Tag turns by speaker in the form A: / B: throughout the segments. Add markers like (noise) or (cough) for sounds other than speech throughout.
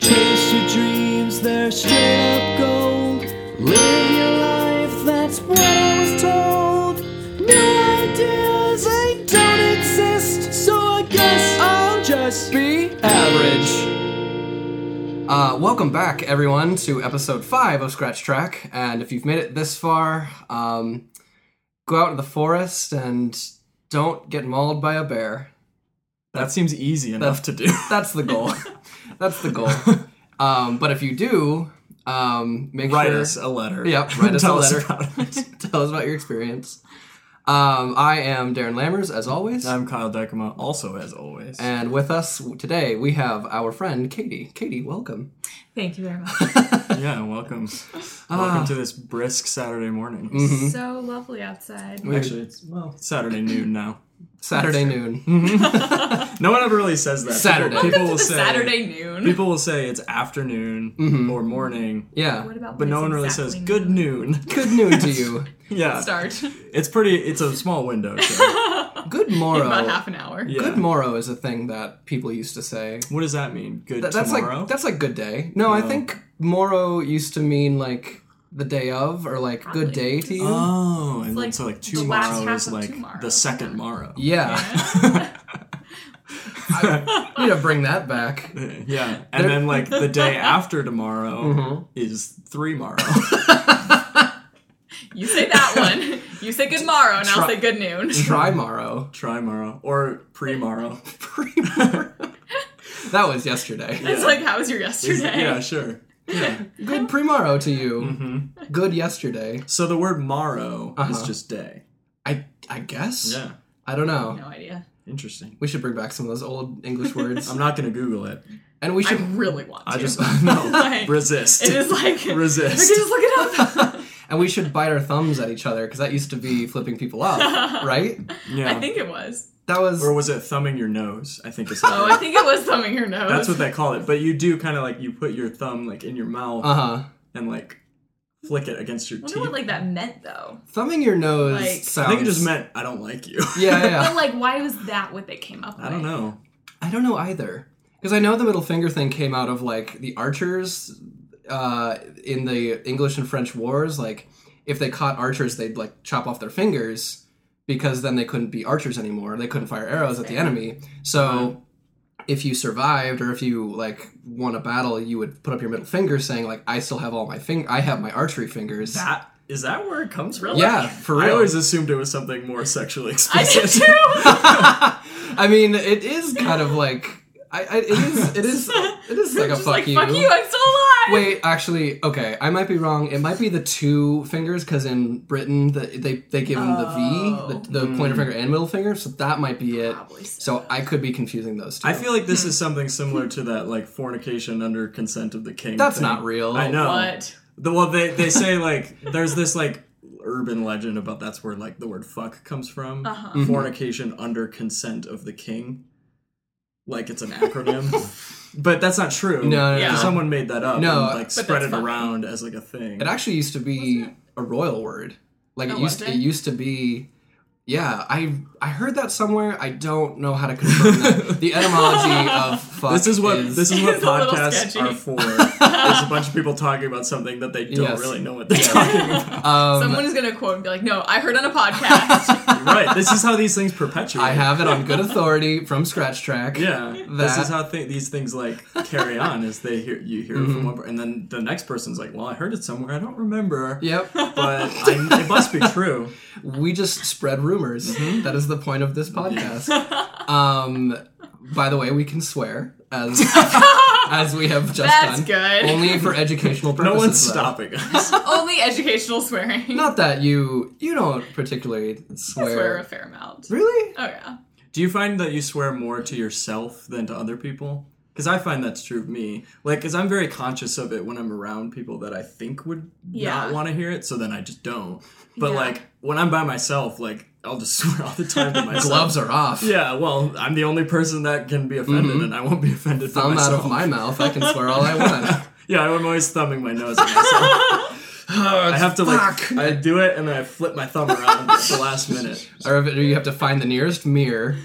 A: your dreams, they're straight up gold. Live your life, that's what I was told. New ideas, they don't exist, so I guess I'll just be average.
B: Uh, welcome back, everyone, to episode five of Scratch Track. And if you've made it this far, um, go out in the forest and don't get mauled by a bear.
A: That seems easy enough to do.
B: That's the goal. That's the goal. Um, but if you do, um, make
A: (laughs) Write
B: sure
A: us a letter. (laughs)
B: Yep, write us a
A: Tell
B: letter.
A: about it.
B: (laughs) tell us about your experience. Um, I am Darren Lammers, as always,
A: (laughs) I'm Kyle Dekema, also as always.
B: and with us today we have our friend Katie. Katie, welcome.
C: Thank you
A: (laughs)
C: very much.
A: (laughs) yeah, (laughs) welcome.
B: Ah.
A: welcome to this brisk Saturday morning.
C: so lovely outside.
B: We-
A: Mm-hmm. Actually, it's well Saturday noon now.
B: Saturday noon. (laughs)
A: No one ever really says that. People-
B: Saturday.
A: People,
C: Welcome to
A: will
C: the
A: say
C: Saturday noon.
A: People will say it's afternoon or morning,
B: yeah,
C: what about
A: but no
C: when
A: one
C: it's
A: really
C: exactly
A: says good noon. (laughs)
B: good noon to you.
A: yeah, (laughs)
C: Start
A: it's pretty. It's a small window. So. (laughs)
B: Good
C: (laughs) in
B: morrow.
C: about half an hour.
A: Yeah.
B: Good morrow is a thing that people used to say.
A: What does that mean? Good
B: Th- that's
A: tomorrow.
B: like that's like good day. No, I
A: No.
B: think morrow used to mean like the day of or like good
C: Probably.
B: day to you.
A: oh, and
C: like
A: so like
C: the last
A: tomorrow
C: half
A: is
C: of
A: like
C: tomorrow.
A: the second morrow.
B: yeah, we need to bring that
A: (laughs)
B: back.
A: yeah, and then like the
C: (laughs)
A: day after tomorrow is three morrow.
C: You say that one. You say good morrow, and I'll
B: Try-
C: say good noon.
B: Try morrow.
A: (laughs) Try morrow or pre morrow.
B: That was yesterday.
C: (laughs) It's like, how was your yesterday?
A: yeah, sure. Yeah. Mm-hmm.
B: Good pre-morrow to you. Good yesterday.
A: So the word morrow is
B: Uh-huh.
A: just day.
B: I I guess. I don't know.
C: No idea.
A: Interesting.
B: We should bring back some of those old
A: (laughs)
B: English words.
A: I'm not gonna Google it.
B: and we
C: I
B: should
C: really want to.
A: I just (laughs) no
C: (laughs) Like,
A: resist.
C: It is like I
A: (laughs)
C: could
A: resist.
C: just look it
A: (laughs)
C: up.
B: (laughs) and we should bite our thumbs at each other because that used to be flipping people off,
A: (laughs)
C: (laughs)
B: right?
A: Yeah.
C: I think it was.
B: That was
A: or was it thumbing your nose? I think it's
C: Oh, I think it was thumbing your nose.
A: that's what they call it. But you do kind of like you put your thumb like in your mouth
B: uh-huh.
A: and like flick it against your
C: I wonder
A: teeth.
C: what like that meant though.
B: Thumbing your nose
C: Like-
B: sounds
A: I think it just meant I don't like you. (laughs)
B: Yeah, yeah, yeah.
C: But like, why was that what they came up with?
A: I
C: (laughs)
A: don't know.
B: I don't know either. Because I know the middle finger thing came out of like the archers uh, in the English and French wars. Like, if they caught archers, they'd like chop off their fingers because then they couldn't be archers anymore. They couldn't fire arrows at the enemy.
C: Uh-huh.
B: So, if you survived or if you like won a battle, you would put up your middle finger saying, like, I still have all my fing- I have my archery fingers.
A: That is that where it comes
B: (laughs)
A: from?
B: yeah, for
A: I
B: real.
C: (laughs)
A: always assumed it was something more sexually
C: I did
A: explicit.
C: too.
B: I mean, it is kind of like. I, I, it is. It is. It is like a
C: Just like,
B: fuck you.
C: fuck you. I'm still alive.
B: Wait, actually, okay, I might be wrong. It might be the two fingers because in Britain the, they they give them the V, the,
A: Hmm.
B: the pointer finger and middle finger, so that might be it.
C: Probably so.
B: So I could be confusing those two.
A: (laughs) I feel like this is something similar to that like fornication under consent of the king.
B: that's
A: thing.
B: not real.
A: I know.
C: What?
A: The, well, they they say like there's this like urban legend about that's where like the word fuck comes from.
C: Uh-huh.
A: Fornication under consent of the king. Like it's an acronym, but that's not true.
B: No, no,
C: Yeah. no.
A: someone made that up.
B: No,
A: and, like
B: but
A: spread
C: that's
A: it
C: funny.
A: around as like a thing.
B: It actually used to be a royal word. Like
C: Oh,
B: it used
C: was
B: it?
C: it?
B: used to be. Yeah, I I heard that somewhere. I don't know how to confirm
A: (laughs)
B: that. the etymology of fuck.
A: this is what this is what
C: It's a little
A: podcasts
C: sketchy.
A: are for. There's a bunch of people talking about something that they don't
B: Yes.
A: really know what they're
B: (laughs)
A: talking about.
B: Um,
A: (laughs)
C: Someone is gonna quote and be like, "No, I heard on a podcast."
A: right. This is how these things perpetuate.
B: I have it on good authority from Scratch Track.
A: Yeah, this
B: That-
A: is how th- these things like carry on. Is they hear you hear it from one, per- and then the next person's like, "Well, I heard it somewhere. I don't remember,
B: Yep.
A: but I, it must be true."
B: We just spread rumors. That is the point of this podcast.
C: (laughs)
B: um, by the way, we can swear as as we have just
C: That's
B: done.
C: good.
B: Only for educational
A: No
B: purposes.
A: one's
B: though.
A: stopping us.
C: Only educational swearing.
B: Not that you you don't particularly
C: I
B: swear.
C: swear a fair amount.
B: Really?
C: Oh yeah.
A: Do you find that you swear more to yourself than to other people? Because I find that's true of me. Like, because I'm very conscious of it when I'm around people that I think would
C: Yeah.
A: not want to hear it, so then I just don't. But
C: Yeah.
A: like when I'm by myself, like I'll just (laughs) swear all the time to myself.
B: Gloves are off.
A: Yeah, well, I'm the only person that can be offended, and I won't be offended. by
B: Mm-hmm. Thumb out
A: myself.
B: of my mouth. I can swear all I
A: (laughs)
B: want.
A: Yeah, I'm always thumbing my nose at myself. I have to
B: fuck.
A: like I do it and then I flip my thumb around at the last minute.
B: or if you have to find the nearest mirror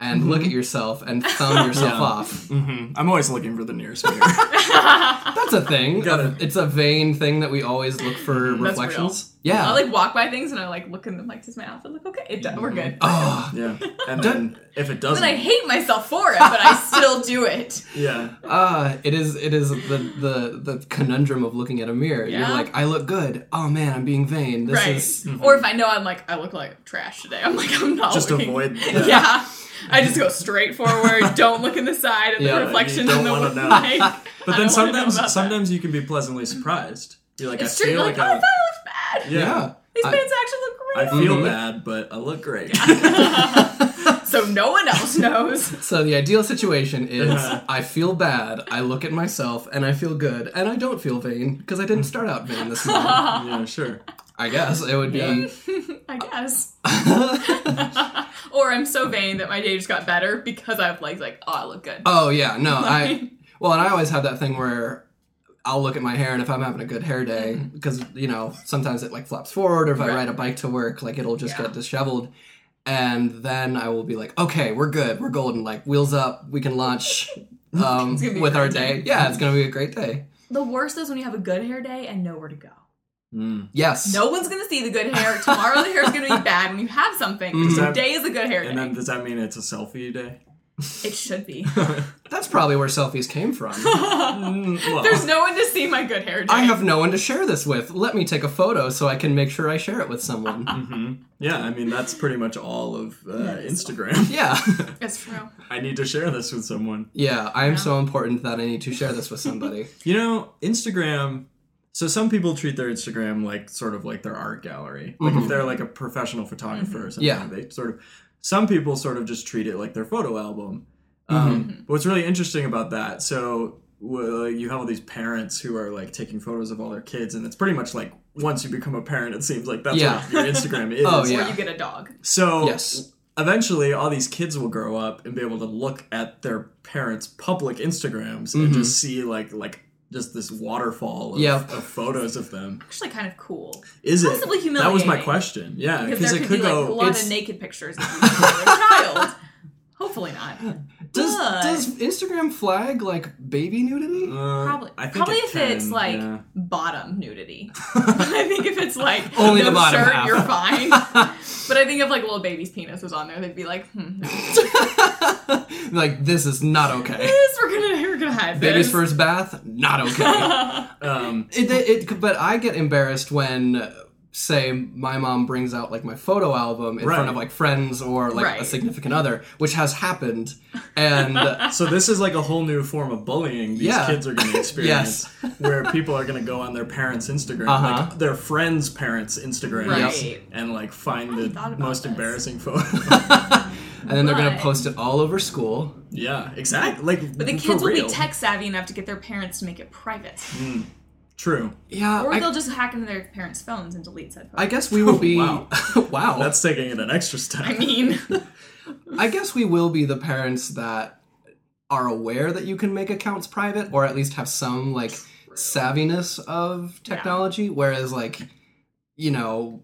B: and look at yourself and thumb yourself
A: Yeah.
B: off.
A: I'm always looking for the nearest mirror.
B: That's a thing.
A: Got it.
B: It's a vain thing that we always look for
C: That's
B: reflections. Yeah.
C: I like walk by things and I like look in them like, does my outfit look okay? It does. We're good.
B: oh,
A: (laughs) Yeah. And then if it doesn't,
C: Then I hate myself for it, but I still do it. (laughs)
A: yeah.
B: ah, it is. It is the, the the conundrum of looking at a mirror. You're
C: Yeah.
B: like, I look good. Oh man, I'm being vain. This
C: right.
B: is
C: Or if I know I'm like, I look like trash today. I'm like, I'm not
A: Just
C: looking. (laughs)
A: avoid-
C: Oh, Yeah.
A: yeah.
C: I just go straight forward. don't look in the side and
B: Yeah, you
C: the reflection
A: don't
C: in the
A: wanna know.
C: light.
A: But
C: I
A: then
C: don't wanna know
A: sometimes,
C: about that.
A: sometimes you can be pleasantly surprised. You're like, (laughs)
C: it's
A: I
C: true.
A: feel
C: You're like,
A: like,
C: oh, I
A: I,
C: thought I looked bad.
B: yeah.
C: These
B: I-
C: (laughs) pants actually look great.
A: I feel
B: Mhm.
A: bad, but I look
C: (laughs)
A: great.
C: so no one else knows.
B: (laughs) So the ideal situation is
A: Yeah.
B: I feel bad, I look at myself, and I feel good, and I don't feel vain because I didn't start out vain this
C: (laughs)
B: morning.
A: yeah, sure.
B: I guess it would be.
A: Yeah.
C: I guess. (laughs) or I'm so vain that my day just got better because I have legs like, oh, I look good.
B: (laughs) oh yeah, no,
C: (laughs)
B: I. Well, and I always have that thing where I'll look at my hair, and if I'm having a good hair day, because you know sometimes it like flaps forward, or if I
C: Mm-hmm. Right.
B: ride a bike to work, like it'll just
C: Yeah.
B: get disheveled, and then I will be like, okay, we're good, we're golden, like wheels up, we can launch. Um,
C: (laughs) It's gonna be a
B: with our day.
C: great
B: Yeah, it's gonna be a great day.
C: The worst is when you have a good hair day and nowhere to go.
A: Mm.
B: Yes.
C: No one's gonna see the good hair. Tomorrow the hair's gonna be bad when you have something.
B: Mhm.
C: Today is a good hair day.
A: And then does that mean it's a selfie day?
C: it should (laughs) be.
B: That's probably where selfies came
C: (laughs)
B: from.
A: (laughs) Mm, well,
C: There's no one to see my good hair day.
B: I have no one to share this with. Let me take a photo so I can make sure I share it with
C: (laughs)
B: someone.
A: Mhm. Yeah, I mean that's pretty much all of uh, Instagram. (laughs)
B: yeah. (laughs)
C: It's true.
A: I need to share this with someone.
B: Yeah, I am so important that I need to share this with somebody.
C: (laughs)
A: You know, Instagram. So some people treat their Instagram like sort of like their art gallery. Like if they're like a professional photographer or something,
B: Mm-hmm. Yeah.
A: they sort of. Some people sort of just treat it like their photo album.
B: Mm-hmm.
A: Um, But what's really interesting about that? So well, you have all these parents who are like taking photos of all their kids, and it's pretty much like once you become a parent, it seems like that's
B: Yeah.
A: what your Instagram is.
B: (laughs) Oh,
C: Or
B: Yeah.
C: you get a dog.
A: So
B: Yes.
A: eventually all these kids will grow up and be able to look at their parents' public Instagrams
B: Mm-hmm.
A: and just see like like just this waterfall of,
B: Yeah.
A: of photos of them.
C: Actually, kind of cool.
A: Is
C: Possibly
A: it? That was my
C: humiliating.
A: question. Yeah,
C: Because
A: because
C: there
A: it
C: could,
A: could
C: be like a
A: go.
C: lot
B: it's-
C: of naked pictures of you when you were a child. Hopefully not.
B: Does
C: But-
B: does Instagram flag like baby
A: (laughs)
B: nudity? (laughs)
A: uh,
C: Probably,
A: I think
C: probably
A: it
C: if it's
A: can,
C: like
A: yeah.
C: bottom nudity. (laughs) I think if it's like
B: (laughs) Only
C: no
B: the bottom
C: shirt,
B: half.
C: you're
B: (laughs)
C: fine. but I think if like a little baby's penis was on there, they'd be like, hmm, no,
B: like this is not okay.
C: this we're gonna we're gonna hide
B: Baby's
C: this. (laughs)
B: first bath, not okay.
A: Um,
B: It, it, it- but I get embarrassed when, uh, say, my mom brings out like my photo album in
A: Right.
B: front of like friends or like a
C: Right.
B: significant other, which has happened,
C: (laughs)
B: and (laughs)
A: so this is like a whole new form of bullying these
B: Yeah.
A: kids are
B: (laughs)
A: going to experience, where people are going to go on their parents' Instagram,
B: Uh-huh.
A: like their friends' parents' Instagram,
C: Right.
A: and like find
C: hadn't thought
A: the
C: about
A: most
C: this.
A: embarrassing photo. (laughs)
B: and then they're gonna
C: But-
B: post it all over school.
A: Yeah, exactly. Like,
C: But the kids
A: for
C: will be
A: real.
C: tech savvy enough to get their parents to make it private,
A: True.
B: Yeah,
C: or
B: I-
C: they'll just hack into their parents' phones and delete said.
B: I guess we
C: (laughs)
B: will be. (laughs) wow.
A: Wow.
B: That's.
A: That's taking it an extra step.
C: Oh.
B: (laughs)
C: I mean, (laughs)
B: I guess we will be the parents that are aware that you can make accounts private, or at least have some like savviness of technology. Whereas, like, you know,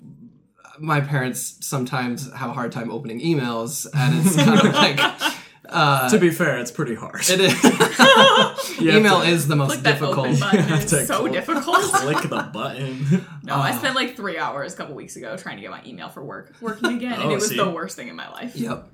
B: my parents sometimes have a hard time opening emails, and it's kind
C: (laughs)
B: of like uh,
A: (laughs) to be fair, it's pretty hard.
B: it
A: (laughs)
B: is.
A: You have
B: email
A: to
B: is the most
C: click that
B: difficult. (laughs)
C: open button.
A: have
C: It's
A: to
C: so
A: click-
C: difficult.
A: Click the button. (laughs)
C: No,
B: Uh.
C: I spent like three hours a couple weeks ago trying to get my email for work working again, and
A: Oh,
C: it was
A: see?
C: the worst thing in my life.
B: Yep.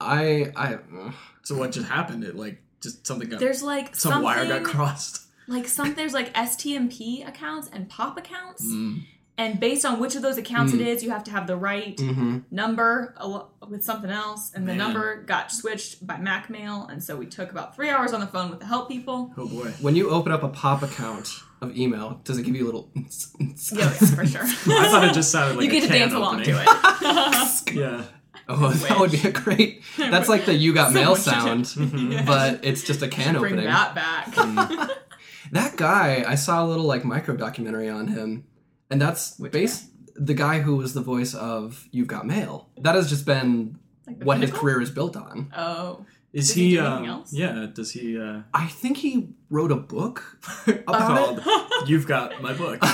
B: I I ugh.
A: so what just happened? It like just something got
C: There's like
A: some wire got
C: something- (laughs)
A: crossed.
C: like some there's like STMP accounts and pop accounts.
B: Mm.
A: Mm.
C: And based on which of those accounts it is, you have to have the right
B: Mm. mm-hmm.
C: number al- with something else. And the
A: Man.
C: number got switched by Mac Mail. And so we took about three hours on the phone with the help people.
A: Oh
C: (laughs)
A: boy.
B: when you open up a pop account of email, does it give you a little? (laughs)
C: Yeah, yeah, for sure.
A: I thought it just sounded like
C: you
A: a
C: get to
A: can
C: dance along
A: opening.
C: to
A: (laughs)
C: it.
A: Yeah.
B: (laughs) Oh, that would be a great. (laughs) That's like the you got mail
C: Someone
B: sound, (laughs) but it's just a can
C: Bring
B: opening. Mm. That.
C: that back.
B: guy, I saw a little like micro documentary on him, and that's base the guy who was the voice of You've Got Mail. That has just been
C: Like the
B: what his
C: pinnacle?
B: career is built on.
C: oh.
A: Is
C: Does he
A: he?
C: do
A: um,
C: anything else? (laughs)
A: Yeah. Does he? Uh,
B: I think he wrote a book about
A: called
B: it. (laughs)
C: (laughs)
A: You've Got My Book. (laughs)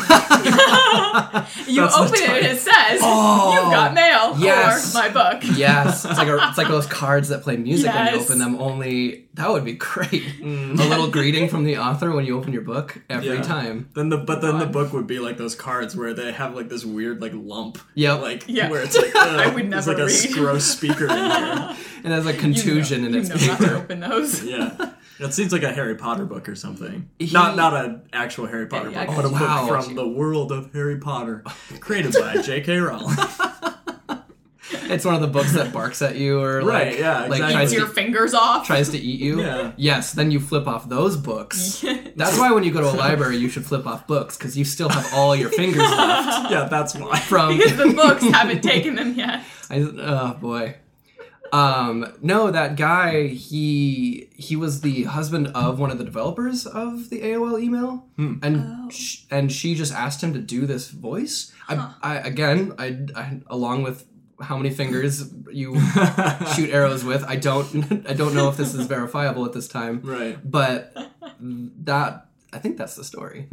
C: You
B: That's
C: open
B: the
C: it and it says,
B: Oh,
C: You've got mail
B: yes.
C: or my book.
B: Yes, it's like a, it's like those cards that play music when you
C: Yes.
B: open them. Only that would be (laughs) great. A little greeting from the author when you open your book every
A: Yeah.
B: time.
A: Then the but then the book would be like those cards where they have like this weird like lump.
B: Yep.
A: Like
C: Yeah.
A: where it's like uh,
C: (laughs) I would
A: there's,
C: never
A: like
C: read.
A: a gross speaker in
C: (laughs)
A: there.
B: And there's a
C: You
B: contusion
C: know,
B: in
C: you
B: its
C: know
B: (laughs)
C: not to
B: paper.
C: open those.
A: Yeah. That seems like a Harry Potter book or something.
B: He-
A: not not an actual Harry Potter
C: Yeah, I
A: book, but a
B: got you. Wow.
A: book from the world of Harry
B: (laughs)
A: Potter, created by J.K. Rowling. (laughs)
B: It's one of the books that barks at you or like,
A: Right, yeah,
B: like
A: exactly.
B: tries
C: Eats
B: to
C: your fingers off.
B: tries
C: (laughs)
B: to eat you.
A: Yeah.
B: Yes, then you flip off those books. That's why when you go to a library, you should flip off books because you still have all your
C: (laughs)
B: fingers left
A: yeah, that's
B: (laughs)
A: why. (laughs)
B: from.
C: because the
B: (laughs)
C: books haven't taken them yet.
B: I, oh boy. Um, no, that guy. He he was the husband of one of the developers of the AOL email, and sh- and she just asked him to do this voice. I, I again, I, I along with how many fingers you (laughs) shoot arrows with. I don't (laughs) I don't know if this is verifiable at this time.
A: Right.
B: but that I think that's the story.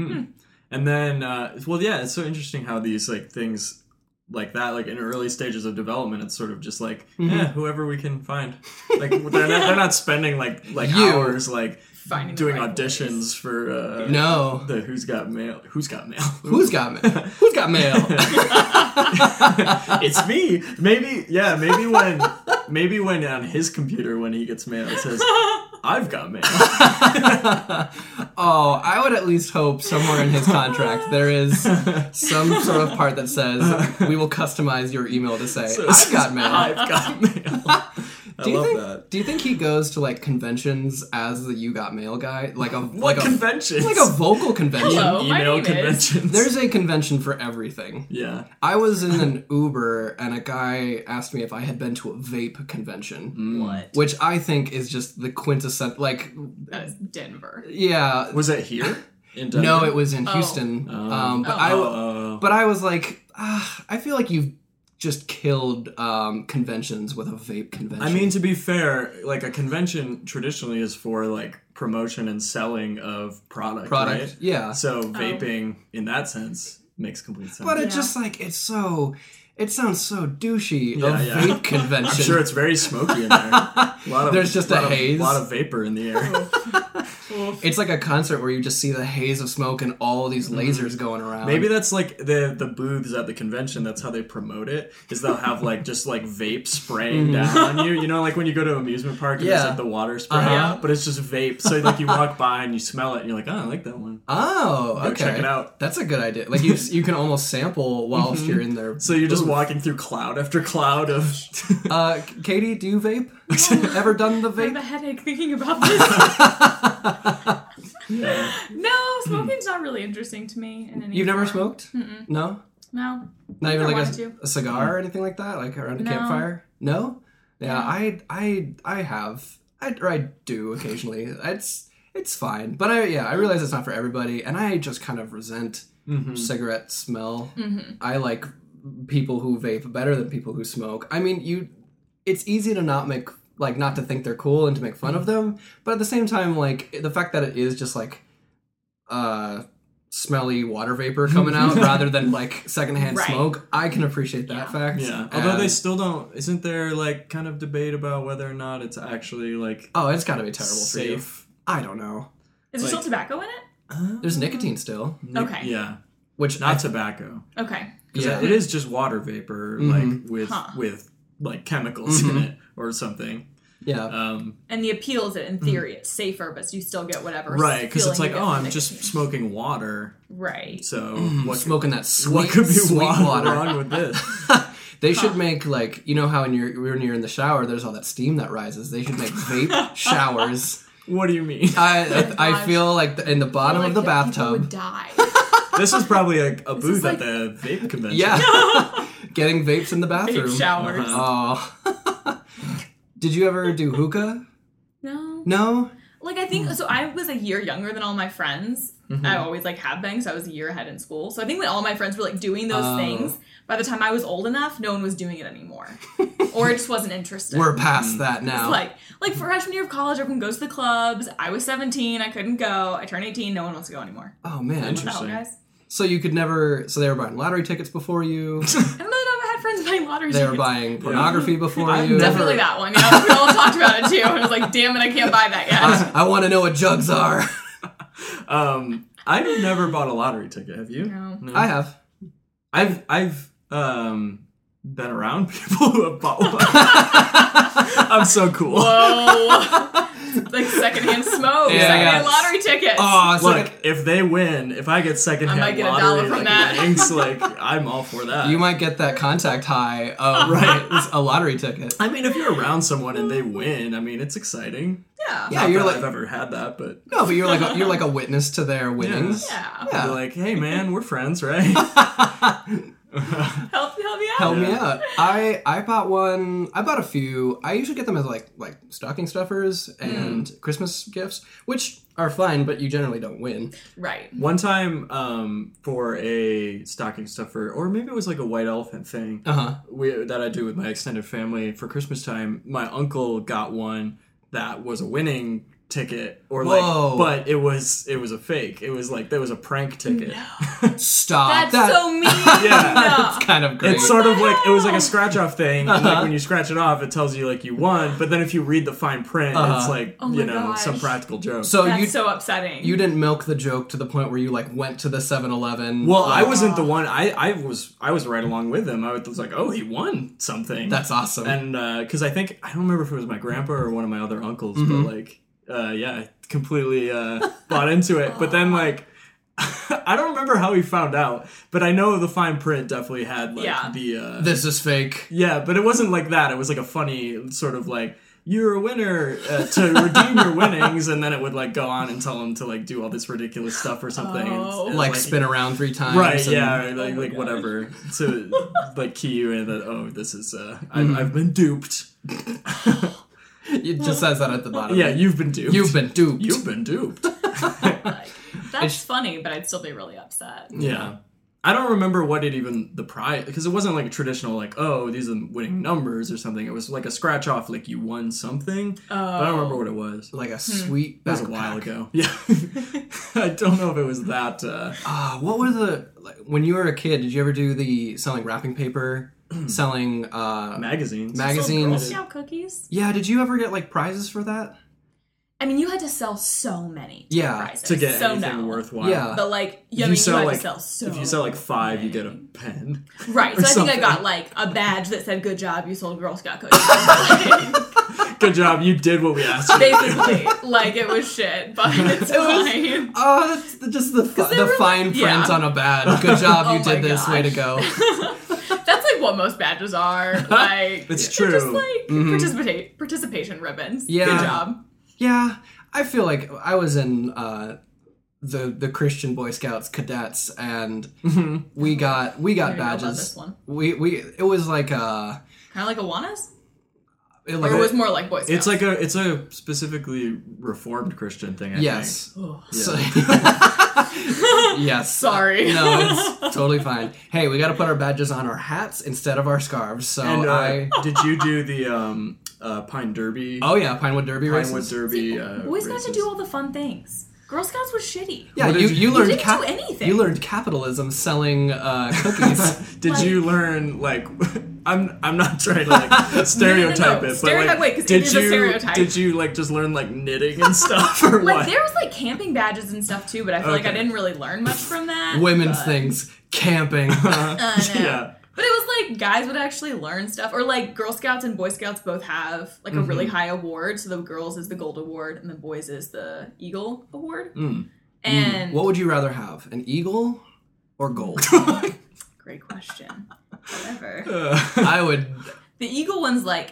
A: And then, uh, well, yeah, it's so interesting how these like things like that, like in early stages of development, it's sort of just like
B: Mm-hmm.
A: yeah, whoever we can find. Like they're not, they're not spending like like
B: You.
A: hours like
C: Finding the
A: doing
C: right
A: auditions for uh,
B: No,
A: the Who's Got Mail. Who's Got Mail?
B: who's got mail? Who's got mail?
A: (laughs) it's me. Maybe yeah. Maybe when maybe when on his computer when he gets mail it says I've
B: (laughs)
A: got mail.
B: Oh, I would at least hope somewhere in his contract there is some sort of part that says we will customize your email to say
A: So it
B: I've
A: says,
B: got mail.
A: I've
B: (laughs)
A: got mail. I
B: Do you
A: love
B: think?
A: that.
B: Do you think he goes to like conventions as the you got mail guy? Like a like
A: What
B: a
A: convention?
B: like a vocal convention.
C: Hello. my
A: E-, email
C: name is-
A: conventions.
B: There's a convention for everything.
A: yeah.
B: I was in an Uber and a guy asked me if I had been to a vape convention.
A: Mm.
C: What?
B: Which I think is just the quintessential. Like,
C: That is Denver.
B: yeah,
A: Was it here? In
B: no, it was in
C: Oh.
B: Houston.
A: Oh.
B: Um, but
C: Oh.
B: I,
A: Oh.
B: but I was like, ah, I feel like you've just killed um, conventions with a vape convention.
A: I mean, to be fair, like a convention traditionally is for like promotion and selling of product.
B: product,
A: right?
B: yeah.
C: Oh.
A: So vaping, in that sense, makes complete sense.
B: But
C: Yeah.
B: it's just like it's so. It sounds so douchey.
A: Yeah,
B: a
A: yeah.
B: vape convention.
A: I'm sure it's very smoky in there.
B: (laughs)
A: A lot of,
B: There's just a
A: lot of-
B: haze.
A: lot of vapor in the air.
B: (laughs) It's like a concert where you just see the haze of smoke and all these lasers going around.
A: Mm-hmm. Maybe that's like the the booths at the convention. That's how they promote it. Is they'll have like just like vape spraying down on you. You know, like when you go to an amusement park, and there's
B: Mm-hmm. Yeah.
A: like the water spray,
B: Uh-huh.
A: but it's just vape. So like you walk by and you smell it, and you're like, oh, I like that one.
B: Oh, okay.
A: check it out. Mm-hmm.
B: That's a good idea. Like you, you can almost sample whilst you're in there.
A: So you're just walking through cloud after
B: (laughs)
A: cloud of. (laughs)
B: Uh, Katie, do you vape? Ever done the
C: I have a
B: vape?
C: headache thinking about this.
B: (laughs) Mm-hmm.
C: no, smoking's not really interesting to me. In
B: (laughs)
C: any
B: You've never
C: form.
B: smoked? mm No,
C: No.
B: not even
C: I
B: like
C: wanted
B: a,
C: to.
B: a cigar or anything like that, like around a
C: No.
B: campfire. No. Yeah, I, I, I have, I, or I do occasionally. It's, it's fine. But I, yeah, I realize it's not for everybody, and I just kind of resent
C: Mm-hmm.
B: cigarette smell. I like people who vape better than people who smoke. I mean, you it's easy to not make like not to think they're cool and to make fun of
C: Mm-hmm.
B: them, but at the same time like the fact that it is just like uh smelly water vapor coming out
C: (laughs)
B: rather than like secondhand
C: Right.
B: smoke, I can appreciate that
C: Yeah.
B: fact.
A: Yeah. Although they
B: And-
A: still don't. Isn't there like kind of debate about whether or not it's actually like
B: Oh, it's got to be terrible for you.
A: safe?
B: I don't know.
C: Is there still
A: Like-
C: tobacco in it?
B: There's
C: Mm-hmm.
B: nicotine still,
C: Okay.
A: Yeah.
B: which
A: Not
B: I,
A: tobacco.
C: Okay.
A: 'Cause
B: Yeah.
A: It is just water vapor, like with
C: Huh.
A: with like chemicals in it or something.
B: yeah.
A: Um,
C: And the appeal is that in theory it's safer, but you still get whatever.
A: right. Because
C: feeling
A: it's
C: you
A: like,
C: get
A: oh,
C: from
A: I'm
C: nicotine.
A: just smoking water.
C: Right.
A: So
B: What
A: what could,
B: smoking that sweet,
A: (laughs) what could be
B: sweet
A: wa-
B: water.
A: (laughs) wrong with this?
B: (laughs) They should make like you know how when you're when you're in the shower, there's all that steam that rises. They should make
C: (laughs)
B: vape showers.
A: what do you mean?
B: I I, I
C: Oh gosh.
B: feel like the, in the bottom
C: Like
B: of the
C: that people
B: bathtub.
C: would die.
A: this was probably a, a booth
C: like-
A: at the
C: (laughs)
A: vape convention.
B: Yeah, (laughs) getting vapes in the bathroom.
C: Big showers.
A: Uh-huh.
B: (laughs) Oh. Did you ever do hookah?
C: No.
B: No.
C: Like I think so. I was a year younger than all my friends.
B: Mm-hmm.
C: I always like have been, so I was a year ahead in school. So I think when all my friends were like doing those
B: Oh.
C: things, by the time I was old enough, no one was doing
B: (laughs)
C: it anymore, or it just wasn't interested.
B: We're past that now.
C: It's like like freshman year of college, everyone goes to the clubs. I was seventeen, I couldn't go. I turned eighteen, no one wants to go anymore.
B: oh man.
C: What the hell,
A: Interesting.
C: guys?
B: So you could never. So they were buying lottery tickets before
C: (laughs)
B: you.
C: I don't know that I've had friends buying lottery
B: They were
C: tickets.
B: buying pornography before
A: I've
B: you.
A: never-
C: Definitely that one. Yeah, we all talked about it too. And I was like, damn it, I can't buy that yet.
B: (laughs) I, want to know what jugs are.
C: (laughs)
A: Um, I've never bought a lottery ticket. Have you?
C: No.
B: I have. (laughs)
A: I've I've um been around (laughs) people who have bought one. (laughs) I'm so cool.
C: Whoa. (laughs) It's like secondhand smoke,
B: Yeah,
C: secondhand
B: yeah.
C: lottery tickets.
B: Oh, it's
A: Look,
B: like
A: if they win, if I get secondhand
C: I might get a dollar
A: lottery
C: from
A: like,
C: that. (laughs)
A: rings, like I'm all for that.
B: you might get that contact high
A: (laughs)
B: of right a lottery ticket.
A: I mean, if you're around someone and they win, I mean, it's exciting.
C: yeah.
B: Yeah,
A: Not
B: you're
A: that
B: like
A: I've ever had that, but
B: no, but you're like a, you're like a witness to their winnings.
C: Yeah.
B: Yeah.
A: you're like, hey man, we're friends, right? (laughs)
C: Help, help me
B: (laughs)
C: out.
B: Help me
A: Yeah.
B: out. I I bought one. I bought a few. I usually get them as like like stocking stuffers and
A: Mm.
B: Christmas gifts, which are fine, but you generally don't win.
C: Right.
A: One time, um, for a stocking stuffer, or maybe it was like a white elephant thing.
B: Uh huh.
A: we, that I do with my extended family for Christmas time. My uncle got one that was a winning ticket, or like,
B: Whoa.
A: but it was it was a fake. It was like there was a prank ticket.
B: Stop.
C: That's
B: that,
C: so
B: (laughs)
A: (laughs)
C: mean.
A: Yeah.
B: It's kind of great.
A: It's sort of like it was like
C: hell?
A: a scratch off thing. and,
B: Uh-huh.
A: like when you scratch it off, it tells you like you won. But then if you read the fine print,
B: Uh-huh.
A: it's like
C: Oh my
A: you know some
C: gosh.
A: practical joke.
B: so
C: That's
B: you
C: so upsetting.
B: you didn't milk the joke to the point where you like went to the 7-Eleven.
A: well, I
B: like,
A: wasn't the one. I, I was I was right along with him. I was like, oh, he won something.
B: That's awesome.
A: and because I think I don't remember if it was my grandpa or one of my other uncles, but like, uh, yeah, I completely uh, bought into it. But then like, (laughs) I don't remember how he found out, but I know the fine print definitely had like
C: Yeah.
A: the uh,
B: this is fake.
A: yeah, but it wasn't like that. It was like a funny sort of like. You're a winner uh, to redeem your winnings, and then it would like go on and tell him to like do all this ridiculous stuff or something, and-
C: Oh.
A: and,
B: Like spin around three times.
A: right
B: and-
A: yeah or, like, like whatever so like key you in that oh this is uh I've,
B: Mm-hmm.
A: I've been duped
B: It just says that at the bottom.
A: yeah you've been duped
B: You've been duped.
A: you've been duped
B: (laughs)
C: Like, that's funny, but I'd still be really upset.
A: yeah i don't remember what it even the prize because it wasn't like a traditional like oh these are the winning numbers or something it was like a scratch off like you won something but i don't remember what it was it
B: like
C: Hmm.
B: a sweet
A: was a
B: backpack. (laughs)
A: while ago yeah (laughs) i don't know if it was that uh
B: Ah, what were the like, when you were a kid? Did you ever do the selling wrapping (clears throat) paper, selling uh,
A: magazines
C: Sold Girl
B: magazines?
C: Scout cookies.
B: Yeah, did you ever get like prizes for that?
C: I mean, you had to sell so many. To
B: Yeah,
C: Prizes.
A: to get
C: so
A: anything
C: no.
A: worthwhile
B: Yeah.
C: But like,
A: If
C: yeah, I
A: you
C: mean,
A: sell,
C: you had
A: like-
C: to sell so.
A: if you sell like five you get a pen (laughs)
C: Right. So
A: or
C: I think I
A: something.
C: got like a badge that said "Good job, you sold Girl Scout cookies." (laughs) Like,
A: good job you did what we asked (laughs) you to do.
C: basically like it was shit but
A: (laughs)
C: it's fine
B: Oh, that's the, just the fi- the
C: were-
B: fine
C: yeah.
B: print on a badge. (laughs) Good job,
C: Oh
B: you did
C: my
B: this. Way to
C: gosh.
B: go.
C: (laughs) that's like what most
A: (laughs)
C: badges are like
A: It's
C: they're just
A: true. Mm-hmm.
C: like participa- participation ribbons
B: Yeah.
C: good job
B: (laughs) Yeah, I feel like I was in uh, the the Christian Boy Scouts cadets, and
C: Oh
B: we got we got
C: I don't know about
B: badges.
C: this one.
B: We we it was like uh
C: kind of like Awanas
B: it
C: or it
B: like,
C: was more like Boy Scouts
A: It's like a it's a specifically reformed Christian thing. I
B: yes.
C: Ugh.
B: So- (laughs) yes.
C: sorry
B: No,
C: (laughs)
B: it's totally fine. Hey, we got to put our badges on our hats instead of our scarves. So
A: think. And uh,
B: Oh, I.
A: did you do the um, uh, Pine Derby?
B: Oh yeah, Pinewood Derby races.
A: Pinewood Derby. Uh,
C: boys got to
A: races?
C: do all the fun things Girl Scouts was shitty
B: Yeah,
A: What
B: you,
A: did
B: you
A: you-
B: learned
C: didn't
B: cap-
C: do anything.
B: You learned capitalism selling uh,
C: (laughs)
B: cookies.
A: (laughs) Did you learn like? (laughs) I'm I'm not trying to
C: (laughs)
A: like stereotype
C: No, no, no.
A: it,
C: Stereotype-
A: but
C: wait,
A: like,
C: 'cause it
A: did
C: is a
A: you
C: stereotype.
A: did you like just learn like knitting
C: (laughs)
A: and stuff or
C: like
A: what? (laughs)
C: there was like camping badges and stuff too but I feel like I
A: Okay.
C: didn't really learn much from that
B: Women's
C: but-
B: things,
A: (laughs)
B: camping. (laughs)
C: (laughs) Uh, no.
A: yeah,
C: But it was like guys would actually learn stuff, or like Girl Scouts and Boy Scouts both have like a really
A: Mm-hmm.
C: high award. So the girls is the gold award, and the boys is the eagle award.
A: Mm.
C: And
B: what would you rather have, an eagle or (laughs)
A: (laughs)
B: gold?
C: great question. However,
A: Uh, (laughs)
B: I would.
C: the eagle one's like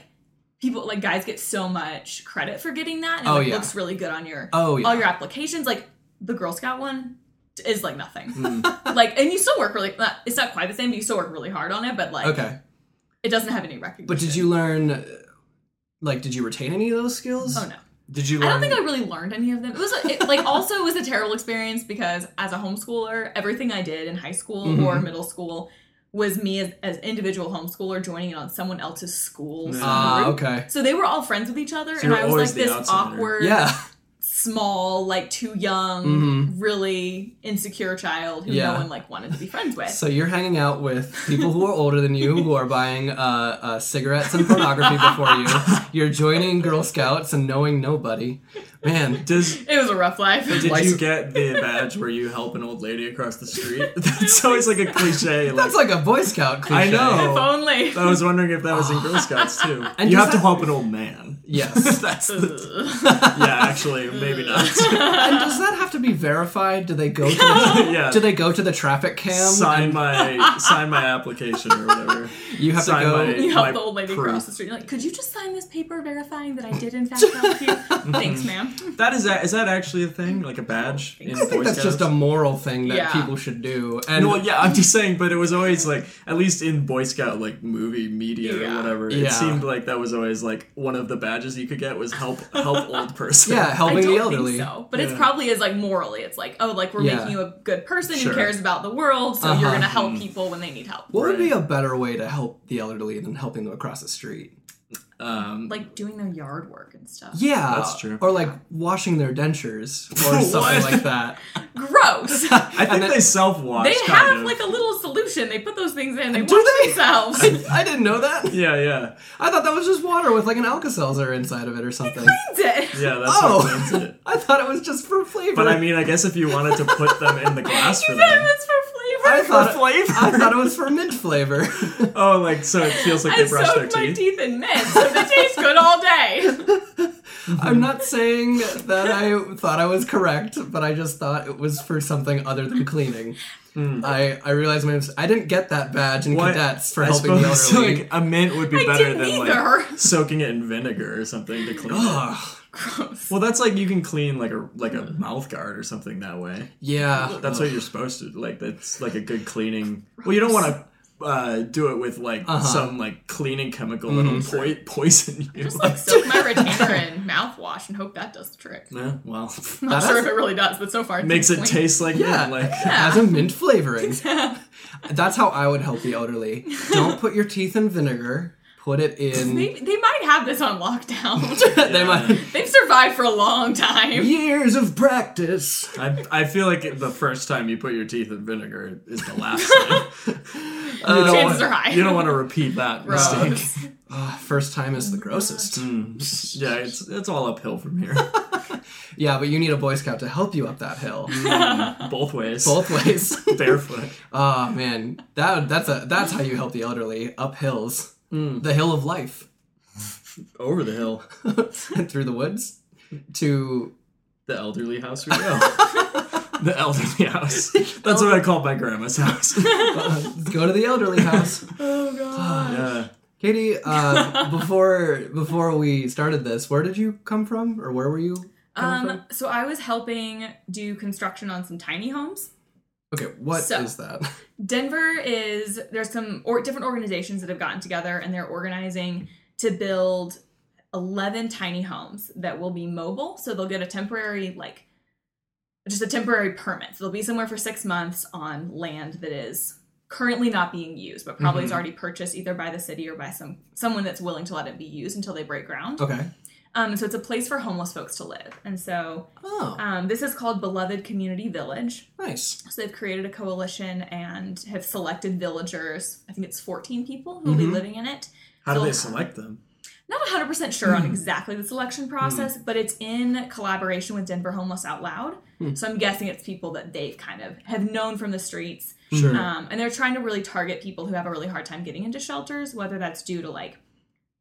C: people like guys get so much credit for getting that, and it
B: Oh,
C: like,
B: yeah.
C: looks really good on your
B: Oh, yeah.
C: all your applications. Like the Girl Scout one is like nothing.
B: Hmm.
C: (laughs) like and you still work really. Not, it's not quite the same, but you still work really hard on it. But like
B: Okay,
C: it doesn't have any recognition.
B: but did you learn? uh, Like, did you retain any of those skills?
C: Oh no.
A: Did you?
C: I
A: Learn,
C: don't think I really learned any of them. It was a, it, like also it was a terrible experience because as a homeschooler, everything I did in high school or
A: Mm-hmm.
C: middle school was me as, as individual homeschooler joining in on someone else's school's
B: Ah,
C: board.
B: okay.
C: So they were all friends with each other,
A: So
C: and
A: you were
C: I was
A: always
C: like
A: the
C: this
A: outsider.
C: awkward,
B: Yeah.
C: small, like too young,
A: Mm-hmm.
B: Mhm.
C: really insecure child who
B: Yeah.
C: no one like wanted to be friends with.
B: So you're hanging out with people who are older than you, who are buying uh, uh, cigarettes and pornography before you. You're joining Girl Scouts and knowing nobody. Man,
A: Does
C: it was a rough life. (laughs)
A: did
B: Like-
A: you get the badge where you help an old lady across the
C: (laughs)
A: street? That's always like a cliche. Like,
B: that's like a Boy Scout cliche.
A: I know. (laughs)
C: if only. (laughs)
A: I was wondering if that was in Girl Scouts too.
B: And
A: you
B: does
A: have to
B: that-
A: help an old man.
B: Yes.
A: (laughs) That's the,
C: Ugh.
A: yeah. Actually, maybe not. (laughs)
C: (laughs)
B: and does that have to be verified? Do they go to the,
A: yeah.
B: do they go to the traffic cam?
A: sign
C: (laughs)
A: my sign my application or whatever.
B: you have to
A: sign
B: go.
A: my-
C: You help
A: My
C: the old lady
A: proof.
C: across the street. You're like, could you just sign this paper verifying that I did
A: (laughs)
C: in fact help you?
A: Mm-hmm.
C: Thanks, ma'am.
A: That is that is that actually a thing? Like a badge?
C: think
A: in
C: so.
B: I think
A: Boy
B: that's
A: Scouts?
B: just a moral thing that
C: Yeah.
B: people should do. And
A: No, well, yeah, I'm just saying, but it was always like, at least in Boy Scout like movie media
C: Yeah.
A: or whatever,
B: Yeah.
A: it seemed like that was always like one of the badges you could get was help
B: (laughs)
A: help old person.
B: yeah,
C: I
B: helping
C: don't
B: the elderly.
C: think so, but it's
A: Yeah.
C: probably is like morally, it's like oh, like we're
B: Yeah.
C: making you a good person
A: Sure.
C: who cares about the world, so you're
B: Uh-huh.
C: gonna help people when they need help.
B: What would be a better way to help the elderly than helping them across the street?
A: Um,
C: Like doing their yard work and stuff.
B: Yeah,
A: That's true.
B: Or like washing their dentures
A: (laughs)
B: or something
A: What?
B: like that. (laughs)
C: Gross.
A: I think
B: then-
A: they self wash.
C: they have
A: kind of.
C: like a little solution. They put those things in. They
B: Do
C: wash
B: they?
C: themselves.
B: (laughs) I, I didn't know that.
A: yeah, yeah,
B: I thought that was just water with like an Alka-Seltzer inside of it or something.
C: (laughs) Did.
A: yeah. That's what cleans
B: Oh,
A: it.
B: I thought it was just for flavor.
A: But I mean, I guess if you wanted to put them
C: (laughs)
A: in the glass for
C: You thought it
A: them,
C: was for
B: I
C: flavor.
B: thought
A: For flavor.
B: I thought it was for mint
A: (laughs)
B: flavor.
A: oh, like so it feels like
C: I
A: they brush their
C: soaked my
A: teeth.
C: teeth in mint, so they taste good all
B: (laughs)
C: day.
B: I'm not saying that I thought I was correct, but I just thought it was for something other than cleaning. I I realized my mis- I didn't get that badge in
A: Hmm. What?
B: cadets for
A: I
B: helping the
A: suppose
B: elderly.
A: like a mint would be
C: I
A: better
C: didn't
A: than
C: either.
A: like soaking it in vinegar or something to clean. it.
B: Ugh.
C: Gross.
A: Well, that's like you can clean like a like a mouth guard or something that way.
B: Yeah,
A: That's what you're supposed to like. That's like a good cleaning. Well, you don't want to uh, do it with like
B: Uh-huh.
A: some like cleaning chemical that'll poi- poison you.
C: Mm-hmm. (laughs) Just
A: (laughs)
C: like soak my retainer in mouthwash and hope that does the trick.
A: yeah,
C: (laughs)
A: well,
C: Not
B: That
C: sure
B: is-
C: if it really does, but so far it's
A: makes it
C: clean.
A: taste like
B: Yeah.
A: yeah, like
C: (laughs)
B: as a mint flavoring. That's how I would help the elderly. Don't put your teeth in vinegar. Put it in. (laughs)
C: Maybe (laughs) they might have this on lockdown.
B: they might
C: They've survived for a long time.
B: years of practice.
A: I, I feel like the first time you put your teeth in vinegar is
C: (laughs)
A: the last time. You don't
C: chances
A: wanna-
C: are high.
A: You don't want to repeat that mistake. Mm.
C: (laughs) (laughs) Gross.
B: Ugh, ah, first time is the grossest.
A: Yeah, it's it's all uphill from
C: (laughs)
A: here,
B: Yeah, but you need a Boy Scout to help you up that hill,
A: Mm. both ways, (laughs)
B: both ways. (laughs)
A: barefoot.
B: Oh man, that that's a that's how you help the elderly up hills, the hill of life, (laughs)
A: Mm. Over the hill,
B: through the woods, to
A: the elderly (laughs) house we go. the elderly house. That's what I call my grandma's
C: (laughs)
A: house.
B: uh, go to the elderly house. Ah,
C: Oh
A: (laughs)
C: god.
A: yeah.
C: (laughs)
B: Katie, uh, before before we started this, where did you come from, or where were you? coming
C: Um, so I was helping do construction on some tiny homes.
B: from? Okay, what is
C: so-
B: that? (laughs)
C: Denver is there's some or different organizations that have gotten together and they're organizing to build 11 tiny homes that will be mobile. So they'll get a temporary like just a temporary permit. So they'll be somewhere for 6 months on land that is currently not being used, but probably is already purchased either by the city or by some someone that's willing to let it be used until they break ground.
B: Okay.
C: Um, so it's a place for homeless folks to live. And so
B: Oh,
C: um, this is called Beloved Community Village.
B: nice.
C: So they've created a coalition and have selected villagers. I think it's 14 people who will be living in it.
A: How do
C: So-
A: they select them?
C: Not 100% sure on exactly the selection process, but it's in collaboration with Denver Homeless Out Loud. So I'm guessing it's people that they've kind of have known from the streets.
A: Hmm.
B: Sure.
C: Um, and they're trying to really target people who have a really hard time getting into shelters, whether that's due to like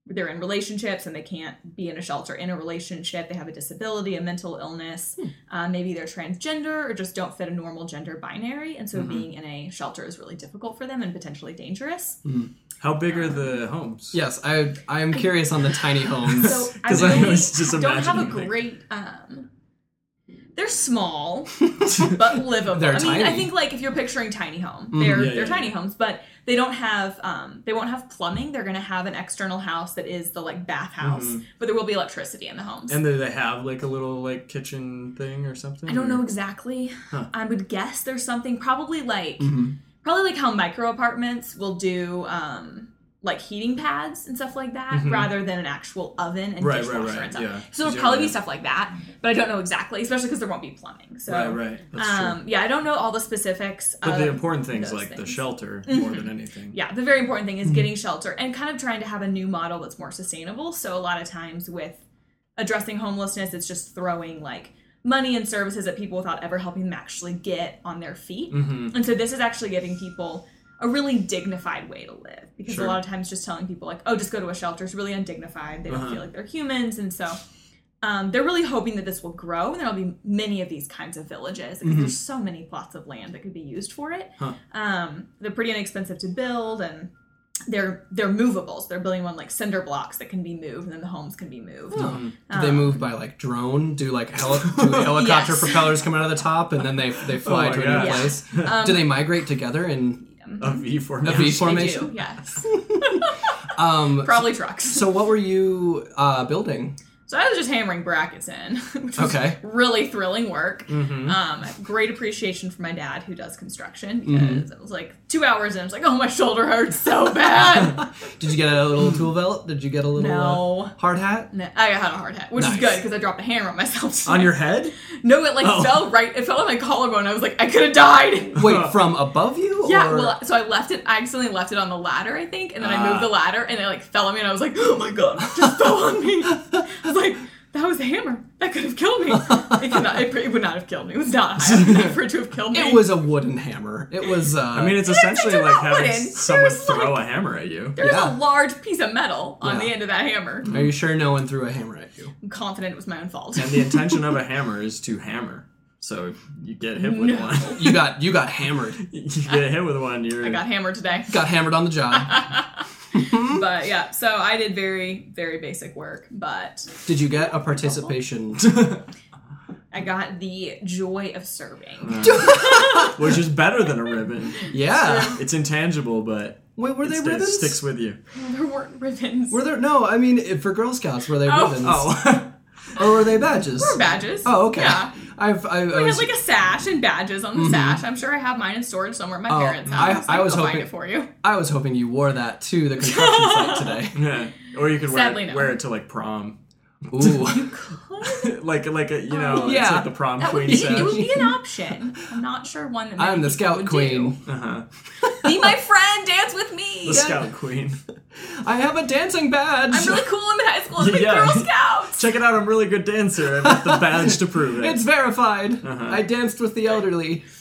C: they're in relationships and they can't be in a shelter in a relationship, they have a disability, a mental illness, uh, maybe they're transgender or just don't fit a normal gender binary. And so being in a shelter is really difficult for them and potentially dangerous.
A: How big are the homes?
B: Yes, I I am curious on the tiny homes.
C: (laughs)
A: (laughs)
C: So I,
A: Because I
C: really
A: was just
C: don't have a
A: imagining, like-
C: great um,
A: (laughs)
C: they're small but livable.
B: They're
C: I mean, I
B: tiny.
C: think like if you're picturing tiny home, they're
A: Mm, yeah, yeah,
C: they're tiny homes, but they don't have um they won't have plumbing. They're gonna have an external house that is the like bathhouse, but there will be electricity in the homes.
A: Mm-hmm. And do they have like a little like kitchen thing or something?
C: I don't know
A: or-
C: exactly. I would guess there's something probably like
A: Mm-hmm.
C: probably like how micro apartments will do um like heating pads and stuff like that rather than an actual oven and
A: Mm-hmm. Right, right,
C: dishwasher
A: right,
C: and stuff.
A: yeah.
C: So it'll
A: Yeah,
C: probably be
A: yeah.
C: stuff like that, but I don't know exactly, especially because there won't be plumbing. So
A: Right, right. That's true.
C: um, yeah, I don't know all the specifics.
A: But
C: of
A: the important thing is
C: those
A: like the
C: things.
A: shelter
C: (laughs)
A: more than anything.
C: Yeah, the very important thing is
A: Mm-hmm.
C: getting shelter and kind of trying to have a new model that's more sustainable. So a lot of times with addressing homelessness, it's just throwing like money and services at people without ever helping them actually get on their feet.
A: Mm-hmm.
C: And so this is actually giving people a really dignified way to live because
A: Sure.
C: a lot of times just telling people like, "Oh, just go to a shelter" is really undignified. They don't feel like they're humans, and so. Um, they're really hoping that this will grow and there'll be many of these kinds of villages because there's so many plots of land that could be used for it um, they're pretty inexpensive to build and they're they're movables they're building one like cinder blocks that can be moved and then the homes can be moved
B: Oh, Do Um, they move by like drone? Do like heli-
C: (laughs)
B: do helicopter
C: Yes.
B: propellers come out of the top and then they they fly
A: Oh my
B: to a
A: God.
B: new
A: Yeah.
B: place?
C: (laughs)
B: do they migrate together? And
A: A
C: Mm-hmm.
A: V formation.
B: V
C: Um, They
B: form-
C: do,
B: Formation?
C: yes
B: um,
C: probably trucks
B: so what were you uh, building?
C: so i was just hammering brackets in (laughs) which was
B: Okay.
C: really thrilling work
B: Mm-hmm.
C: um, I have great appreciation for my dad who does construction
B: Mm-hmm.
C: because it was like two hours and i was like oh my shoulder hurts so bad
B: (laughs) Did you get a little tool belt? Did you get a little
C: Hmm. No.
B: uh, hard hat?
C: And i had a hard hat which
B: Nice.
C: is good because i dropped a hammer on myself (laughs)
A: On your head?
C: no it like
B: Oh.
C: fell right it fell on my collarbone i was like i could have
B: (laughs)
C: died
B: Wait, from above you?
C: Yeah,
B: or-
C: well, so I left it. I accidentally left it on the ladder, I think, and then I moved
B: Ah.
C: the ladder, and it like fell on me, and I was like, "Oh my god!" It just fell
B: (laughs)
C: on me. I was like, "That was a hammer. That could have killed me. It could not. It, pr- it would not have killed me. It
B: (laughs)
C: was not high enough for it to have killed me.
B: it was a wooden hammer. It was. Uh,
A: I mean, it's essentially
C: they're
A: like
C: not
A: having
C: wooden.
A: someone
C: There's,
A: throw a hammer at you.
C: There was
B: yeah.
C: a large piece of metal on
B: Yeah.
C: the end of that hammer.
B: are you sure no one threw a hammer at you?
C: I'm confident it was my own fault.
A: And the intention of a hammer is to hammer. So if you get hit with
C: No.
A: one. (laughs)
B: You got you got hammered.
A: you get hit with one, you're
C: I got hammered today,
B: Got hammered on the job.
C: (laughs) but yeah. So I did very, very basic work, but
B: Did you get a
C: (laughs)
B: participation?
C: I got the joy of serving.
A: which is better than a ribbon.
B: yeah.
A: It's intangible, but
B: Wait, were
A: it
B: they
A: sta-
B: ribbons?
A: sticks with you.
C: (laughs) there weren't ribbons.
B: Mm. Were there no? I mean, if- for Girl Scouts, were they
C: Oh.
B: ribbons?
A: Oh.
B: or were they badges?
C: There were badges.
B: Oh, okay.
C: Yeah.
B: I've, I, I
C: I
B: was, Mm-hmm.
C: had like a sash and badges on the sash. I'm sure I have mine in storage somewhere at my
B: Oh,
C: parents'
B: I-
C: house.
B: I
C: can
B: was
C: go
B: hoping-
C: find it for you.
B: (laughs) I was hoping you wore that to the
C: (laughs)
B: construction site today.
A: (laughs) yeah. Or you could wear
C: Sadly,
A: it,
C: no.
A: wear it to like prom. (laughs)
B: Ooh,
A: like like a, you know, it's
B: Yeah.
A: like the prom
C: Oh, That would
A: queen
C: be,
A: sash.
C: it would be an option. I'm not sure one that.
B: (laughs)
C: many
B: I'm the
C: people
B: Scout
C: would
B: Queen.
A: Uh-huh.
C: do. Be my friend, dance with me.
A: The scout queen.
B: I have a dancing badge.
C: I'm really cool. I'm in high
B: (laughs)
C: school. I'm in
A: Yeah.
C: Girl Scouts.
A: Check it out, I'm a really good dancer. I've got the badge to prove it.
B: it's verified.
C: Uh-huh.
B: I danced with the elderly.
A: (laughs)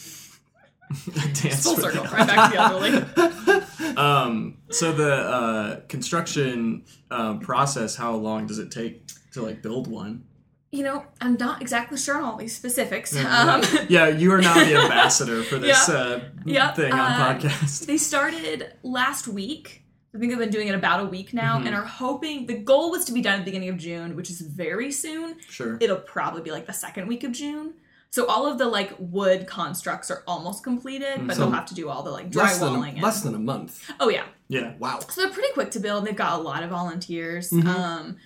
A: dance
C: Full
A: with
C: circle,
A: it.
C: right back to the elderly.
A: Um, so the uh, construction um, process, how long does it take to like build one?
C: (laughs) You know, I'm not exactly sure on all these specifics. Um,
A: Yeah, you are now the ambassador
C: (laughs)
A: for this
C: Yeah.
A: uh,
C: Yeah,
A: thing on
C: uh,
A: podcast.
C: (laughs) They started last week. I think they've been doing it about a week now and are hoping the goal was to be done at the beginning of June, which is very soon.
A: Sure.
C: It'll probably be like the second week of June. So all of the like wood constructs are almost completed, but
B: So
C: they'll have to do all the like
B: Less than,
C: drywalling.
B: a,
C: and-
B: less than a month.
C: oh yeah.
A: Yeah.
B: Wow.
C: So they're pretty quick to build. They've got a lot of volunteers.
B: Mm-hmm.
C: Um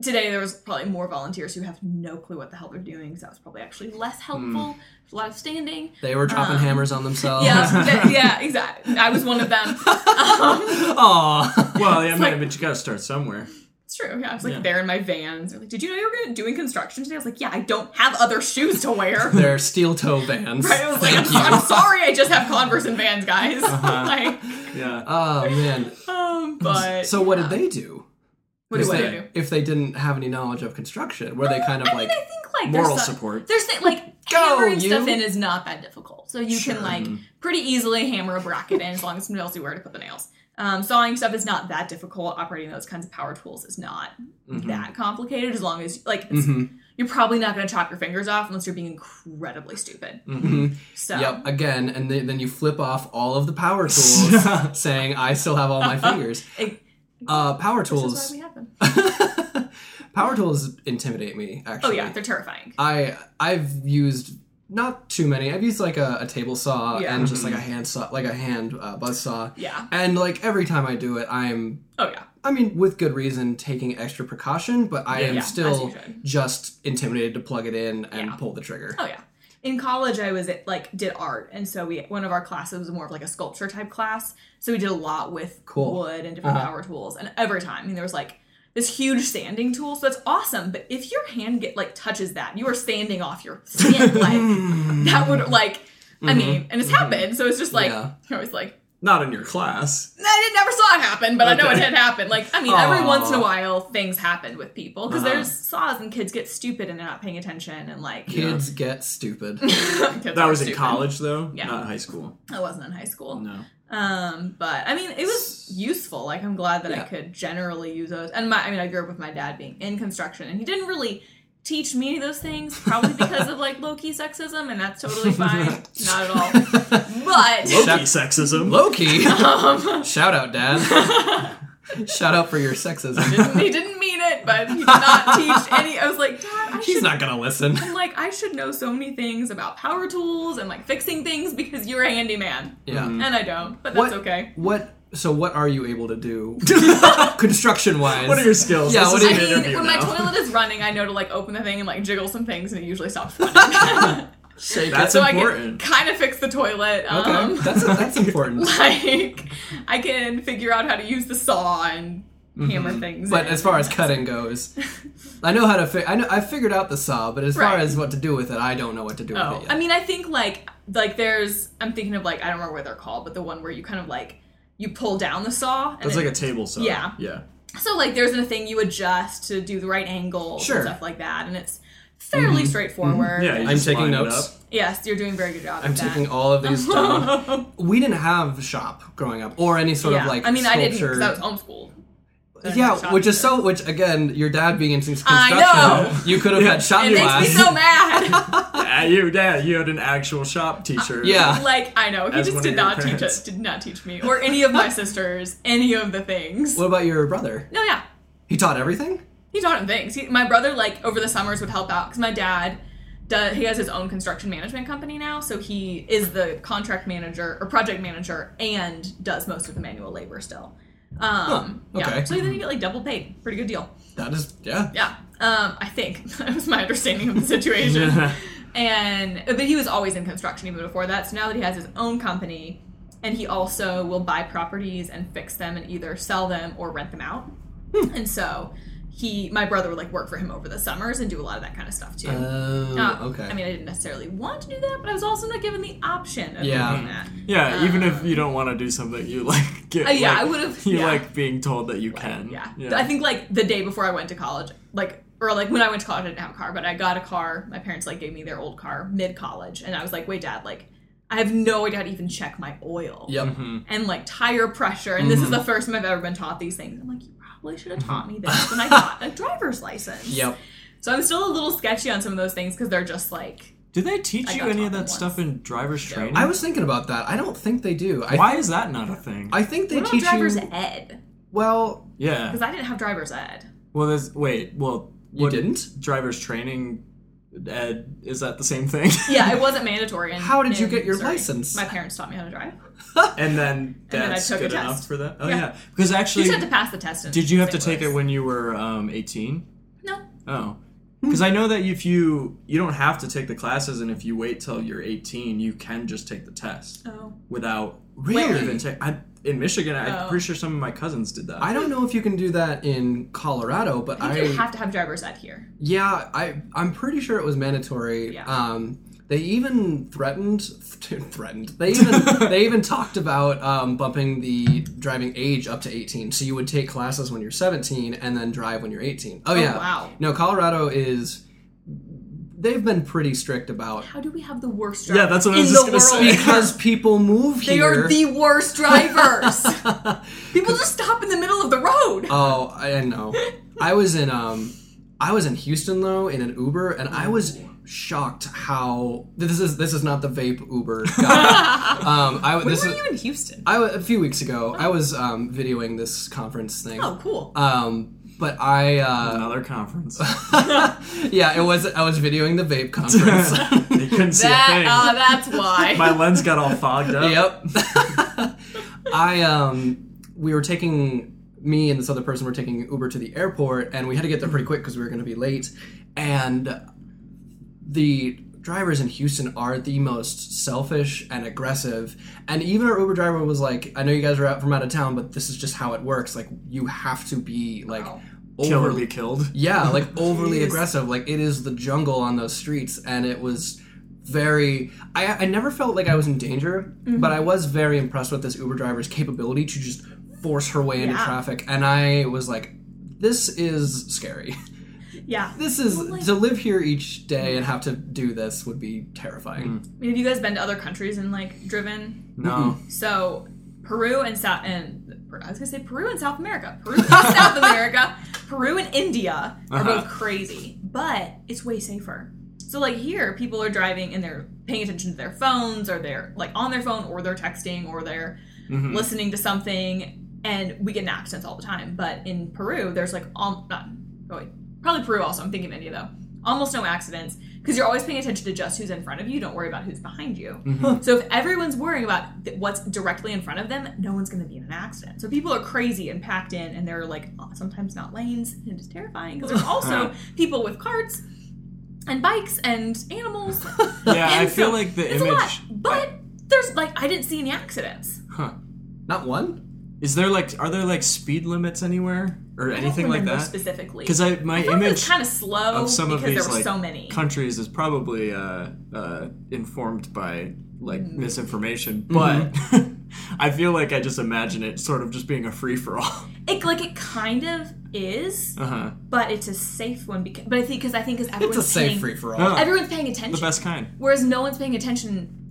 C: Today there was probably more volunteers who have no clue what the hell they're doing, so that was probably actually less helpful. There's A lot of standing.
B: They were dropping hammers on themselves.
C: Um, Yeah, th- yeah, exactly. I was one of them. Um,
B: (laughs) Aw.
A: Well, yeah, I mean,
C: like-
A: but you got to start somewhere.
C: It's true. Yeah, I was like
A: Yeah.
C: there in my vans. They're like, "Did you know you were gonna- doing construction today?" I was like, "Yeah, I don't have other shoes
B: (laughs)
C: to wear."
B: They're steel toe vans.
C: Right? I was like, I'm,
B: Thank
C: so-
B: you. Uh-huh.
C: I'm sorry, I just have Converse and Vans, guys." (laughs) like,
A: Yeah.
B: Oh man.
C: um, but
B: So what did they do?
C: what do
B: If
C: I
B: they-
C: do?
B: If they didn't have any knowledge of construction, were they kind of
C: I mean,
B: like?
C: I think like
A: Moral
C: there's some-
A: support.
C: There's thi- like
B: (laughs) Go,
C: hammering
B: you.
C: stuff in is not that difficult, so you can like pretty easily hammer a bracket in as long as somebody else knew where to put the nails. Um, sawing stuff is not that difficult. Operating those kinds of power tools is not
B: Mm-hmm.
C: that complicated as long as like it's, you're probably not going to chop your fingers off unless you're being incredibly stupid. So
B: Mm-hmm. Yep, again, and then then you flip off all of the power
C: (laughs)
B: tools, saying, "I still have all my fingers."
C: it,
B: Uh, power
C: this is why
B: tools.
C: we have them.
B: (laughs) Power tools intimidate me. Actually,
C: Oh yeah, they're terrifying.
B: I I've used not too many. I've used like a, a table saw
C: Yeah.
B: and just like a hand saw, like a hand uh, buzz saw.
C: Yeah.
B: And like every time I do it, I'm
C: Oh yeah.
B: I mean with good reason taking extra precaution, but I am
C: Yeah, as
B: still
C: you should.
B: just intimidated to plug it in and
C: Yeah.
B: pull the trigger.
C: Oh (laughs) yeah. In college, I was at, like did art, and so we one of our classes was more of like a sculpture type class. So we did a lot with
B: Cool.
C: wood and different
A: Uh-huh.
C: power tools. And every time, I mean, there was like this huge sanding tool. So that's awesome. But if your hand get like touches that, you are sanding off your
A: (laughs)
C: skin. like that would like. I
A: Mm-hmm.
C: mean, and it's happened. So it's just like
B: Yeah.
C: I was like,
A: Not in your class.
C: I did- never saw it happen, but I know it
A: Okay.
C: had happened. Like, I mean, every
B: Aw.
C: once in a while, things happen with people because
A: Uh-huh.
C: there's saws and kids get stupid and they're not paying attention and like (laughs)
B: Kids get stupid.
C: kids
A: That
C: are
A: was in
C: stupid.
A: college though,
C: Yeah.
A: not high school.
C: I wasn't in high school.
A: No.
C: Um, but I mean, it was useful. Like, I'm glad that I
B: Yeah.
C: could generally use those. And my, I mean, I grew up with my dad being in construction, and he didn't really teach me those things, probably because of like low key sexism, and that's totally fine. Not at all.
B: (laughs)
C: But
A: Loki sexism.
B: Loki.
C: (laughs) um,
B: Shout out,
C: (laughs)
B: Dad. Shout out for your sexism. (laughs)
C: he didn't mean it, but he did not teach any. I was like, Dad, I
B: He's
C: should.
B: not gonna
A: (laughs)
B: listen.
C: (laughs) I'm like, I should know so many things about power tools and like fixing things because you're a handyman.
B: Yeah.
C: And I don't, but that's
B: What-
C: okay.
B: What? So what are you able to do, (laughs) construction wise?
A: What are your skills?
B: Yeah,
A: This
B: what
A: is
B: do
C: I
A: an
B: you-
C: mean,
A: interview
C: when my
A: now.
C: toilet is running, I know to like open the thing and like jiggle some things, and it usually stops running.
A: That's important.
C: so I can kind of fix the toilet.
B: Okay,
C: Um, (laughs)
B: that's that's important.
C: like I can figure out how to use the saw and hammer things.
B: But
C: in.
B: as far as cutting goes, I know how to. Fi- I know I figured out the saw, but as far
C: Right.
B: as what to do with it, I don't know what to do
C: oh,
B: with it
C: I
B: yet.
C: mean, I think like like there's I'm thinking of like I don't remember what they're called, but the one where you kind of like you pull down the saw. And
A: That's
C: it-
A: like a table saw.
C: Yeah.
A: Yeah.
C: So like there's a thing you adjust to do the right angle
B: Sure.
C: and stuff like that, and it's fairly straightforward.
A: Mm-hmm. Yeah. you
B: I'm
A: just
B: taking
A: line it
B: notes.
A: up.
C: Yes, you're doing a very good job.
B: I'm
C: at that.
B: taking all of these
C: (laughs)
B: down. We didn't have shop growing up, or any sort
C: yeah.
B: of like.
C: I mean, I didn't
B: sculpture-
C: because I was homeschooled. I didn't have
B: yeah,
C: shop
B: which is
C: either.
B: so. Which again, your dad being into construction,
C: I know.
B: you could have
C: (laughs)
B: had shop
C: It
B: class.
C: makes me so mad.
A: Yeah, you, yeah, you had an actual shop teacher.
B: yeah.
C: (laughs) like I know he
A: As
C: just
A: one
C: did
A: of your
C: not teach
A: parents.
C: us, did not teach me or any of my sisters any of the
B: (laughs)
C: things.
B: What about your brother?
C: No, yeah,
B: He taught everything.
C: he taught him things. He, my brother, like over the summers, would help out because my dad does. He has his own construction management company now, so he is the contract manager or project manager and does most of the manual labor still. Um, yeah.
B: okay.
C: So then you get like double paid, pretty good deal.
B: That is, yeah.
C: Yeah, um, I think (laughs) that was my understanding of the
B: (laughs)
C: situation. and but he was always in construction even before that. So now that he has his own company, and he also will buy properties and fix them and either sell them or rent them out.
B: Hmm.
C: And so he, my brother, would like work for him over the summers and do a lot of that kind of stuff too.
B: Oh,
C: Uh,
B: okay.
C: I mean, I didn't necessarily want to do that, but I was also not given the option of
B: Yeah.
C: doing that.
A: Yeah, even if you don't want to do something, you like get.
C: Uh, yeah,
A: like-
C: I would've-
A: You
C: yeah.
A: like being told that you can.
C: Yeah. I think like the day before I went to college, like or like when I went to college I didn't have a car, but I got a car. My parents like gave me their old car mid college and I was like, "Wait, dad, like I have no idea how to even check my oil
B: yep.
A: Mm-hmm.
B: Mm-hmm.
C: and like tire pressure." And this is the first time I've ever been taught these things. I'm like, "You probably should have taught me this
B: (laughs)
C: when I got a driver's license."
B: Yep.
C: So I'm still a little sketchy on some of those things cuz they're just like
A: Do they
C: I
A: teach you
C: got
A: any
C: taught
A: of
C: them
A: that
C: once.
A: stuff in driver's training?
B: I was thinking about that. I don't think they do. I,
A: Why is that not a thing?
B: I think they
C: what about
B: teach
C: driver's
B: you.
C: ed?
B: Well,
A: yeah.
C: Cuz I didn't have driver's ed.
A: Well, there's wait. Well,
B: you didn't.
A: driver's training ed is that the same thing?
C: (laughs) Yeah, it wasn't mandatory. In,
B: How did you
C: in
B: get your
C: Missouri.
B: license?
C: My parents taught me how to drive.
A: (laughs) and then
C: then I
A: that's
C: took a
A: good
C: test.
A: enough for that. Oh
C: Yeah.
A: yeah, because
C: You
A: actually,
C: just had to pass the test. in
A: did you have to
C: St.
A: take
C: Louis.
A: it when you were um, 18?
C: No,
A: Oh.
C: Hmm.
A: Because I know that if you you don't have to take the classes, and if you wait till you're 18, you can just take the test
C: Oh.
A: without
B: Really?
A: even ta- I, in Michigan. I'm
C: Oh.
A: pretty sure some of my cousins did that.
B: I don't know if you can do that in Colorado, but
C: You
B: I
C: do have to have driver's ed here.
B: yeah, I I'm pretty sure it was mandatory.
C: Yeah.
B: Um, they even threatened (laughs) threatened. They even
C: (laughs)
B: they even talked about um, bumping the driving age up to 18. So you would take classes when you're 17 and then drive when you're 18. Oh, yeah.
C: wow.
B: No, Colorado is they've been pretty strict
C: (laughs)
B: about
C: How do we have the worst drivers?
A: Yeah, that's what I
C: in
A: was just
C: the
A: gonna
C: world?
A: say.
C: (laughs)
B: because people move
C: They
B: here.
C: are the
A: (laughs)
C: worst drivers.
B: (laughs)
C: People just stop in the middle of the road.
A: Uh,
B: Oh, I
C: (laughs)
B: know. I was in um, I was in Houston though in an Uber, and I was
C: Oh.
B: shocked how this is this is not the vape
C: (laughs)
B: Uber guy. um, I
C: when
B: this
C: were
B: is
C: you in Houston?
B: I a few weeks ago I was um videoing this conference thing.
C: oh, cool.
B: Um, But I,
C: (laughs)
B: uh, (laughs)
A: Another conference. (laughs)
B: yeah, it was. I was videoing the
C: (laughs)
B: vape conference.
A: you couldn't see a
C: That
A: thing.
C: uh, that's why.
A: (laughs) My lens got all fogged up.
B: yep. (laughs) I um, we were taking me and this other person were taking Uber to the airport, and we had to get there pretty quick because we were going to be late. And the drivers in Houston are the most selfish and aggressive. And even our Uber driver was like, "I know you guys are out from out of town, but this is just how it works. Like, you have to be like."
C: Wow.
A: Kill or
B: overly
A: be killed.
C: (laughs)
B: Yeah, like overly
C: Jeez.
B: aggressive. Like it is the jungle on those streets, and it was very. I I never felt like I was in danger,
C: Mm-hmm.
B: but I was very impressed with this Uber driver's capability to just force her way into
C: Yeah.
B: traffic, and I was like, this is scary. (laughs)
C: yeah.
B: This is
C: Well, like-
B: to live here each day and have to do this would be terrifying.
C: I mean, have you guys been to other countries and like driven?
A: No.
C: So Peru and South and I was gonna say Peru and South America, Peru and (laughs) South America, Peru and India are
A: Uh-huh.
C: both crazy, but it's way safer. So like here, people are driving and they're paying attention to their phones or they're like on their phone or they're texting or they're
A: Mhm.
C: listening to something, and we get in accidents all the time. But in Peru, there's like all not oh wait, probably Peru also. I'm thinking of India though. Almost no accidents because you're always paying attention to just who's in front of you. Don't worry about who's behind you.
A: Mm-hmm.
C: (laughs) So if everyone's worrying about th- what's directly in front of them, no one's going to be in an accident. So people are crazy and packed in, and they're like uh, sometimes not lanes, and it's terrifying
A: (laughs)
C: because there's also people with carts and bikes and animals.
A: Yeah, I
C: And
A: feel
C: so
A: like the
C: it's
A: image.
C: a lot, but there's like I didn't see any accidents.
A: Huh.
B: Not one.
A: Is there like are there like speed limits anywhere or
C: I don't
A: anything like
C: remember
A: that?
C: specifically.
A: Because I my
C: I thought it
A: image
C: was kind of slow
A: of some of
C: because
A: these
C: there were
A: like
C: so many.
A: countries is probably uh, uh, informed by like
C: Mm.
A: misinformation,
C: Mm-hmm.
A: but (laughs) I feel like I just imagine it sort of just being a free for all. (laughs)
C: It like it kind of is,
A: Uh huh.
C: but it's a safe one. Because but I think because I think because
B: It's
C: everyone's
B: a safe
C: paying-
B: free for all.
A: No.
C: Everyone's paying attention.
A: The best kind.
C: whereas no one's paying attention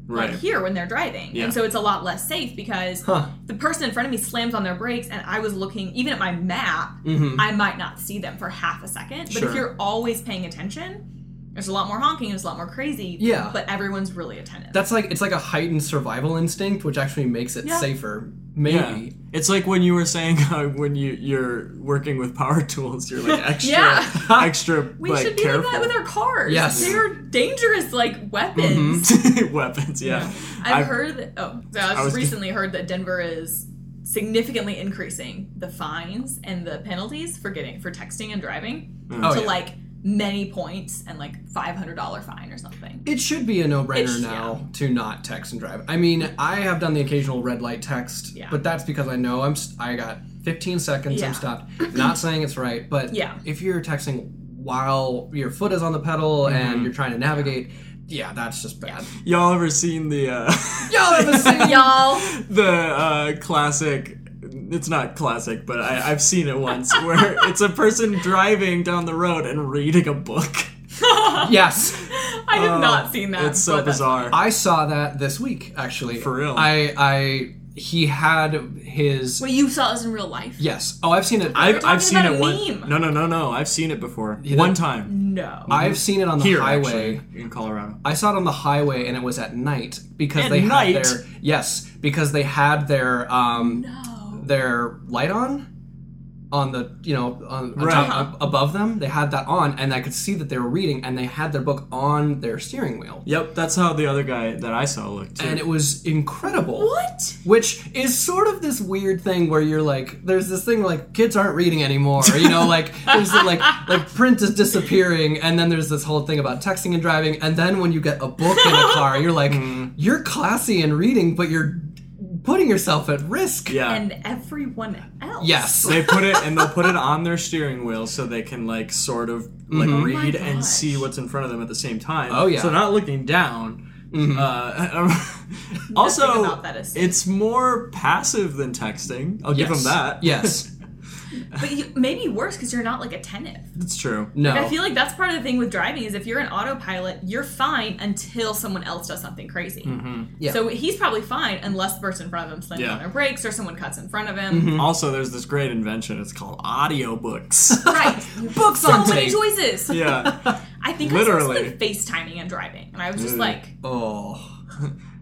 C: like
A: Right.
C: here when they're driving
A: Yeah.
C: and so it's a lot less safe because
B: Huh.
C: the person in front of me slams on their brakes and i was looking even at my map
B: Mm-hmm.
C: i might not see them for half a second but
A: Sure.
C: if you're always paying attention there's a lot more honking and it's a lot more crazy
B: Yeah.
C: but everyone's really attentive
B: That's like it's like a heightened survival instinct, which actually makes it
C: Yeah.
B: safer. Maybe.
A: Yeah. It's like when you were saying uh, when you you're working with power (laughs) tools, you're
C: (laughs)
A: like extra
C: Yeah.
A: extra
C: we
A: like
C: should be
A: careful.
C: like that with our cars
B: Yes.
C: they're dangerous like weapons
A: weapons. (laughs) Yeah.
C: I've,
A: Mm-hmm. I've-
C: heard that, oh, so I,
A: I was
C: was
A: gonna-
C: recently heard that Denver is significantly increasing the fines and the penalties for getting for texting and driving
B: Oh,
C: to
B: yeah.
C: like many points and like five hundred dollar fine or something. (laughs)
B: It should be a
C: It
B: no-brainer
C: sh-
B: now to not text and drive. I mean, I have done the occasional red light text,
C: Yeah.
B: but that's because I know I'm st- I got 15 seconds.
C: Yeah.
B: I'm stopped. not saying it's right, but
C: Yeah.
B: if you're texting while your foot is on the pedal
C: Mm-hmm.
B: and you're trying to navigate, yeah, that's just bad.
A: Y'all ever seen the uh,
B: Y'all
C: (laughs)
B: ever seen?
C: Y'all,
A: (laughs) the uh, classic? It's not classic, but I, I've seen it
C: (laughs)
A: once where it's a person driving down the road and reading a book.
B: yes.
C: I have not seen that.
A: It's so
C: but that's-
A: bizarre.
B: I saw that this week actually.
A: For real?
B: I I he had his
C: Wait, you saw this in real life?
B: Yes. Oh, I've seen it.
A: I've,
C: talking
A: I've seen
C: about
A: it
C: a
A: one.
C: meme.
A: No, no, no, no. I've seen it before.
B: You
A: one
B: did?
A: time
C: No.
B: I've seen it on the
A: here,
B: highway.
A: actually, in Colorado.
B: I saw it on the highway, and it was at night because
A: At
B: they
A: night?
B: had their yes because they had their um
C: no.
B: their light on on the you know on, on
A: Right.
B: top- ab- above them they had that on and I could see that they were reading and they had their book on their steering wheel
A: Yep, that's how the other guy that I saw looked. Too.
B: and it was incredible.
C: What?
B: Which is sort of this weird thing where you're like, there's this thing like kids aren't reading anymore, you know,
C: (laughs)
B: like there's the, like like print is disappearing, and then there's this whole thing about texting and driving, and then when you get a book in a car, you're like,
C: Mm.
B: you're classy and reading, but you're putting yourself at risk.
A: yeah.
C: And everyone else.
B: Yes.
A: (laughs) they put it and they'll put it on their steering wheel so they can like sort of like read
C: Oh my
A: and
C: gosh.
A: see what's in front of them at the same time.
B: Mm-hmm. Oh, yeah. Mm-hmm.
A: so they're not looking down. Uh, (laughs) also,
C: about that is-
A: it's more passive than texting. I'll give
B: Yes.
A: them that.
B: Yes.
C: But you, maybe worse because you're not like attentive.
A: (laughs) it's true.
B: No.
C: Like, I feel like that's part of the thing with driving is if you're an autopilot, you're fine until someone else does something crazy.
B: Yeah.
C: So he's probably fine unless the person in front of him slams
A: Yeah. Mm-hmm.
C: on their brakes or someone cuts in front of him.
A: Also, there's this great invention. It's called
B: (laughs)
A: audiobooks.
C: Right.
B: Books
C: so
B: on
C: many
B: tape.
C: choices.
A: yeah.
C: I think I
A: Literally. Mm.
C: was FaceTiming and driving, and I was just
A: Ugh.
C: like,
B: Oh.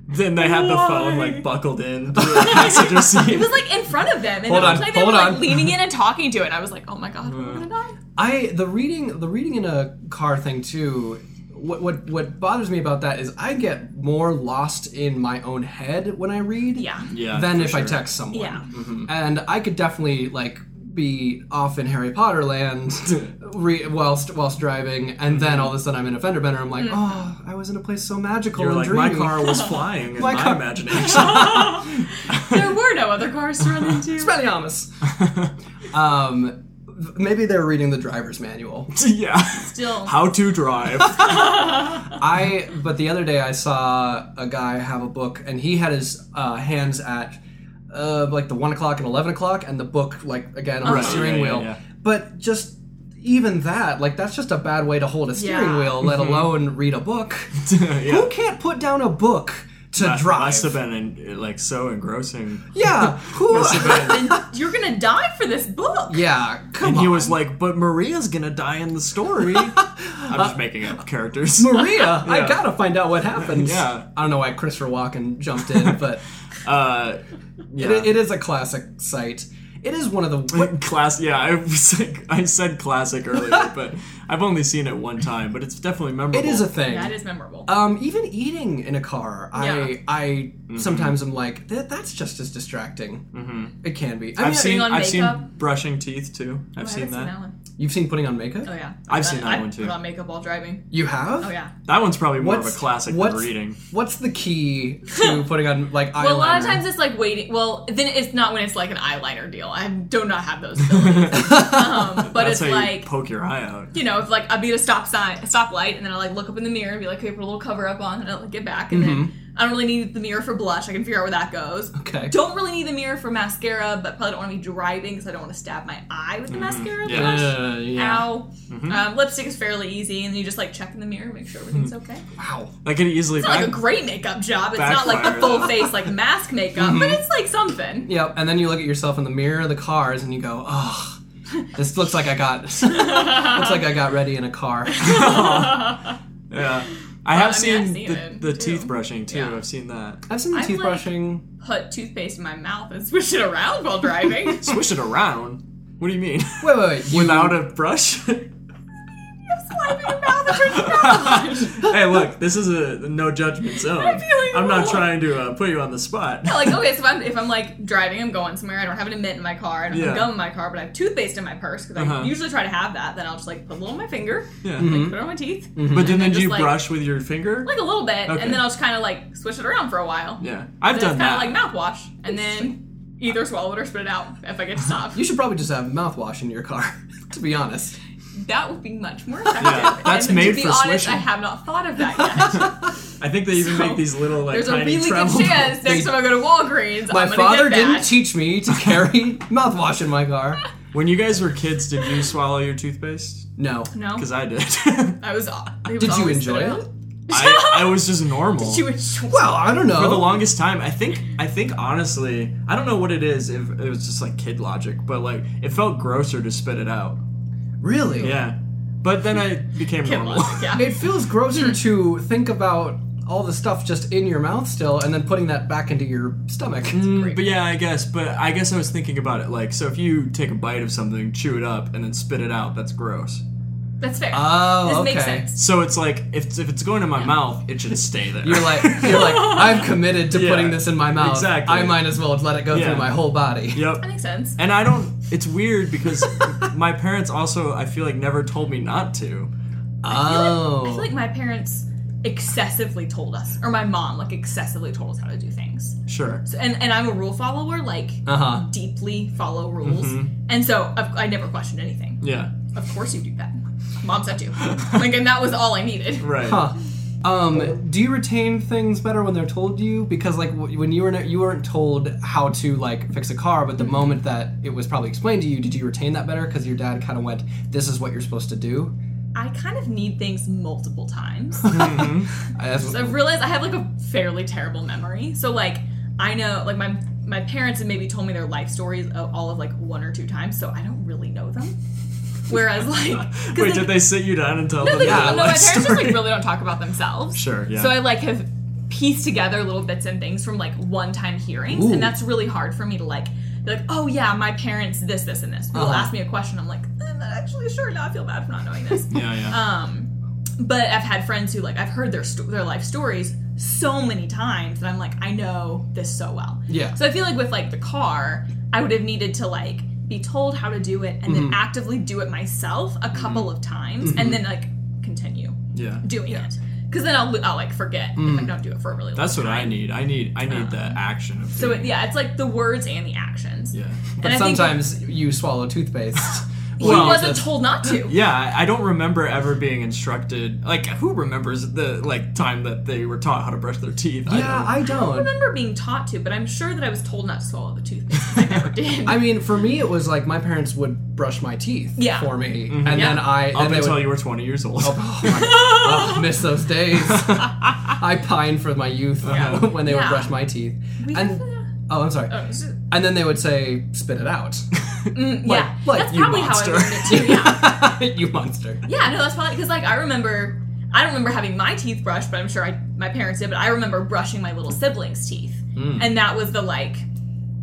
A: Then they had the phone like buckled in to the
B: (laughs)
A: passenger
C: It
A: seat.
C: was like in front of them, and
B: Hold
C: the whole
B: on,
C: time they
B: hold
C: were like
B: on.
C: leaning in and talking to it. And I was like, oh my god,
A: Mm.
C: oh my god.
B: I the reading the reading in a car thing too. What what what bothers me about that is I get more lost in my own head when I read.
C: Yeah.
A: Yeah,
B: Than
A: for
B: if I
A: sure.
B: text someone.
C: Yeah.
A: Mm-hmm.
B: And I could definitely like be off in Harry Potter
A: (laughs)
B: land re- whilst whilst driving,
A: Mm-hmm.
B: and then all of a sudden I'm in a fender bender. I'm like, oh, I was in a place so magical
A: You're
B: and
A: like
B: dreamy.
A: my
B: (laughs)
A: car was flying in
B: My
A: my,
B: car-
A: imagination.
B: (laughs)
A: (laughs)
C: There were no other cars to run into.
B: Expelliarmus.
A: (laughs)
B: um, th- maybe they're reading the driver's manual.
A: yeah.
C: Still.
A: How
B: (laughs)
A: to drive. (laughs)
B: I but the other day I saw a guy have a book and he had his uh, hands at uh, like the one o'clock and eleven o'clock and the book like again on
A: Right,
B: the steering
A: Oh, yeah, yeah,
B: wheel.
A: yeah.
B: But just even that like that's just a bad way to hold a steering
C: Yeah.
B: wheel,
A: Mm-hmm.
B: let alone read a book. Who
A: (laughs) yeah.
B: can't put down a book to drive?
A: Must have been in, like so engrossing.
B: Yeah, who?
A: Must have been.
C: Then you're gonna die for this book.
B: (laughs) yeah, come
A: And
B: on.
A: he was (laughs) like, "But Maria's gonna die in the story." I'm just making up
B: (laughs)
A: characters.
B: Maria, I
A: Yeah.
B: gotta find out what happens.
A: Yeah.
B: I don't know why Christopher Walken jumped in, but
A: Uh, (laughs) yeah. (laughs)
B: it, it is a classic site. It is one of the
A: class yeah i was like i said
B: (laughs)
A: classic earlier but i've only seen it one time but it's definitely memorable
B: It is a thing.
C: That is memorable.
B: um, even eating in a car,
C: Yeah.
B: I I
A: Mm-hmm.
B: sometimes am like that. That's just as distracting. Mm-hmm. It can be. I
A: i've
B: mean,
A: seen
C: on
A: i've seen
C: makeup.
A: brushing teeth too i've
C: Oh, I
A: seen
C: haven't
A: that.
C: that one.
B: you've Oh, seen putting on makeup.
C: Oh yeah,
A: I've
C: I-
A: seen that
C: I
A: one, too.
C: Put on makeup while driving.
B: You have.
C: Oh yeah.
A: that one's probably more
B: What's-
A: of a classic than
B: what's- (laughs)
A: reading (laughs)
B: What's the
C: (laughs)
B: key to putting on like eyeliner?
C: Well, a lot of times it's like waiting. Well, then it's not when it's like an eyeliner deal. I do not have those
A: (laughs)
C: abilities.
B: (laughs)
C: um, but
A: that's
C: it's
A: how
C: like
A: you poke your eye out
C: you know, if like I beat a stop sign, a stoplight, and then I like look up in the mirror and be like, okay, put a little cover up on, and I'll like, get back, and
A: Mm-hmm.
C: then I don't really need the mirror for blush. I can figure out where that goes.
B: Okay.
C: Don't really need the mirror for mascara, but probably don't want to be driving because I don't want to stab my eye with the mascara.
A: Mm-hmm. Yeah.
C: Blush.
B: Uh, yeah.
C: Ow. Um, lipstick is fairly easy, and you just like check in the mirror, make sure everything's okay.
B: Wow.
A: that could easily
C: It's
A: (laughs)
C: not like
A: Mm-hmm. back,
C: a great makeup job. It's not like
A: backfire,
C: the full
A: though. Mm-hmm.
C: face like mask makeup, but it's like something.
B: Yep. And then you look at yourself in the mirror of the cars, and you go, "Ugh, this looks like I got (laughs) looks like I got ready in a
C: (laughs)
B: car."
A: yeah i have
C: I've
A: seen,
C: seen
A: the,
C: it,
A: the
C: too.
A: teeth brushing too
C: Yeah.
A: i've seen that
B: I've seen the
C: I'm
B: teeth
C: like-
B: brushing.
C: (laughs) Put toothpaste in my mouth and swish it around while driving. (laughs)
A: swish it around what do you mean
B: Wait, wait, wait. You,
A: without a
C: (laughs) Oh
A: brush
C: Slap in your mouth and turn your mouth.
A: hey look this is a no judgment zone i'm,
C: feeling
A: not
C: wrong.
A: trying to uh, put you on the spot
C: (laughs) like okay, so if I'm if I'm like driving, I'm going somewhere. I don't have an mint in my car. I don't have
A: Yeah.
C: gum in my car, but I have toothpaste in my purse because
A: Uh-huh.
C: I usually try to have that. Then I'll just like put a little on my finger,
A: yeah Mm-hmm.
C: like put it on my teeth,
A: But then,
C: then
A: then do
C: just,
A: you
C: like-
A: brush with your finger?
C: like a little bit,
A: Okay.
C: and then I'll just kind of like swish it around for a while.
A: yeah, I've done
C: And then it's kind
A: that.
C: of like mouthwash, and then either swallow it or spit it out if I get
A: Uh-huh. (laughs)
C: stopped.
B: you should probably just have mouthwash in your car. (laughs) to be honest.
C: that would be much more effective.
A: Yeah, that's
C: and
A: made
C: to be
A: for
C: honest,
A: swishing.
C: I have not thought
A: (laughs)
C: of that yet.
A: I think they even
C: (laughs) So,
A: make these little like
C: There's a
A: tiny
C: really good
A: travel.
C: chance
B: They-
C: next time I go to Walgreens,
B: My
C: I'm gonna
B: father
C: get
B: didn't
C: that.
B: teach me to carry (laughs) mouthwash in my car.
A: (laughs) When you guys were kids, did you swallow your toothpaste?
B: No.
A: (laughs)
C: no,
A: Because
C: (laughs)
A: I did.
C: I was. uh, he was
B: Did you
C: always
B: enjoy it?
C: spit out.
A: I, I was just normal.
C: Did you enjoy?
B: Well,
C: (laughs)
B: I don't know.
A: for the longest time, I think I think honestly, I don't know what it is. If it was just like kid logic, but like it felt grosser to spit it out.
B: really?
A: Yeah, but then I became
C: Kid
A: normal. (laughs)
C: logic, yeah.
B: It feels
C: Hmm.
B: grosser to think about all the stuff just in your mouth still and then putting that back into your stomach.
C: Hmm.
A: Mm, but yeah, I guess. But I guess I was thinking about it like, so if you take a bite of something, chew it up, and then spit it out, that's gross.
C: That's fair.
B: Oh,
C: this
B: okay.
C: makes sense.
A: So it's like if, if it's going in my mouth, it should stay there.
B: You're
A: (laughs)
B: like you're
C: (laughs)
B: like I've committed to
A: Yeah,
B: putting this in my mouth.
A: exactly.
B: I might as well let it go
A: Yeah.
B: through my whole body.
C: That
A: yep.
C: makes sense.
A: And I don't. It's weird
B: (laughs)
A: because my parents also I feel like never told me not to.
B: Oh.
C: I feel like my parents excessively told us, or my mom like excessively told us how to do things.
A: Sure.
C: So, and and I'm a rule follower, like
B: uh-huh. Mm-hmm.
C: deeply follow rules, and so I've, I never questioned anything.
A: Yeah.
C: Of course you do that. Mom
B: (laughs)
C: said to. like, and that was all I needed.
A: Right.
B: Huh. Um, do you retain things better when they're told you? Because like w- when you were you weren't told how to like fix a car, but the
C: Mm-hmm.
B: moment that it was probably explained to you, did you retain that better? Because your dad kind of went, "This is what you're supposed to do."
C: I kind of need things multiple times.
B: I- Uh, that's-
C: I've realized I have like a fairly terrible memory. So like I know like my my parents have maybe told me their life stories uh, all of like one or two times, so I don't really know them.
A: (laughs)
C: Whereas like 'cause,
A: Wait,
C: like,
A: did they sit you down and tell
C: no,
A: them?
C: like,
A: your
C: no, my
A: life
B: (laughs)
C: parents just
A: story?
C: like really don't talk about themselves.
A: Sure. Yeah.
C: So I like have piece together little bits and things from like one-time hearings,
B: Ooh.
C: and that's really hard for me to like. Be like, oh yeah, my parents this, this, and this. People
B: Uh-huh.
C: ask me a question, I'm like, I'm not actually sure. Now I feel bad for not
A: (laughs)
C: knowing this.
A: Yeah, yeah.
C: Um, but I've had friends who like I've heard their sto- their life stories so many times that I'm like I know this so well.
B: Yeah.
C: So I feel like with like the car, I would have needed to like be told how to do it and then
B: Mm-hmm.
C: actively do it myself a couple of times and then like continue
A: yeah.
C: doing it. Because then I'll, I'll like forget if
B: Mm-hmm.
C: I don't do it for a really long
A: That's what
C: time.
A: I need. I need I need the action of
C: So
A: doing
C: it, yeah, it's like the words and the actions.
A: Yeah.
B: But
C: I think-
B: sometimes you swallow
C: (laughs)
B: toothpaste.
C: He
B: Well,
C: wasn't
B: that's-
C: told not
B: (laughs)
C: to.
A: Yeah, I- I don't remember ever being instructed. Like, who remembers the like time that they were taught how to brush their teeth?
B: Yeah,
C: (laughs)
B: I (laughs)
C: I
B: don't.
C: remember being taught to, but I'm sure that I was told not to swallow the toothpaste. 'cause I never did.
B: I mean, for me, it was like my parents would brush my teeth
C: Yeah. Mm-hmm.
B: for me, and
C: Yeah.
B: then I
A: Up
B: and they
A: until
B: would,
A: you were 20 years (laughs) old.
B: (laughs) Oh, my- (laughs) oh, miss those days.
C: (laughs)
B: (laughs) I pine for my youth
A: Yeah.
B: (laughs) when they would
C: Yeah.
B: brush my teeth.
C: we
B: and- Oh, I'm sorry.
C: Oh, it's just-
B: And then they would say, "Spit it out, (laughs)
C: mm,
B: like-
C: yeah,
B: like
C: that's
B: you
C: probably
A: monster.
C: how I learned it too.
B: (laughs)
C: Yeah,
B: you monster."
C: yeah, no, that's probably because like I remember, I don't remember having my teeth brushed, but I'm sure I, my parents did. But I remember brushing my little siblings' teeth,
B: Mm.
C: and that was the like.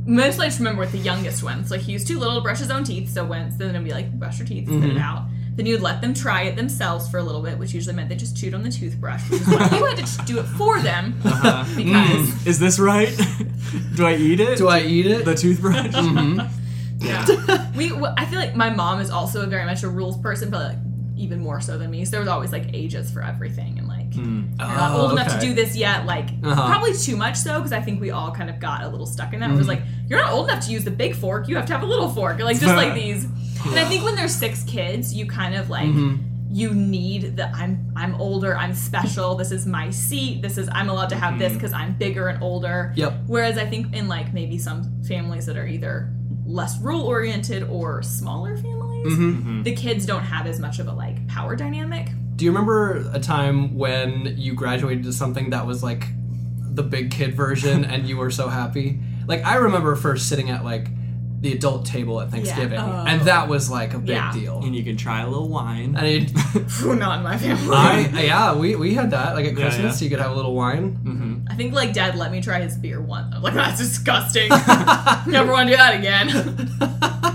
C: Mostly, I just remember with the youngest ones. Like he was too little to brush his own teeth, so once then it'd be like brush your teeth,
B: Mm-hmm.
C: spit it out. Then you'd let them try it themselves for a little bit, which usually meant they just chewed on the toothbrush.
B: (laughs)
C: Which is why you had to do it for them
B: Uh-huh.
C: because
B: Mm.
A: Mm. Is this right? (laughs) Do I eat it?
B: Do I Mm-hmm. eat it?
C: (laughs)
A: the toothbrush? (laughs)
C: Yeah. we, well, I feel like my mom is also very much a rules person, but like, even more so than me. So there was always like ages for everything, and like
A: Mm.
C: you're not
B: Oh,
C: old enough to
B: okay.
C: do this yet. Like
B: Uh-huh.
C: probably too much so because I think we all kind of got a little stuck in that. It
B: Mm.
C: was like you're not old enough to use the big fork. You have to have a little fork, like just
B: (laughs)
C: like these. And I think when there's six kids, you kind of like.
B: Mm-hmm.
C: You need the I'm I'm older, I'm special, this is my seat, this is I'm allowed to have
B: Mm-hmm.
C: this because I'm bigger and older.
B: Yep.
C: Whereas I think in like maybe some families that are either less rule oriented or smaller families,
B: Mm-hmm.
A: Mm-hmm.
C: the kids don't have as much of a like power dynamic. (laughs)
B: Do you remember a time when you graduated to something that was like the big kid
C: (laughs)
B: version and you were so happy? Like I remember first sitting at like the adult table at Thanksgiving
C: Oh.
B: and that was like a big
C: Yeah.
B: deal.
A: and you can try a little wine.
B: And
C: (laughs)
B: it,
C: Not in my
B: (laughs)
C: family.
B: I yeah, we, we had that like at
A: Yeah,
B: Christmas you could have a little wine. (laughs)
C: I think like dad let me try his beer once. I'm like, that's
B: (laughs)
C: disgusting. Never want to do that again.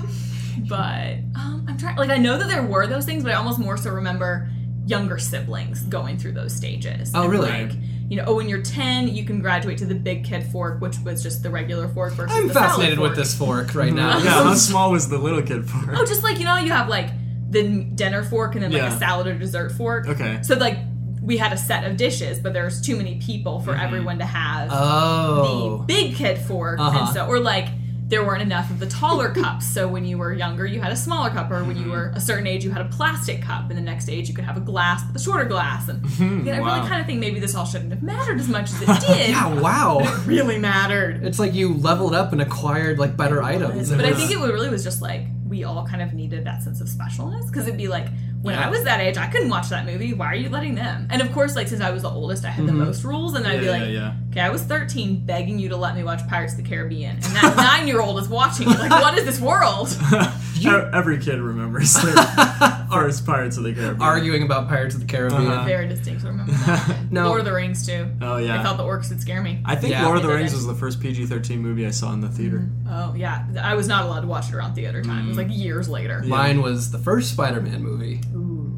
C: (laughs) but um, I'm trying like I know that there were those things, but I almost more so remember younger siblings going through those stages.
B: Oh,
C: And,
B: really?
C: Like, you know, oh, when you're 10, you can graduate to the big kid fork, which was just the regular fork versus
B: I'm
C: the salad
B: fascinated with
C: fork.
B: this fork right
C: (laughs)
B: now. (laughs)
A: Yeah, how small was the little kid for?
C: Oh, just like you know, you have like the dinner fork and then like
A: Yeah.
C: a salad or dessert fork.
A: Okay.
C: So like we had a set of dishes, but there's too many people for everyone to have the
B: Oh.
C: big kid fork, and
B: Uh-huh.
C: so or like there weren't enough of the taller cups. So when you were younger, you had a smaller cup, or when you were a certain age, you had a plastic cup, and the next age you could have a glass, but the shorter glass. And yeah, I
A: wow.
C: really kind of think maybe this all shouldn't have mattered as much as it did.
B: Yeah, wow.
C: It really mattered.
B: It's like you leveled up and acquired like better items.
C: But I
B: was-
C: think it really was just like we all kind of needed that sense of specialness because it'd be like when
B: Yeah.
C: I was that age, I couldn't watch that movie. Why are you letting them? And of course, like since I was the oldest, I had the most rules, and then I'd be
A: Mm-hmm. Yeah,
C: like,
A: yeah,
C: (laughs)
A: (laughs)
C: okay, I was 13, begging you to let me watch Pirates of the Caribbean, and that (laughs) nine year old is watching. Like, what is this world?
A: (laughs) E- Every kid remembers their first Pirates of the
B: (laughs)
A: Caribbean.
B: arguing about Pirates of the Caribbean.
A: Uh-huh.
C: Very distinct. I remember that.
B: No.
C: Lord of the Rings too.
A: (laughs) oh
C: I
A: yeah.
C: thought the orcs would scare me.
A: I think
B: Yeah.
A: Lord of the
C: Yeah.
A: Rings was the first PG-13 movie I saw in the theater.
C: Oh yeah, I was not allowed to watch it around theater time. It was
A: Mm.
C: like years later.
B: Mine was the first Spider-Man movie.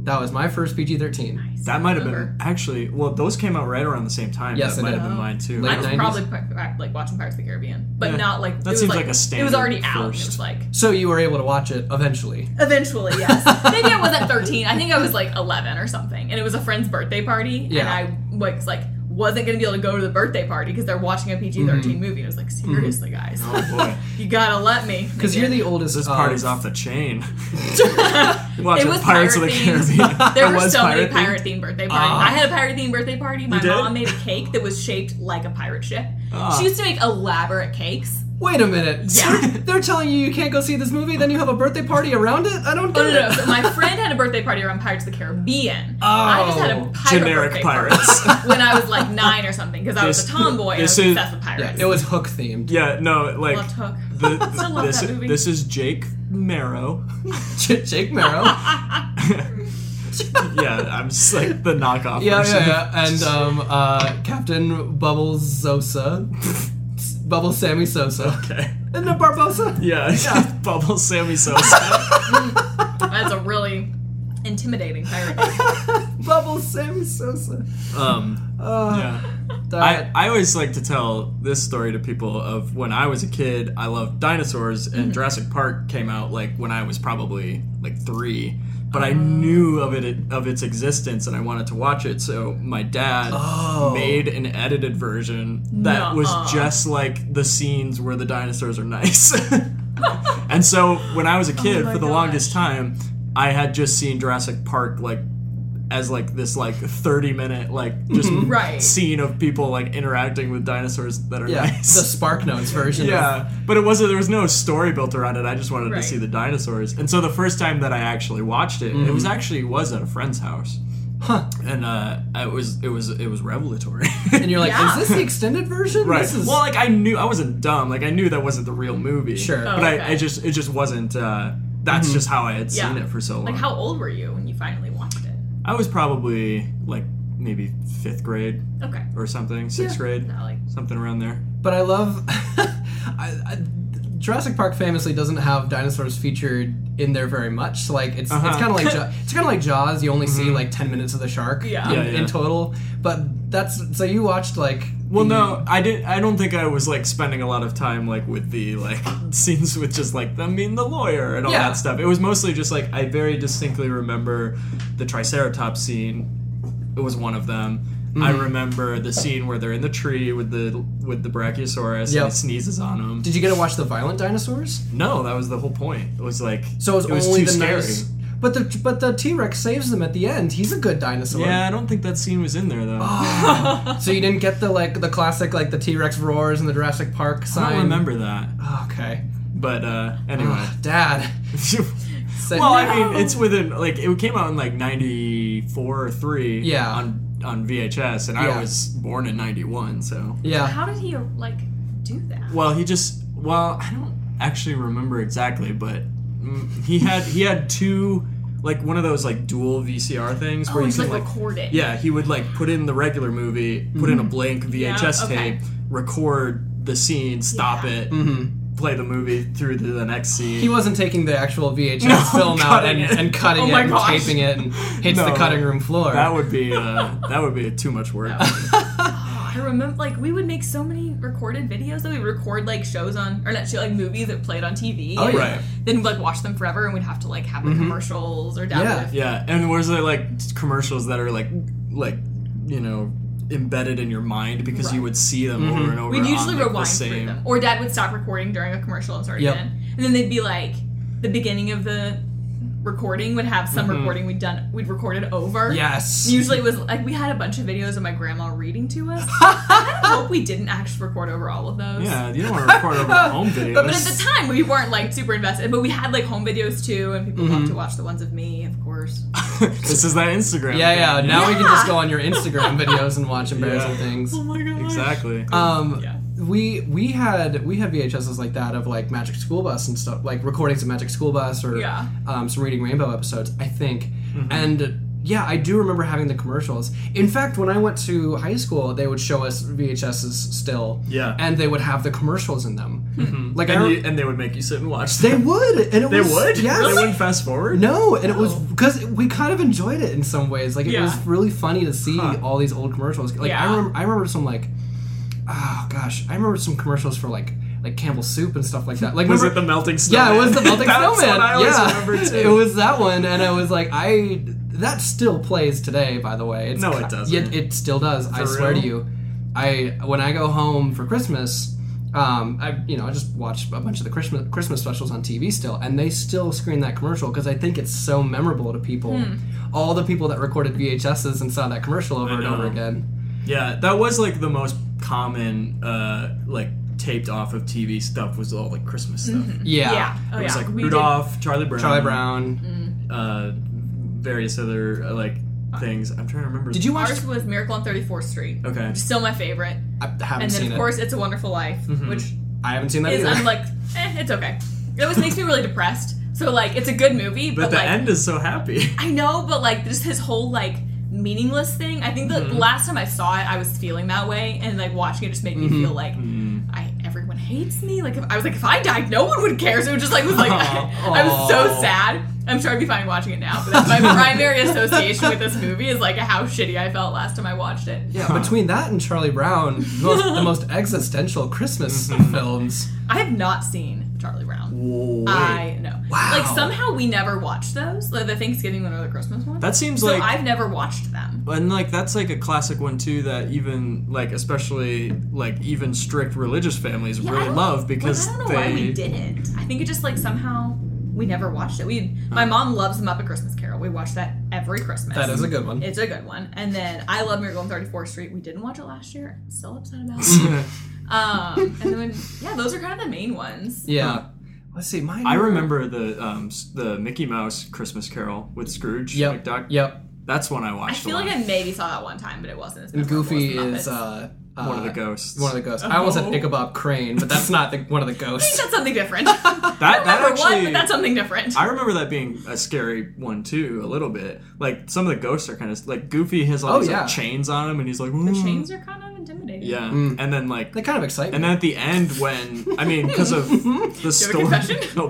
B: That was my first PG-13.
A: That might have
C: Remember.
A: been actually. Well, those came out right around the same time.
B: Yes,
A: that
B: they
A: might
B: did.
A: have been mine too. Oh,
B: Late
C: I was
B: 90s.
C: probably pri- pri- like watching Pirates of the Caribbean, but
A: Yeah.
C: not like
A: That
C: it was,
A: seems
C: like,
A: like a
C: It
A: standard
C: was already out. It
A: first.
C: was like
B: So you were able to watch it eventually.
C: eventually, yes.
A: (laughs)
C: Maybe I wasn't thirteen. I think I was like eleven or something, and it was a friend's birthday party,
B: Yeah.
C: and I was like wasn't going to be able to go to the birthday party because they're watching a PG 13
A: Mm-hmm.
C: movie. And I was like, seriously, guys,
A: Oh boy,
C: you gotta let me.
A: (laughs)
B: Because you're the oldest.
A: this
B: of-
A: party's off the chain.
C: (laughs)
A: (laughs) Watching
C: was
A: Pirates of the
C: pirate themed.
A: Caribbean.
C: (laughs)
A: (laughs)
C: There
A: It
C: were
A: was
C: so many
A: pirate themed?
C: pirate themed birthday parties. I had a pirate themed birthday party. My
A: did? Ah.
C: mom made a cake that was shaped like a pirate ship. She used to make elaborate cakes.
B: Wait a minute.
C: Yeah.
B: They're, they're telling you you can't go see this movie, then you have a birthday party around it. I don't get
C: No, no, no.
B: it.
C: So (laughs) my friend had a birthday party around Pirates of the Caribbean. I just had a
B: Oh,
C: pirate
A: generic
C: birthday party
A: pirates.
C: (laughs) when I was like nine or something because I was a
A: This-
C: tomboy and I
A: this
C: was
A: is-
C: obsessed
B: (laughs)
C: with
B: Yeah,
C: pirates.
B: it was hook themed.
A: Yeah, no, like
C: Left hook.
A: the-
C: Still love
A: this,
C: that
A: (laughs)
C: movie.
A: this is Jake Marrow.
B: Jake Merrill.
A: (laughs) yeah, I'm just like the knockoff.
B: Yeah,
A: version.
B: yeah,
A: (laughs)
B: yeah. And um, uh, Captain Bubbles Sosa, (laughs) Bubble Sammy
A: (laughs)
B: Sosa,
A: Okay.
B: and then
A: (laughs)
B: Barbosa.
A: Yeah, Bubble Sammy Sosa.
C: That's a really intimidating pirate. name.
B: (laughs) Bubble Sammy Sosa.
A: um,
B: Uh,
A: yeah. I,
B: that-
A: I always like to tell this story to people of when I was a kid, I loved dinosaurs, and Jurassic Park came out like when I was probably like three. But I knew of it of its existence, and I wanted to watch it. So my dad
B: Oh.
A: made an edited version that
C: Nuh-uh.
A: was just like the scenes where the dinosaurs are nice. and so when I was a kid,
C: my
A: for the
C: gosh.
A: longest time, I had just seen Jurassic Park like as like this like 30 minute like just
C: (laughs) Right.
A: scene of people like interacting with dinosaurs that are
B: yeah, the
A: nice.
B: Spark Notes version. of-
A: (laughs) yeah, but it wasn't. There was no story built around it. I just wanted
C: Right.
A: to see the dinosaurs, and so the first time that I actually watched it, it was
B: Mm-hmm.
A: actually was at a friend's house,
B: Huh.
A: and uh, it was it was it was revelatory. (laughs)
B: And you're like,
C: Yeah.
B: is this the extended version?
A: right.
B: This is-
A: Well, like I knew I wasn't dumb. Like I knew that wasn't the real movie.
B: (laughs) Sure. Mm-hmm. Oh,
A: but I,
C: okay.
A: I just it just wasn't. Uh, that's just how I had
C: Yeah.
A: seen it for so long.
C: Like, how old were you when you finally watched it?
A: I was probably like maybe fifth grade
C: Okay.
A: or something, sixth grade,
C: Not like
A: something around there.
B: but I love. (laughs) I, I, Jurassic Park famously doesn't have dinosaurs featured in there very much. So, Like it's it's
A: Uh-huh. Mm-hmm.
B: kind of like Ja- it's kind of like Jaws. You only see like ten minutes of the shark
C: Yeah.
B: In,
A: Yeah, yeah.
B: in total. But that's so you watched like
A: Well,
B: the-
A: no, I didn't. I don't think I was like spending a lot of time like with the like (laughs) scenes with just like them being the lawyer and all
B: Yeah.
A: that stuff. It was mostly just like I very distinctly remember the Triceratops scene. It was one of them. I
B: Mm-hmm.
A: remember the scene where they're in the tree with the with the Brachiosaurus
B: Yep.
A: and it sneezes on them.
B: Did you get to watch the violent dinosaurs?
A: No, that was the whole point. It was like
B: So it was, only
A: too
B: the
A: scary.
B: nice- But the but the T Rex saves them at the end. He's a good dinosaur.
A: Yeah, I don't think that scene was in there though.
B: (laughs) Ah, So you didn't get the like the classic like the T Rex roars and the Jurassic Park sign. Ah,
A: I don't remember that.
B: Okay.
A: But uh anyway. (laughs)
B: Ugh, Dad. Said,
A: well, I mean, it's within like it came out in like 94 or 3
B: Yeah.
A: on on VHS and
B: Yeah.
A: I was born in 91, so.
B: yeah.
C: How did he like do that?
A: Well, he just well, I don't actually remember exactly, but mm, he had he had two like one of those like dual VCR things
C: oh,
A: where you
C: he's
A: can
C: like,
A: like
C: recording.
A: Yeah, he would like put in the regular movie, put in a blank VHS
C: Mm-hmm. Yeah, okay.
A: tape, record the scene, stop
C: Yeah.
A: it,
B: Mhm.
A: play the movie through to the next scene.
B: He wasn't taking the actual VHS
A: (laughs) No,
B: film out and,
A: cutting it.
B: and cutting
C: Oh
B: it
C: my
B: and
C: gosh.
B: taping it and hits the
A: No.
B: cutting room floor. (laughs)
A: that would be uh, that would be too much work.
C: I remember like we would make so many recorded videos that we would record like shows on or not show like movies that played on TV.
B: Oh,
C: and
B: yeah.
A: (laughs) Right.
C: Then we'd, like watch them forever and we'd have to like have the commercials or download.
B: Yeah.
A: Yeah, and was there like commercials that are like like you know embedded in your mind because you
C: Right.
A: would see them over and over.
C: We'd
A: on,
C: usually
A: like, the
C: rewind through
A: same-
C: them. Or dad would stop recording during a commercial and start
B: Yep.
C: again. And then they'd be like the beginning of the recording would have some
A: Mm-hmm.
C: recording we'd done we'd recorded over.
B: yes.
C: Usually it was like we had a bunch of videos of my grandma reading
A: (laughs)
C: to us. I kinda hope we didn't actually record over all of those.
A: Yeah, you don't want to record
B: (laughs)
A: over home videos.
C: But
A: (laughs)
C: at the time, we weren't like super invested. But we had like home videos too, and people
A: Mm-hmm.
C: loved to watch the ones of me, of course.
A: this is that Instagram. thing,
B: yeah, yeah.
A: you
B: Now we can
C: Yeah.
B: just go on your Instagram (laughs) videos and watch embarrassing
A: Yeah.
B: things.
A: know? Exactly.
B: Um,
C: Yeah.
B: we we had we had VHSs like that of like Magic School Bus and stuff, like recordings of Magic School Bus or
C: Yeah. Mm-hmm.
B: um, some Reading Rainbow episodes, I think. And yeah, I do remember having the commercials. In fact, when I went to high school, they would show us VHSs still,
A: Yeah.
B: and they would have the commercials in them.
C: Hmm.
B: Like I,
A: and,
B: re-
A: you, and they would make you sit and watch.
B: they
A: them.
B: would, and it
A: (laughs) They
B: was
A: would.
B: (laughs) yes.
A: They wouldn't fast forward.
B: No, and it was
C: No.
B: because we kind of enjoyed it in some ways. Like it
C: Yeah.
B: was really funny to see
A: Huh.
B: all these old commercials. Like I
C: Yeah.
B: remember, I remember some like, oh gosh, I remember some commercials for like like Campbell Soup and stuff like that. Like
A: Was it
B: remember-
A: the melting
B: yeah,
A: snowman?
B: it was the Baltic
A: (laughs) That's
B: Snowman.
A: What I always
B: yeah,
A: remember too.
B: it was that one, and I was like, I that still plays today. By the way, it's
A: No,
B: ki-
A: it doesn't.
B: It, it still does. I
A: For
B: swear to
A: real?
B: you, I when I go home for Christmas. Um, I you know I just watch a bunch of the Christmas Christmas specials on TV still, and they still screen that commercial because I think it's so memorable to people.
C: Hmm.
B: All the people that recorded VHSs and saw that commercial over
A: I
B: and over
A: know.
B: again.
A: Yeah, that was like the most common, uh, like taped off of TV stuff was all like Christmas stuff.
B: Yeah,
C: Oh,
A: It was like
C: We
A: Rudolph, Charlie Brown,
B: Charlie Brown.
C: Mm-hmm.
A: uh, various other uh, like things. I'm trying to remember.
B: Did you
C: Did.
B: watch?
C: Ours was Miracle on 34th Street.
A: Okay.
C: which is Still my favorite.
B: I haven't
C: and then
B: seen
C: of course It's a
A: Mm-hmm.
C: Wonderful Life, which
B: it. I haven't seen that
C: is
B: either.
C: I'm like, eh, it's okay. It always makes me really depressed. So like it's a good movie,
A: But
C: but,
A: the
C: like
A: end is so happy. (laughs)
C: I know, but like just his whole like meaningless thing. I think the
A: Mm-hmm.
C: last time I saw it, I was feeling that way, and like watching it just made me
A: Mm-hmm.
C: feel like I everyone hates me. Like if, I was like, if I died, no one would care. So it just like was like
A: Aw.
C: (laughs) I was so
A: Aw.
C: sad. I'm sure I'd be fine watching it now, but
A: (laughs)
C: that's my primary association with this movie is like how shitty I felt last time I watched it.
B: Yeah, between that and Charlie Brown, the most,
A: (laughs)
B: the most existential Christmas
A: Mm-hmm.
B: films.
C: I have not seen Charlie Brown. I know.
B: Wow.
C: Like somehow we never watched those, like the Thanksgiving one or the Christmas one.
A: That seems
C: so
A: like
C: I've never watched them.
A: and like that's like a classic one too that even like especially like even strict religious families
C: Yeah, I
A: really
C: don't-
A: love because
C: like, I don't know
A: they (laughs)
C: why we didn't. I think it just like somehow we never watched it. We my mom loves Muppet Christmas Carol. We watch that every Christmas.
B: That is a good one.
C: It's a good one. And then I love Miracle on 34th Street. We didn't watch it last year. I'm still upset about
B: (laughs)
C: it. um, and then yeah, those are kind of the main ones.
B: Yeah. Let's see. Mine.
A: I
B: were-
A: remember the um s- the Mickey Mouse Christmas Carol with Scrooge
B: Yep.
A: McDuck.
B: Yep.
A: That's one I
C: I
A: watched.
C: feel
A: a lot.
C: like I maybe saw that one time, but it wasn't as
B: And
C: memorable as
B: Goofy
C: the Muppets.
B: is uh, uh,
A: one of the ghosts. Oh.
B: One of the ghosts. I almost said Ichabod Crane, but that's not the, one of the
C: I
A: (laughs)
C: think
B: ghosts. (laughs)
C: that's something different. that,
A: that
C: I remember
A: that actually
C: one, but that's something different.
A: I remember that being a scary one too, a little bit. Like some of the ghosts are kind of like Goofy has all
B: Oh,
A: these
B: yeah.
A: like, chains on him, and he's like
C: the
B: Hmm.
A: "Ooh."
C: chains are kind of intimidating.
A: Yeah, (laughs)
B: Mm.
A: and then like
B: They kind of excite
A: And
B: me.
A: then at the end, when I mean, because
C: (laughs)
A: of the story.
C: confession?
A: (laughs) Oh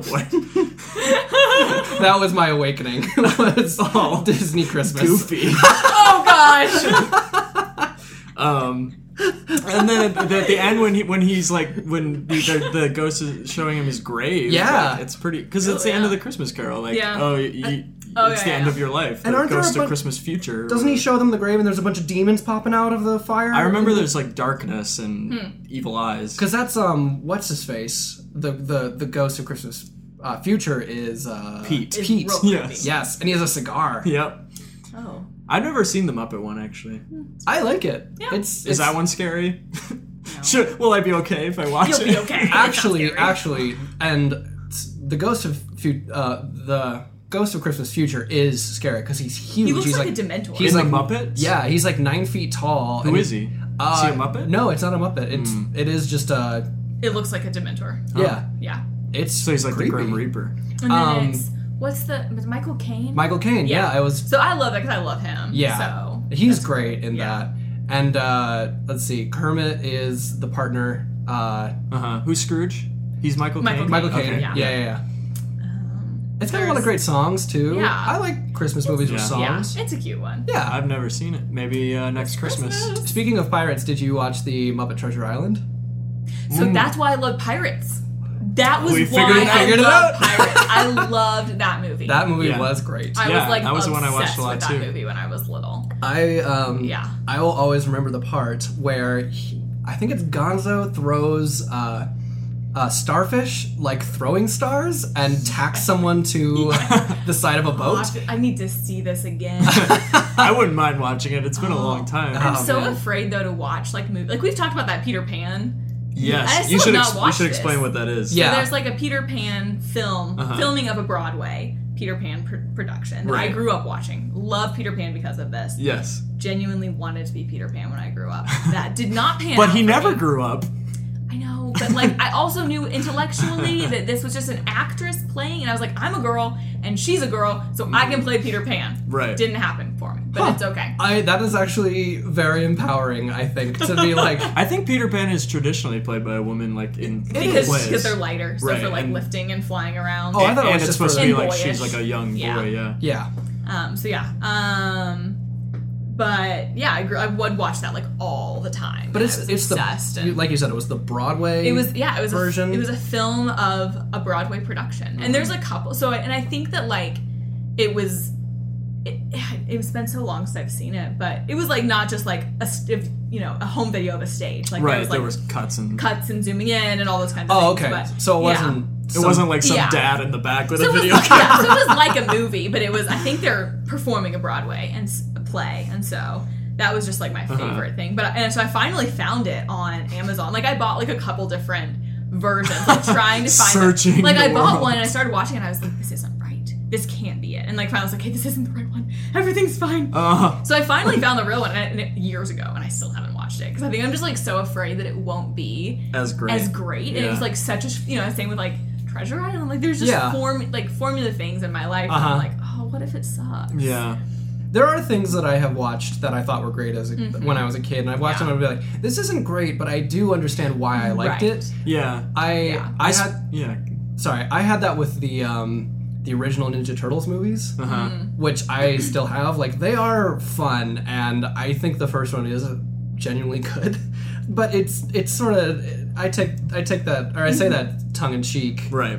A: boy,
B: that was my awakening. (laughs) was
A: (laughs) Oh.
B: Disney Christmas. (laughs)
A: goofy.
C: (laughs) Oh gosh.
A: (laughs) Um, and then at the, at the end, when he when he's like when the, the, the ghost is showing him his grave.
B: Yeah.
A: like, it's pretty because it's
C: Oh,
A: the end
C: yeah.
A: of the Christmas Carol. Like,
C: Yeah.
A: oh, you,
C: oh,
A: it's
C: yeah,
A: the end
C: yeah.
A: of your life.
B: And
A: the
B: aren't there
A: ghost
B: a
A: of
B: bun-
A: Christmas future. or
B: Doesn't he
A: whatever.
B: show them the grave and there's a bunch of demons popping out of the fire?
A: I remember there's like darkness and
C: Hmm.
A: evil eyes.
B: Because that's um, what's his face? The the the ghost of Christmas uh, future is uh,
A: Pete. Is
B: Pete.
C: real
A: Yes.
C: creepy.
B: Yes, and he has a cigar.
A: Yep,
C: Oh.
A: I've never seen the Muppet one actually.
B: I like it.
C: Yeah.
B: It's
A: Is
B: it's-
A: that one scary? Should, will I be okay if I watch
C: You'll
A: it?
C: be
A: (laughs)
C: okay. It's
B: (laughs)
C: not
B: actually
C: scary.
B: actually and s- the ghost of fu- uh, the ghost of Christmas future is scary because he's huge.
C: He looks
B: he's
C: like a Dementor.
B: He's
A: In
B: like
A: the Muppets?
B: Yeah, he's like nine feet tall.
A: Who
B: and
A: is he?
B: Uh,
A: is he a Muppet? Hmm.
B: No, it's not a Muppet. It's it is just a
C: It looks like a Dementor.
B: yeah.
C: Yeah.
B: It's
A: So he's like
B: creepy.
A: the Grim Reaper.
C: And then
B: Um,
C: it's what's the was Michael Caine?
B: Michael Caine. Yeah.
C: Yeah.
B: I was.
C: so I love that because I love him.
B: Yeah.
C: So
B: He's great in
C: Yeah.
B: that. And uh, let's see, Kermit is the partner. Uh,
A: Uh huh. Who's Scrooge? He's Michael.
C: Michael
A: Caine?
B: Michael
A: Okay.
B: Caine.
C: Yeah.
B: Yeah. yeah, yeah,
C: um,
B: It's got a lot of
C: there's-
B: great songs too.
C: Yeah.
B: I like Christmas movies with
A: Yeah.
C: yeah,
B: songs.
C: it's a cute one.
B: Yeah.
A: I've never seen it. Maybe uh, next Christmas.
B: Speaking of pirates, did you watch the Muppet Treasure Island?
C: So
B: Hmm.
C: that's why I love Pirates. That was
A: We
C: why
A: figured it
C: I
B: figured it
C: loved
B: out. (laughs)
C: Pirates. I loved that movie.
B: That movie
A: Yeah.
B: was great.
C: I
A: Yeah,
C: was like
A: that was the one I watched
C: obsessed
A: a lot,
C: with that
A: too.
C: movie when I was little.
B: I um
C: Yeah.
B: I will always remember the part where he, I think it's Gonzo throws uh, a starfish like throwing stars and
C: (laughs)
B: tacks someone to
A: (laughs)
B: the side of a boat.
C: Watch it. I need to see this again.
B: (laughs)
A: I wouldn't mind watching it. It's been a long time.
C: I'm
B: Oh,
C: so
B: man.
C: afraid though to watch like movie like we've talked about that Peter Pan I
A: yes,
C: still
A: you should.
C: have
A: ex-
C: not
A: you should
C: watched
A: explain
C: this.
A: what that is.
B: Yeah.
C: There's like a Peter Pan film,
A: Uh-huh.
C: filming of a Broadway Peter Pan pr- production that I
A: Right.
C: grew up watching. Love Peter Pan because of this.
A: Yes.
C: Genuinely wanted to be Peter Pan when I grew up. That did
A: (laughs)
C: not pan.
A: But
C: out
A: he
C: for
A: never
C: me.
A: grew up.
C: I know, but like I also knew
A: (laughs)
C: intellectually that this was just an actress playing, and I was like, I'm a girl and she's a girl, so I can play Peter Pan.
A: Right.
C: Didn't happen for me, but it's okay.
B: I that is actually very empowering. I think to be
C: (laughs)
B: like
A: I think Peter Pan is traditionally played by a woman, like in
C: Because
A: plays.
C: because they're lighter, so
A: Right,
C: for like
A: and-
C: lifting and flying around.
B: Oh, I thought it
A: and
B: was just
A: it's supposed
B: for-
A: to be
C: And
A: like
C: boyish.
A: she's like a young
C: Yeah.
A: boy. Yeah.
B: yeah.
C: Um, so yeah. Um, but yeah, I, grew, I would watch that like all the time.
B: But
C: and
B: it's
C: I was
B: it's the
C: obsessed
B: you-
C: and-
B: like you said it was the Broadway.
C: it was yeah it was
B: version. Mm-hmm.
C: A, it was a film of a Broadway production, and there's a couple. So and I think that like it was. It, it's been so long since I've seen it, but it was like not just like a st- you know a home video of a stage. Like there
A: Right.
C: was
A: There
C: like
A: was cuts and.
C: cuts and zooming in and all those kinds of
B: oh
C: things.
B: okay.
C: but,
B: So it
C: yeah.
B: wasn't.
A: It wasn't like some
C: Yeah.
A: dad in the back with
C: So
A: a
C: it, was,
A: video
C: like-
A: camera.
C: yeah, so it was like a movie, but it was I think they're performing a Broadway and s- a play, and so that was just like
A: Uh-huh.
C: my favorite thing. But and so I finally found it on Amazon. Like I bought like a couple different versions,
A: (laughs)
C: like trying to find
A: Searching
C: It. Like
A: the
C: I bought
A: world.
C: one and I started watching, it and I was like, this isn't right. This can't be it. And like finally, I was like, hey, this isn't the right one. Everything's fine.
A: (laughs) Uh,
C: so I finally found the real one and it- years ago, and I still haven't watched it because I think I'm just like so afraid that it won't be
A: as great.
C: as great. And it
A: Yeah.
C: was like such a you know same with like Treasure Island. Like there's just
B: Yeah.
C: form like formula things in my life.
B: Uh-huh.
C: And I'm like, oh, what if it sucks?
A: Yeah.
B: there are things that I have watched that I thought were great as a, when I was a kid, and I've watched
C: Mm-hmm. Yeah.
B: them and I'd be like, "This isn't great," but I do understand why I liked
C: Right.
B: it.
A: Yeah.
B: I
C: Yeah.
B: I
A: s-
B: had
A: yeah.
B: sorry, I had that with the um, the original Ninja Turtles movies,
A: Uh huh.
C: Mm-hmm.
B: which I still have. Like they are fun, and I think the first one is genuinely (laughs) good, but it's it's sort of I take I take that or I
C: Mm-hmm.
B: say that tongue in cheek
A: Right.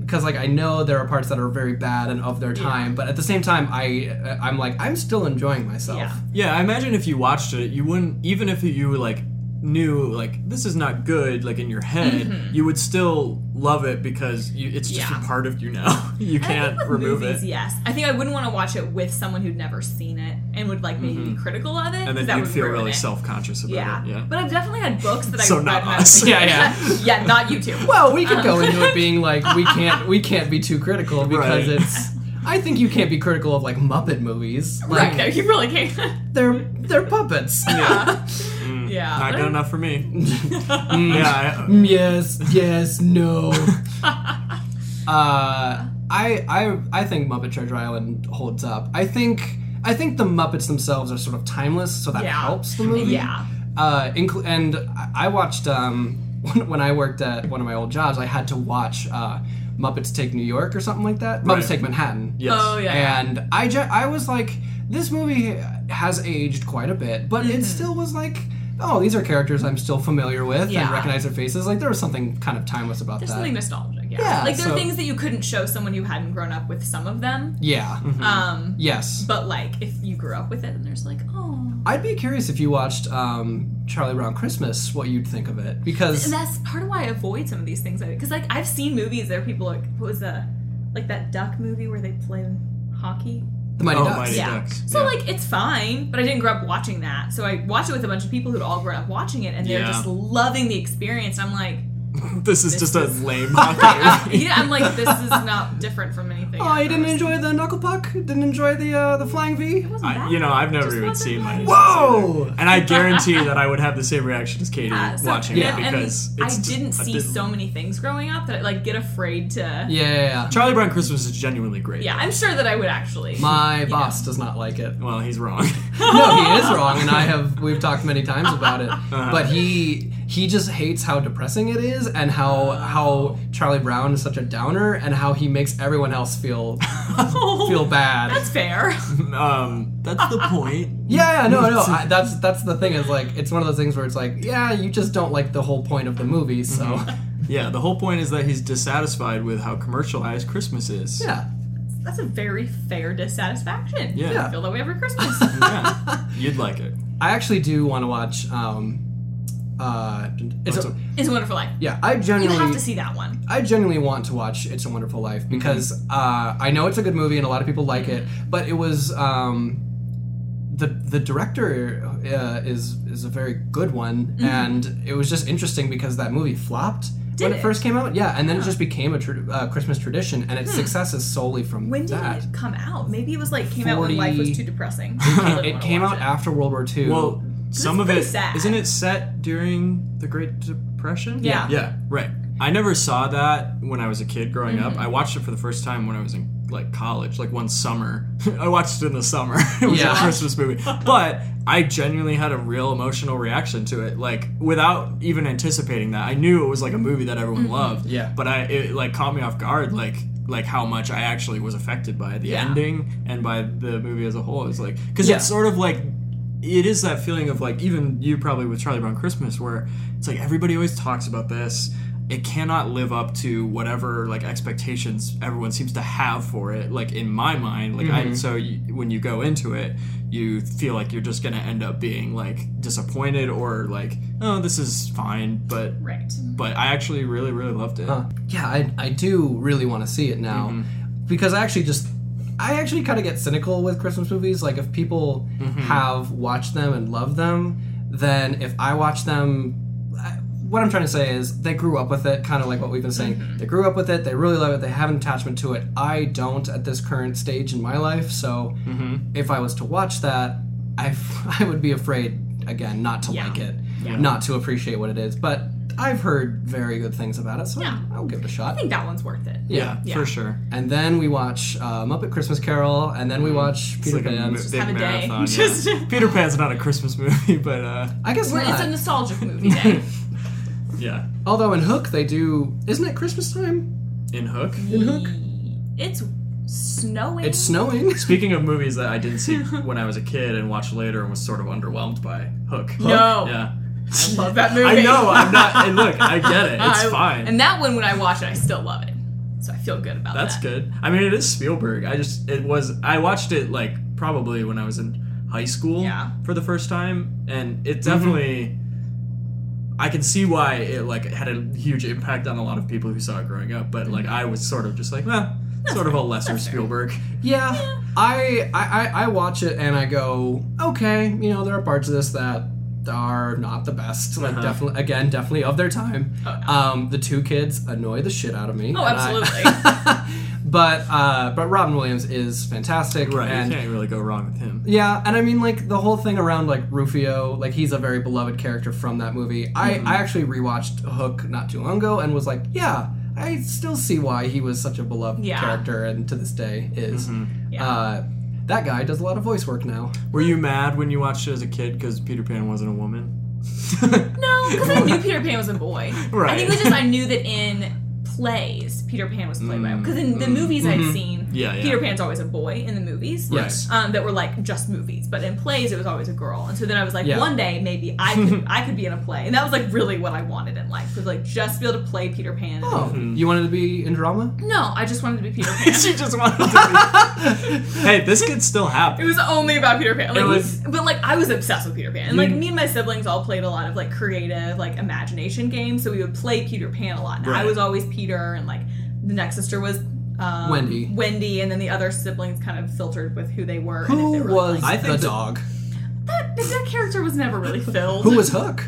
B: because like I know there are parts that are very bad and of their time, but at the same time, I uh, I'm like I'm still enjoying myself.
C: Yeah.
A: Yeah, I imagine if you watched it, you wouldn't even if you like knew like this is not good like in your head, you would still love it because you, it's just
C: Mm-hmm. Yeah.
A: a part of you now. (laughs) you
C: And I think
A: can't
C: with
A: remove
C: movies,
A: it.
C: Yes, I think I wouldn't want to watch it with someone who'd never seen it and would like maybe be critical of
A: Mm-hmm.
C: it.
A: And
C: 'cause
A: then
C: that
A: you'd
C: would
A: feel
C: ruin
A: really
C: it.
A: self-conscious about
C: Yeah.
A: it.
C: (laughs)
A: Yeah.
C: but I've definitely had books that
A: So
C: I read.
A: not
C: and I was
A: us.
C: like,
B: Yeah, yeah.
C: (laughs) yeah, not you two.
B: Well, we could go into it being like we can't we can't be too critical because
A: (laughs) Right.
B: it's. I think you can't be critical of like Muppet movies. Like
C: (laughs) right? No, you really can't. (laughs)
B: they're they're puppets. (laughs)
A: Yeah.
C: yeah,
A: Mm. Not
C: but
A: good
C: I-
A: enough for me.
C: (laughs)
A: yeah. I,
C: Um,
B: Mm, yes, yes,
C: (laughs)
B: no. uh, I I I think Muppet Treasure Island holds up. I think I think the Muppets themselves are sort of timeless, so that
C: Yeah.
B: helps the movie.
C: Yeah.
B: Uh, inclu- and I- I watched um (laughs) when, when I worked at one of my old jobs, I had to watch uh, Muppets Take New York or something like that. Muppets
A: Right.
B: Take Manhattan.
A: yes.
C: Oh yeah.
B: And I ju- I was like, this movie has aged quite a bit, but
C: Mm-hmm.
B: it still was like, oh, these are characters I'm still familiar with and
C: Yeah.
B: recognize their faces. Like there was something kind of timeless about
C: There's
B: that.
C: something nostalgic. Yeah.
B: Yeah,
C: like there
B: so-
C: are things that you couldn't show someone who hadn't grown up with some of them.
B: yeah.
A: Mm-hmm. Mm.
C: Um,
B: Yes.
C: but like if you grew up with it, and there's like, oh,
B: I'd be curious if you watched um, Charlie Brown Christmas, what you'd think of it because
C: and that's part of why I avoid some of these things. Because like I've seen movies that people like, what was the like that duck movie where they play hockey?
B: the Mighty
A: Oh,
B: Ducks.
A: Mighty
C: Yeah.
A: Ducks.
C: So
A: yeah.
C: like it's fine, but I didn't grow up watching that. So I watched it with a bunch of people who'd all grown up watching it, and they're
A: Yeah.
C: just loving the experience.
A: (laughs)
C: I'm like,
A: this is
C: this
A: just a
C: is-
A: lame
C: (laughs)
A: hockey movie.
C: yeah, I'm like, this is not different
A: (laughs)
C: from anything.
B: Oh,
C: I've
B: you didn't
C: ever seen.
B: enjoy the knuckle puck? Didn't enjoy the uh, the flying
C: (laughs)
B: V?
C: It wasn't
A: I,
C: bad.
A: you know, I've never
C: Just
A: even
C: wasn't
A: seen
C: bad.
A: my
B: Whoa!
A: And I guarantee
C: (laughs)
A: that I would have the same reaction as Katie
C: Yeah, Uh, so-
A: watching
C: yeah,
A: it
C: and
A: because
C: I
A: it's just-
C: didn't
A: I
C: see
A: didn't-
C: so many things growing up that I like get afraid to. Yeah,
B: Yeah. yeah, yeah.
A: Charlie Brown Christmas is genuinely great.
C: I'm sure that I would actually.
B: My boss does not like it.
A: Well, he's wrong.
B: no, he is wrong, and I have we've talked many times about it.
A: Uh-huh.
B: But he he just hates how depressing it is, and how how Charlie Brown is such a downer, and how he makes everyone else feel
C: (laughs) Oh,
B: feel bad.
C: That's fair. (laughs)
A: um, that's the point.
B: Yeah, yeah, no, no. I, that's that's the thing. Is like it's one of those things where it's like, yeah, you just don't like the whole point of the movie, so
A: Yeah, the whole point is that he's dissatisfied with how commercialized Christmas is.
B: (laughs) yeah.
C: That's a very fair dissatisfaction.
A: Yeah.
C: I feel that way every Christmas.
B: (laughs)
A: Yeah. You'd like it.
B: I actually do want to watch. um uh, it's
A: What's
B: a,
A: up?
C: it's a Wonderful Life.
B: yeah, I
C: You
B: genuinely
C: have to see that one.
B: I genuinely want to watch It's a Wonderful Life
C: Mm-hmm.
B: because uh, I know it's a good movie and a lot of people like it, but it was um, the the director uh, is is a very good one, and it was just interesting because that movie flopped
C: Mm-hmm. Did
B: when it,
C: it?
B: first came out. Yeah, and then it just became a tr- uh, Christmas tradition, and its success is solely from
C: When did
B: that.
C: it come out? Maybe it was like came out when life was
B: 40
C: too depressing. (laughs)
B: (laughs) It came out after World War II.
A: Well, some of
C: pretty
A: it
C: sad.
A: not it set during the Great Depression?
C: Yeah.
A: Yeah, right. I never saw that when I was a kid growing up.
C: Mm-hmm.
A: I watched it for the first time when I was in like college, like one summer. (laughs) I watched it in the summer. (laughs) it was
B: Yeah.
A: a Christmas movie.
C: (laughs)
A: But I genuinely had a real emotional reaction to it, like without even anticipating that. I knew it was like a movie that everyone
C: Mm-hmm.
A: loved.
B: Yeah.
A: But I it like caught me off guard like like how much I actually was affected by the
C: Yeah.
A: ending and by the movie as a whole. It's like cuz
B: Yeah.
A: it's sort of like it is that feeling of like even you probably with Charlie Brown Christmas where it's like everybody always talks about this it cannot live up to whatever like expectations everyone seems to have for it like in my mind like
B: Mm-hmm.
A: I so you, when you go into it you feel like you're just going to end up being like disappointed or like oh this is fine but
C: Right.
A: but I actually really really loved it
B: Uh, yeah, I, I do really want to see it now because I actually just I actually kind of get cynical with Christmas movies. Like if people have watched them and loved them, then if I watch them, I, what I'm trying to say is they grew up with it. Kind of like what we've been saying, they grew up with it. They really love it. They have an attachment to it. I don't at this current stage in my life. So
A: Mm-hmm.
B: if I was to watch that, (laughs) I I would be afraid again not to
C: Yeah.
B: like it,
C: Yeah.
B: not to appreciate what it is. But I've heard very good things about it, so
C: Yeah.
B: I'll give it a
C: I
B: shot.
C: think that one's worth it.
A: Yeah,
C: Yeah.
A: for sure.
B: And then we watch uh, Muppet Christmas Carol, and then we
C: Mm.
B: watch
A: It's
B: Peter
A: like a
B: Pan.
A: mo- big
C: have a day. (laughs)
A: marathon. yeah.
C: Just-
A: Peter Pan's not a Christmas movie, (laughs) but uh,
B: I guess
C: We're,
B: not.
C: it's a nostalgic movie day.
A: (laughs) yeah.
B: Although in Hook they do, isn't it Christmas time?
A: In Hook.
C: Mm-hmm.
B: Hook?
C: It's snowing.
B: It's snowing.
A: Speaking of movies that I didn't
C: (laughs)
A: see when I was a kid and watched later and was sort of underwhelmed by, Hook.
C: No.
A: Yeah.
C: I love that movie.
A: I know. I'm not.
C: (laughs)
A: And look, I get it. It's
C: I-
A: fine.
C: And that one, when I watch it, I still love it. So I feel good about
A: That's
C: that.
A: good. I mean, it is Spielberg. I just it was I watched it like probably when I was in high school
C: Yeah. Mm-hmm.
A: for the first time, and it definitely. I can see why it like had a huge impact on a lot of people who saw it growing up, but
C: Mm-hmm.
A: like I was sort of just like, well, sort of a lesser Spielberg.
B: Yeah, I, I I- I watch it and I go, okay, you know, there are parts of this that are not the best. Like,
A: Uh-huh. Oh,
B: definitely, again, definitely of their time. Um, the two kids annoy the shit out of me.
C: Oh,
B: and I- (laughs) but uh, but Robin Williams is fantastic,
A: Right,
B: And
A: you can't really go wrong with him.
B: yeah, and I mean like the whole thing around like Rufio, like he's a very beloved character from that movie. I
C: Mm-hmm.
B: I actually rewatched Hook not too long ago and was like, yeah, I still see why he was such a beloved
C: Yeah. Mm-hmm.
B: character and to this day is.
C: Yeah.
B: Uh, that guy does a lot of voice work now.
A: Were you mad when you watched it as a kid because Peter Pan wasn't a woman?
C: No, because I knew Peter Pan was a boy. I
A: Right.
C: think it was just I knew that in plays Peter Pan was played by because in the movies I'd seen,
A: Mm-hmm. Yeah, yeah.
C: Peter Pan's always a boy in the movies.
B: Yes.
C: Um, that were like just movies, but in plays it was always a girl. And so then I was like,
B: Yeah.
C: one day maybe I
A: (laughs)
C: could I could be in a play, and that was like really what I wanted in life was like just be able to play Peter Pan. in a
B: Oh, you wanted to be in drama?
C: No, I just wanted to
A: (laughs)
C: be Peter
A: (laughs)
C: Pan.
A: she just wanted to
C: (laughs)
A: be. hey, this could still happen.
C: It was only about Peter Pan. Like,
A: It was-
C: but like I was obsessed with Peter Pan. And, like
A: You-
C: me and my siblings all played a lot of like creative like imagination games. So we would play Peter Pan a lot. And I
A: Right.
C: was always Peter, and like the next sister was um,
B: Wendy.
C: Wendy, and then the other siblings kind of filtered with who they were. and if
B: Who
C: they were
B: was
C: Like,
A: I think
B: the
A: that-
C: (laughs)
B: dog?
C: that, that character was never really filled.
B: Who was Hook?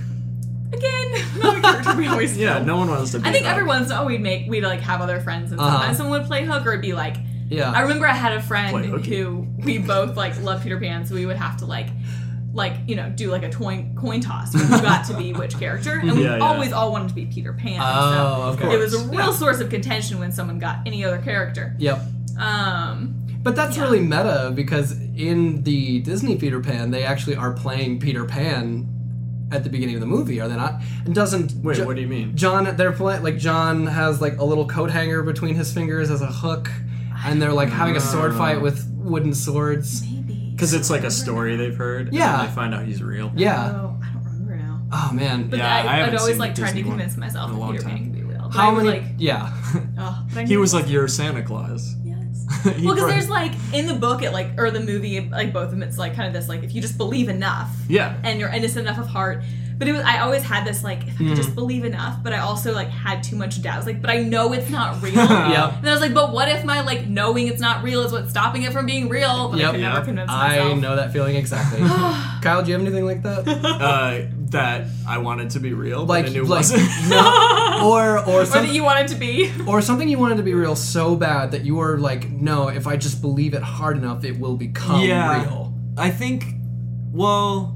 C: again? Another character we
A: (laughs)
C: always
A: Yeah,
C: filled.
A: no one wants to. Be
C: I think
A: that.
C: every once in a while we'd make we'd like have other friends, and
B: Uh-huh.
C: sometimes someone would play hook or it'd be like
B: Yeah.
C: I remember I had a friend
A: Uh, Play hooky.
C: who
A: (laughs)
C: we both like loved Peter Pan, so we would have to like like you know do like a coin coin toss for
A: (laughs)
C: who got to be which character, and we
A: Yeah, yeah.
C: always all wanted to be Peter Pan.
B: oh, of
C: so
B: course.
C: it was a real
B: Yeah.
C: source of contention when someone got any other character.
B: Yep.
C: Um,
B: But that's really meta because in the Disney Peter Pan, they actually are playing Peter Pan at the beginning of the movie, are they not? And doesn't
A: Wait,
B: Jo-
A: what do you mean?
B: John? They're playing like John has like a little coat hanger between his fingers as a hook, and they're like having a sword
A: Ah.
B: fight with wooden swords.
C: maybe
A: Because it's like a story they've heard. and
B: Yeah.
A: then they find out he's real.
B: Yeah.
C: Oh, I don't remember now.
B: Oh man.
C: But
A: Yeah, I
C: I, would
A: haven't
C: always
A: seen
C: like
A: the
C: trying to
A: Disney one
C: convince myself
A: in a
C: that
A: long
C: Peter Pan
A: time.
C: could be real. But I
B: How
C: was
B: many?
C: Like,
B: yeah.
C: oh, but I
A: He
C: knew-
A: was like your Santa Claus. (laughs)
C: Yes.
A: He
C: Well, because
A: brought-
C: there's like in the book, it like or the movie, like both of them, it's like kind of this like if you just believe enough,
A: (laughs) yeah,
C: and you're innocent enough of heart. But it was I always had this like if I could
B: Hmm.
C: just believe enough, but I also like had too much doubt. I was like, but I know it's
B: (laughs)
C: not real.
B: Yep.
C: And I was like, but what if my like knowing it's not real is what's stopping it from being real? But I
B: Yep.
C: could never convince myself.
B: (laughs) I
C: (laughs)
B: know that feeling
C: (sighs)
B: exactly. Kyle, do you have anything like that?
A: (laughs) uh, that I wanted to be real,
B: Like,
A: but I knew it
B: like,
A: wasn't.
B: (laughs) no, or or
C: Or that
B: something,
C: you wanted to
B: (laughs)
C: be.
B: or something you wanted to be real so bad that you were like, no, if I just believe it hard enough, it will become
A: Yeah.
B: real.
A: I think, well,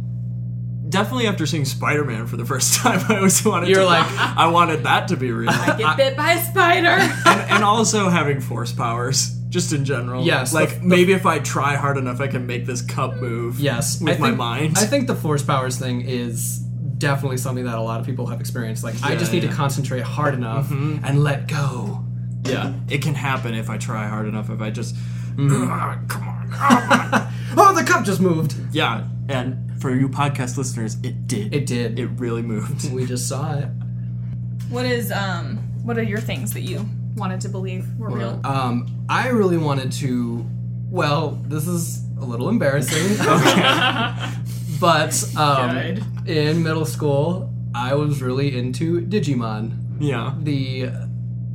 A: definitely after seeing Spider Man for the first (laughs) time, I always wanted.
B: You're
A: to,
B: like-
A: (laughs) I wanted that to be
B: (laughs)
A: real,
C: I get bit by a spider.
A: and, and also having force powers. Just in general,
B: Yes,
A: Like
B: the- the-
A: maybe if I try hard enough, I can make this cup move.
B: Yes,
A: with
B: I
A: my
B: think-
A: mind.
B: I think the force powers thing is definitely something that a lot of people have experienced. Like, I
A: Yeah,
B: just need
A: yeah. Mm-hmm.
B: to concentrate hard enough and let go. (laughs)
A: yeah, (laughs) it can happen if I try hard enough. If I just,
B: Mm.
A: (clears throat) come on, (laughs)
B: Oh, the cup just moved.
A: Yeah, and for you podcast listeners, it did.
B: It did.
A: It really
B: (laughs)
A: moved.
B: we just saw it.
C: what is um? What are your things that you wanted to believe were real?
B: Um, I really wanted to. Well, this is a little
A: (laughs)
B: embarrassing. (laughs) but um,
C: God.
B: in middle school, I was really into Digimon,
A: Yeah.
B: the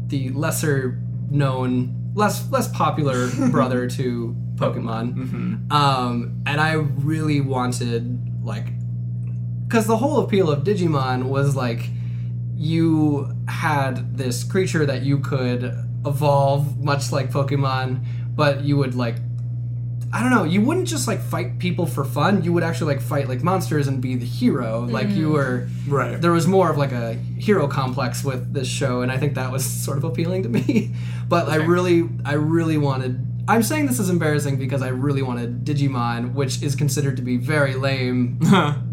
B: the lesser known, less less popular brother to Pokemon. Um, and I really wanted like, because the whole appeal of Digimon was like you had this creature that you could evolve, much like Pokemon, but you would like I don't know. You wouldn't just like fight people for fun. You would actually like fight like monsters and be the hero. Like you were.
A: Right.
B: There was more of like a hero complex with this show, and I think that was sort of appealing to me. (laughs) But I really, I really wanted. I'm saying this is embarrassing because I really wanted Digimon, which is considered to be very lame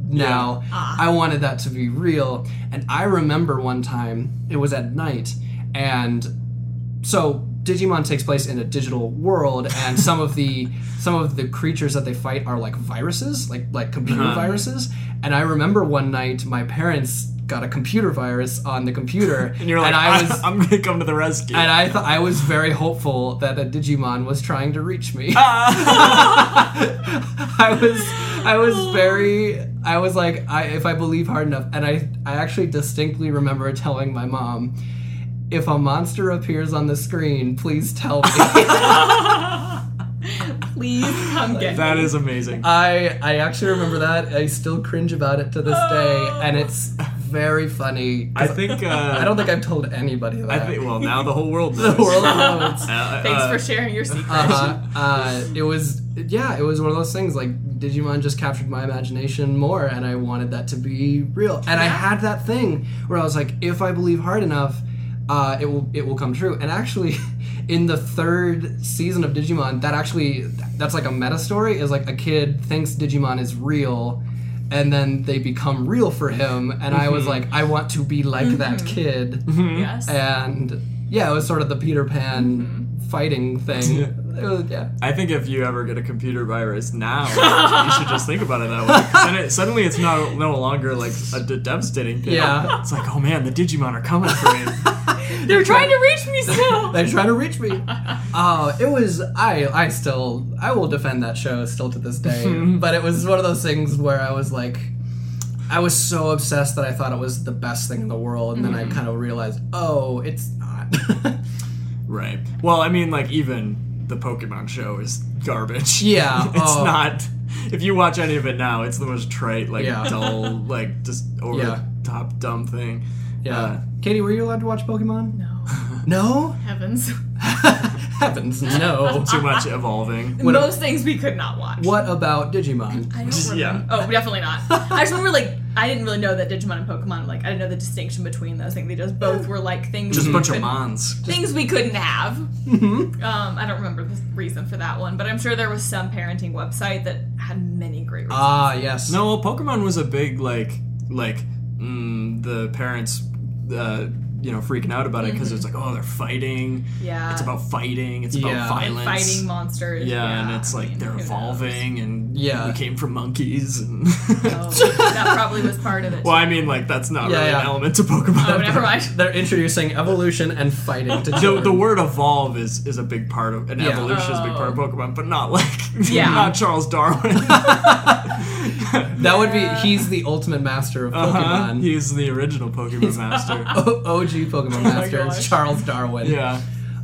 B: now.
A: Ah.
B: I wanted that to be real. And I remember one time, it was at night, and so Digimon takes place in a digital world, and some of
A: (laughs)
B: the some of the creatures that they fight are like viruses, like like computer
A: Uh-huh.
B: viruses. And I remember one night my parents got a computer virus on the computer,
A: (laughs) (laughs) and you're like,
B: I was.
A: I'm gonna come to the rescue.
B: and I thought I was very hopeful that a Digimon was trying to reach
A: (laughs)
B: me. (laughs) I was I was very I was like I if I believe hard enough and I I actually distinctly remember telling my mom if a monster appears on the screen please tell me
C: Please come
B: (laughs)
C: get
A: that
C: me.
A: is amazing.
B: I I actually remember that I still cringe about it to this day and it's very funny
A: I
B: 'cause
A: think. Uh,
B: (laughs) I don't think I've told anybody that
A: I think. Well, now the whole world.
B: (laughs) the
A: Knows. (laughs)
B: world knows.
A: Uh,
C: Thanks
A: uh,
C: for sharing your secret.
B: uh, uh, it was yeah it was one of those things like digimon just captured my imagination more and i wanted that to be real and i had that thing where i was like if i believe hard enough uh, it will it will come true and actually (laughs) in the third season of digimon that actually that's like a meta story is like a kid thinks digimon is real and then they become real for him and i was like i want to be like that kid
A: hmm.
C: yes.
B: um, and yeah, it was sort of the Peter Pan
C: Mm-hmm.
B: fighting thing. It was-
C: (laughs)
B: yeah.
A: I think if you ever get a computer
B: (laughs)
A: virus now, you should just think about it that way. 'Cause Then it, suddenly it's not no longer like a de- devastating thing.
B: Yeah.
A: It's like, oh man, the Digimon are coming for
B: (laughs)
A: me.
C: They're trying to reach me still.
B: They're trying to reach me.
C: (laughs)
B: Uh, it was I. I still I will defend that show still to this
C: (laughs)
B: day.
C: Mm-hmm.
B: but it was one of those things where I was like, I was so obsessed that I thought it was the best thing in the world, and
C: Mm-hmm.
B: then I kind of realized, oh, it's not.
A: right. Well, I mean, like even the Pokemon show is garbage.
B: Yeah,
A: (laughs) it's
B: oh.
A: not. If you watch any of it now, it's the most trite, like
B: Yeah.
A: dull, like just over
B: Yeah.
A: the top dumb thing.
B: (laughs) yeah.
A: Uh,
B: Katie, were you allowed to watch Pokemon?
C: No.
B: (laughs) No.
C: Heavens. (laughs)
B: Heavens, no.
A: too much evolving.
B: What a-
C: Most things we could not watch.
B: what about Digimon?
C: I don't
A: Yeah.
C: remember. Oh,
A: (laughs)
C: definitely not. I just remember like I didn't really know that Digimon and Pokemon like I didn't know the distinction between those. I think they just both were like things
A: Just a
C: we
A: bunch of
C: couldn't-
A: mons.
C: things we couldn't have. Um, I don't remember the reason for that one, but I'm sure there was some parenting website that had many great
A: Uh,
C: reasons.
B: Ah, yes.
A: No, well, Pokemon was a big like like mm, the parents, uh, you know, freaking out about it because it's like, oh, they're fighting.
C: Mm-hmm. yeah,
A: It's about fighting. It's about
B: Yeah.
A: violence.
C: fighting monsters.
A: Yeah, and it's
C: I
A: like
C: mean,
A: they're
C: who knows?
A: evolving, and
B: Yeah.
A: we came from monkeys. And (laughs)
C: Oh, that probably was part of it.
A: well, I mean, like that's not
B: Yeah,
A: really
B: yeah.
A: an element to Pokemon.
C: oh, never mind.
B: They're introducing evolution and fighting to
A: (laughs) The,
B: children.
A: the word evolve is, is a big part of an
B: Yeah.
A: evolution is a big part of
C: Oh.
A: Pokemon, but not like (laughs)
C: Yeah.
A: not Charles (laughs) Darwin.
B: That would be he's the ultimate master of
A: Uh-huh.
B: Pokemon. Oh.
A: He's the original Pokemon master.
B: (laughs) O- OG Pokemon master is
C: gosh.
B: Charles Darwin.
A: Oh Yeah.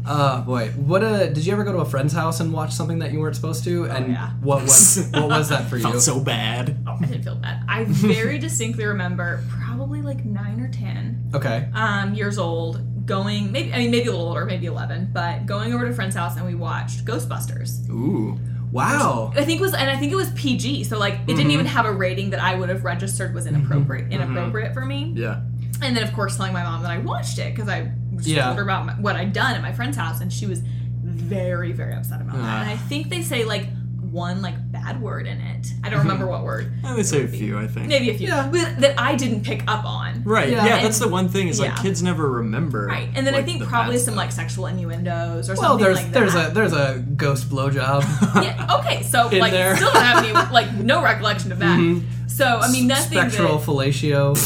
B: Oh boy. What a did you ever go to a friend's house and watch something that you weren't supposed to? And
C: Oh, yeah.
B: what
C: (laughs)
B: was what was that for you? Oh.
A: Felt so bad.
C: I didn't feel bad. I
A: (laughs)
C: very distinctly remember probably like nine or ten.
B: Okay.
C: um, years old, going maybe I mean maybe a little older, maybe eleven, but going over to a friend's house and we watched Ghostbusters.
A: Ooh.
B: Wow.
C: I think it was and I think it was PG, so like it
B: Mm-hmm.
C: didn't even have a rating that I would have registered was inappropriate inappropriate for
B: Mm-hmm.
C: me.
A: Yeah.
C: And then of course telling my mom that I watched it because I just
B: Yeah.
C: told her about my, what I'd done at my friend's house, and she was very very upset about that. And I think they say like one like bad word in it. I don't remember what word,
A: Eh, They say a few, I think.
C: maybe a few
B: Mm-hmm. Yeah.
C: but that I didn't pick up on.
A: Right.
B: Yeah.
A: Yeah, that's the one thing is like
C: Yeah.
A: kids never remember.
C: Right, and then I
A: like,
C: think
A: the
C: probably
A: bad
C: some
A: stuff.
C: like sexual innuendos or
B: Well,
C: something
B: there's
C: like that.
B: there's a there's a ghost blowjob.
A: (laughs)
C: yeah, okay,
B: (laughs)
C: so
B: in
C: like
B: there. Mm-hmm.
C: still don't have any like no recollection of that. So I mean nothing
B: Spectral fellatio.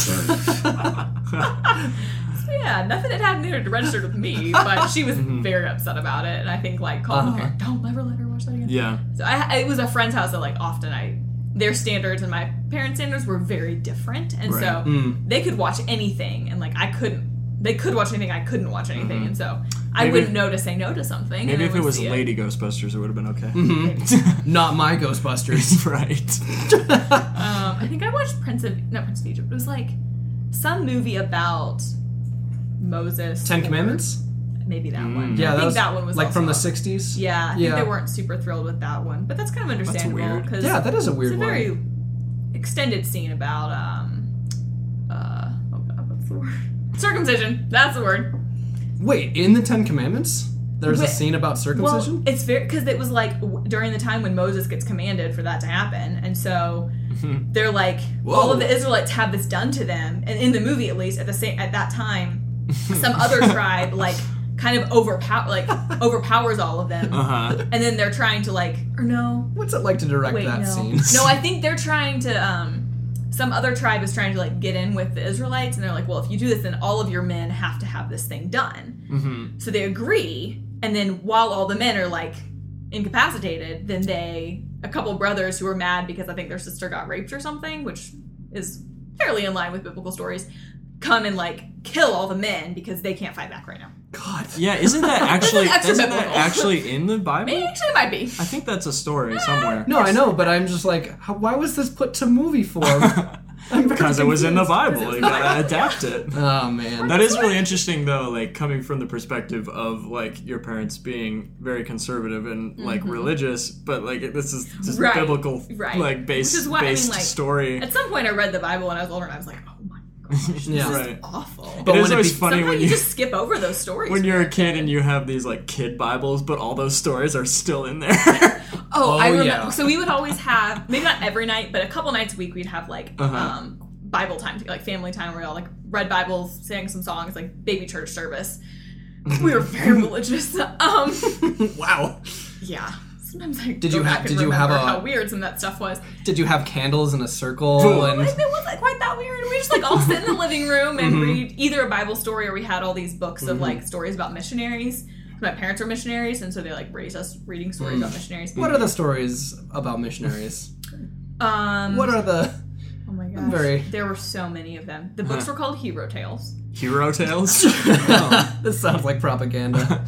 A: (laughs)
C: that yeah, nothing that happened there registered with
B: (laughs)
C: me, but she was
A: Mm-hmm.
C: very upset about it and I think like called her
B: Uh-huh.
C: parent, don't ever let her watch that again.
A: Yeah.
C: So I, it was a friend's house that like often I their standards and my parents' standards were very different and so
B: Mm.
A: Right.
B: Hmm.
C: they could watch anything and like I couldn't they could watch anything, I couldn't watch anything and so I
A: Mm-hmm. Maybe
C: wouldn't
A: if-
C: know to say no to something.
A: Maybe
C: and I
A: if it
C: would
A: was
C: see Mm-hmm.
A: Lady Ghostbusters, it would have been okay.
B: Mm-hmm.
C: (laughs)
B: Not my Ghostbusters. (laughs)
A: (laughs) right.
C: Um, I think I watched Prince of not Prince of Egypt. It was like some movie about Moses.
B: Ten Commandments? Mm.
C: maybe that one.
B: Yeah,
C: I
B: that
C: think
B: was,
C: that one was
B: like from the
C: also-
B: '60s.
C: Yeah, I think
B: Yeah.
C: they weren't super thrilled with that one, but that's kind of understandable
A: weird.
C: because
B: yeah, that is a
C: it's
B: weird
C: a
B: one.
C: very extended scene about um uh oh god, what's the word? (laughs) Circumcision. That's the word.
B: Wait, in the Ten Commandments, there's a
C: Wait,
B: scene about circumcision.
C: Well, it's fair because it was like w- during the time when Moses gets commanded for that to happen, and so they're like, all
B: Whoa.
C: of the Israelites have this done to them, and in the movie at least, at the same at that time, (laughs) some
B: (laughs)
A: (laughs)
C: other tribe like kind of overpower like overpowers all of them,
A: Uh-huh.
C: and then they're trying to like, or no,
B: What's it like to direct
C: wait,
B: that
C: no, (laughs)
B: scene? (laughs)
C: no, I think they're trying to um. Some other tribe is trying to like get in with the Israelites, and they're like, "Well, if you do this, then all of your men have to have this thing done."
A: Mm-hmm.
C: So they agree, and then while all the men are like incapacitated, then they a couple brothers who are mad because I think their sister got raped or something, which is fairly in line with biblical stories, come and like kill all the men because they can't fight back right now.
B: God.
A: Yeah, isn't that actually
C: (laughs) That's an extra
A: isn't that
C: biblical.
A: actually in the Bible?
C: Maybe actually it might be.
A: I think that's a story somewhere.
B: No,
A: (laughs)
B: I know, but I'm just like, how, why was this put to movie
A: (laughs)
B: form? I'm very
A: Because it was in the
B: confused.
A: Bible, you gotta adapt it.
B: (laughs) Oh man.
A: That is really interesting, though. Like coming from the perspective of like your parents being very conservative and like religious, but like it- this is just
C: Mm-hmm. Right,
A: biblical,
C: right.
A: like based
C: Which is why, I mean,
A: based
C: like, (laughs)
A: story.
C: At some point I read the Bible when I was older and I was like, oh my gosh, this
B: Yeah.
C: is
A: Right.
C: awful.
B: but when
A: it is
B: it
A: always
B: be-
A: funny
C: Sometimes
A: when
C: you
A: you
C: just skip over those
A: (laughs)
C: stories.
A: when you're a kid and you have these like kid Bibles, but all those stories are still in there. (laughs)
C: Oh,
B: Oh,
C: I remember.
B: yeah.
C: So we would always have maybe not every night, but a couple nights a week we'd have like
A: Uh-huh.
C: um, Bible time, to- like family time, where we all like read Bibles, sang some songs, like baby church service.
B: (laughs)
C: We were very religious. Um,
B: (laughs) wow.
C: yeah. Sometimes I
B: Did
C: go
B: you ha-
C: back and
B: did you have
C: remember
B: a-
C: how weird some of
B: (laughs)
C: that stuff was.
B: Did you have candles in a circle
A: Cool.
B: and
C: Like, it wasn't quite that weird. We just like all sit in the living room and
B: Mm-hmm.
C: read either a Bible story or we had all these books of like stories about missionaries. My parents were missionaries, and so they like raised us reading stories about missionaries.
B: Mm. what are the stories about
C: (laughs)
B: missionaries?
C: Um,
B: What are
C: (laughs)
B: the (laughs)
C: Oh my gosh.
B: very-
C: There were so many of them. The books were called Hero Tales.
A: Hero tales.
B: This sounds like propaganda.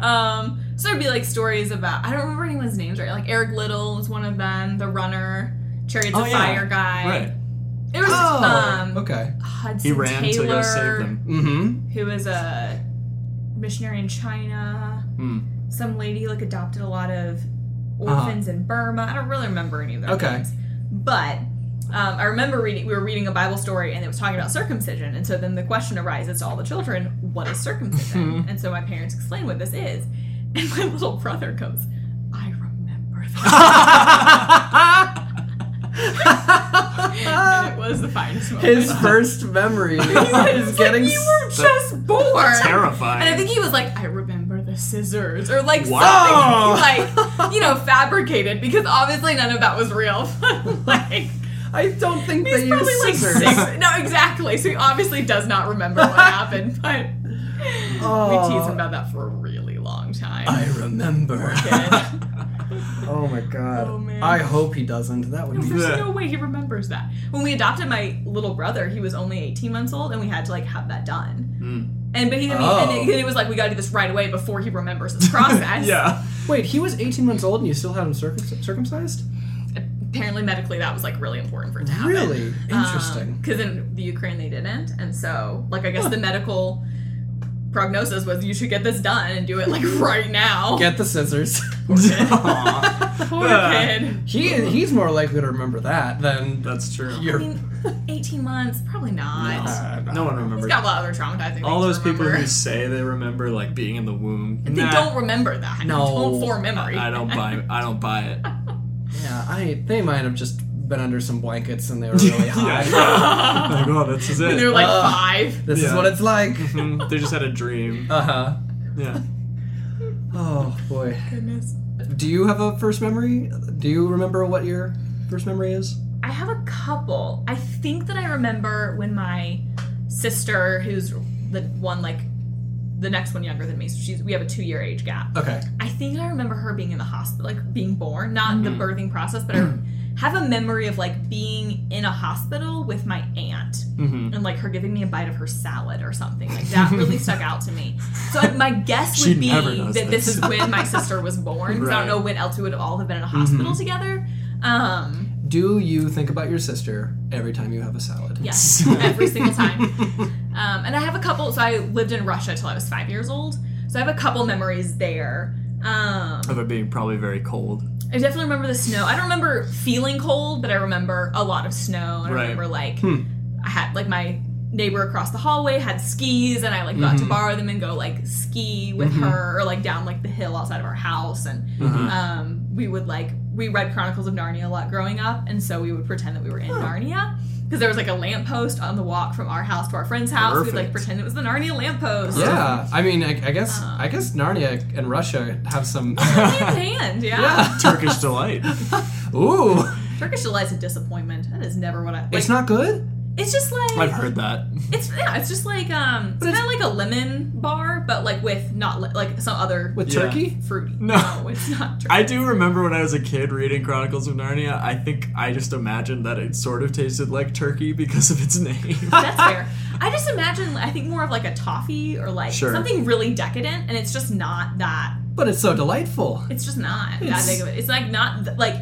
C: Um, so there'd be like stories about I don't remember anyone's names right. Like Eric Little was one of them, The Runner, Chariots
A: Oh,
C: of
A: yeah.
C: Fire
A: (laughs)
C: guy.
A: right.
C: It was
B: oh,
A: (laughs)
C: um
B: okay.
C: Hudson
A: He ran
C: Taylor,
A: to go save them.
C: (laughs)
B: Mm-hmm. (laughs)
C: who is a missionary in China.
A: Hmm.
C: Some lady like adopted a lot of orphans in Burma. I don't really remember any of their
B: Uh-huh. Okay.
C: names. but um, I remember reading we were reading a Bible story and it was talking about circumcision, and so then the question arises to all the children, "What is circumcision?"
B: Mm-hmm.
C: and so my parents explain what this is, (laughs) and my little brother goes, "I remember
B: (laughs)
C: that." and it was the finest moment. (laughs)
B: His first memory (laughs) is getting.
C: you
B: (laughs)
C: were just born.
A: Terrifying.
C: And I think he was like, I remember the scissors, or like
A: Wow.
C: something like you know fabricated because obviously none of that was real. (laughs) like
B: I don't think
C: he's
B: they use
C: probably like
B: scissors.
C: six. No, exactly. So he obviously does not remember what happened, but we tease him about that for a really long (laughs)
B: I
C: time.
B: remember.
C: And
B: Oh my god.
C: Oh, man.
B: I hope he doesn't. That would be.
C: (laughs) There's no way he remembers that. When we adopted my little brother, he was only 18 months old, and we had to like have that done.
A: Hmm.
C: And but he didn't.
B: Oh.
C: And it, and it was like we got to do this right away before he remembers this
A: (laughs)
C: process.
A: yeah.
B: Wait, he was 18 months old and you still had him circum- circumcised?
C: Apparently, medically, that was like really important for it to happen.
B: Really?
C: Um,
B: Interesting.
C: Because in the Ukraine they didn't, and so like I guess the medical prognosis was you should get this done and do
A: (laughs)
C: it like right now.
B: Get the (laughs) scissors.
A: Aw,
C: (laughs) Poor
A: Yeah.
C: kid.
B: he he's more likely to remember that than
A: (laughs) That's true.
C: I
B: your.
C: mean, 18 months, probably not.
B: Uh,
A: No one
C: He's
A: remembers.
C: got a lot of other traumatizing. things
A: All
C: to
A: those people
C: remember.
A: who say they remember like being in the womb.
C: They
A: Nah,
C: don't remember that.
B: No.
C: Don't form memory.
A: I don't buy. I don't buy it.
B: yeah, I they might have just been under some blankets and they were (laughs) really high.
A: Yeah.
C: (laughs)
A: oh, this is
C: (laughs) And
A: (laughs)
C: they're
A: it.
C: like
B: Ugh.
C: five.
B: This is
A: Yeah.
B: what it's (laughs) like.
A: Mm, they just had a dream.
B: Uh huh.
A: Yeah.
B: Oh boy.
C: Goodness.
B: Do you have a first memory? Do you remember what your first memory is?
C: I have a couple. I think that I remember when my sister, who's the one like the next one younger than me, so she's we have a two year age gap.
B: Okay.
C: I think I remember her being in the hospital, like being born, not the
A: Mm-hmm.
C: birthing process, but I (clears throat) have a memory of like being in a hospital with my aunt
A: Mhm.
C: and like her giving me a bite of her salad or something. Like
A: (laughs)
C: that really stuck out to me. So like, my guess
A: She
C: would be
A: never knows
C: that this.
A: this.
C: is when my sister was born. 'cause I
A: Right. Mm-hmm.
C: don't know when else we would have all have been in a hospital together. Um,
B: Do you think about your sister every time you have a salad?
C: Yes, every single time. Um, and and I have a couple. So I lived in Russia till I was five years old. So I have a couple memories there. Um,
A: Of it being probably very
C: (laughs)
A: cold.
C: I definitely remember the snow. I don't remember feeling cold, but I remember a lot of snow. And
A: Right.
C: I remember like
B: Hmm.
C: I had like my neighbor across the hallway had skis, and I like got to
B: Mm-hmm.
C: borrow them and go like ski with her, or like down like the hill outside of our house, and
B: Mm-hmm.
C: um, we would like we read Chronicles of Narnia a lot growing up, and so we would pretend that we were in Narnia. Because there was like a lamppost on the walk from our house to our friend's house. We'd like
A: Perfect.
C: pretend it was the Narnia lamppost.
B: Yeah, I mean, I, I guess I guess Narnia and Russia have some.
C: Hand in
B: (laughs)
C: hand, yeah.
A: Turkish delight.
B: Ooh,
C: Turkish delight's a disappointment. That is never what I like.
B: it's not good.
C: It's just like
A: I've heard that.
C: It's yeah, it's just like um, it's kind of like a lemon bar, but like with not li- like some other
B: with
A: Yeah.
B: turkey.
C: fruity.
A: No.
C: it's not. True.
A: I do remember when I was a kid reading Chronicles of Narnia. I think I just imagined that it sort of tasted like turkey because of its name.
C: (laughs) That's fair. I just imagine I think more of like a toffee or like
A: Sure.
C: something really decadent, and it's just not that.
B: But it's so delightful.
C: It's just not
B: It's-
C: that big of it. It's like not th- like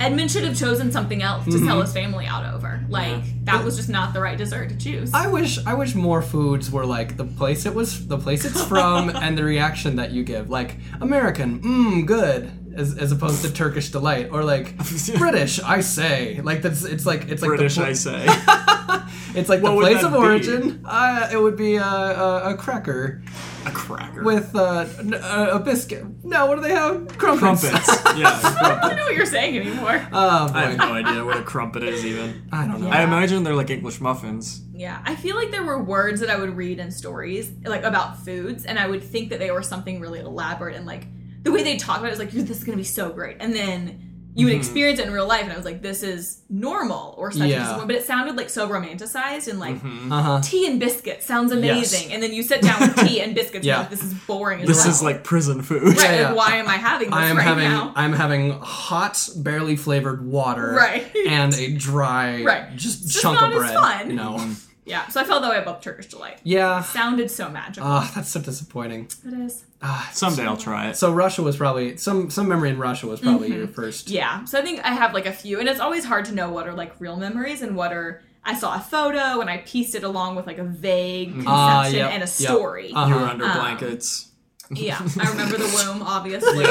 C: Edmund should have chosen something else to sell his family out over. Like that was just not the right dessert to choose.
B: I wish I wish more foods were like the place it was, the place it's from, and the reaction that you give. Like American, mmm, good, as, as opposed to Turkish delight, or like British, I say. Like that's it's like it's like
A: British,
B: the, pl-
A: I
C: (laughs)
A: say.
B: it's like the
A: What would
B: place
A: that
B: of
A: be?
B: origin. Uh, it would be a, a, a cracker
A: a cracker.
B: with uh, n- a, a biscuit. No, what do they have? Crumpets.
A: crumpets. yeah,
C: I don't
A: crumpets.
C: know what you're saying anymore.
B: (laughs) Oh, boy.
A: I have no idea what a crumpet is even.
B: I don't know.
C: Yeah.
A: I imagine they're like English muffins.
C: Yeah, I feel like there were words that I would read in stories, like about foods, and I would think that they were something really elaborate and like the way they talk about it was like, "This is gonna be so great," and then you would
B: Mm-hmm.
C: experience it in real life, and I was like, "This is normal" or such
B: Yeah.
C: as one. But it sounded like so romanticized and like
B: Uh huh.
C: tea and biscuits sounds
A: Yes.
C: amazing, and then you sit
B: (laughs)
C: down with tea and biscuits,
B: Yeah.
C: and you're like, this is boring. As
A: This
C: well.
A: is like prison food.
C: right,
B: Yeah, yeah.
C: like, why am I having this
B: I am
C: right
B: having
C: now?
B: I'm having hot, barely flavored water,
C: Right.
B: and a (laughs) dry,
C: Right.
B: just
C: It's just
B: chunk
C: not
B: of
C: as
B: bread.
C: fun.
B: No,
C: yeah, so I felt that way about Turkish delight.
B: yeah,
C: Sounded so magical.
B: ah, that's so disappointing.
C: it is.
B: Ah,
A: (laughs) Someday I'll try it.
B: so Russia was probably some some memory in Russia was probably your first.
C: Yeah. So I think I have like a few, and it's always hard to know what are like real memories and what are I saw a photo and I pieced it along with like a vague conception
B: Ah, yep,
C: and
B: yep.
C: a story.
B: Uh-huh.
A: You were under
C: Um,
A: blankets.
B: (laughs)
C: Yeah, I remember the womb, obviously.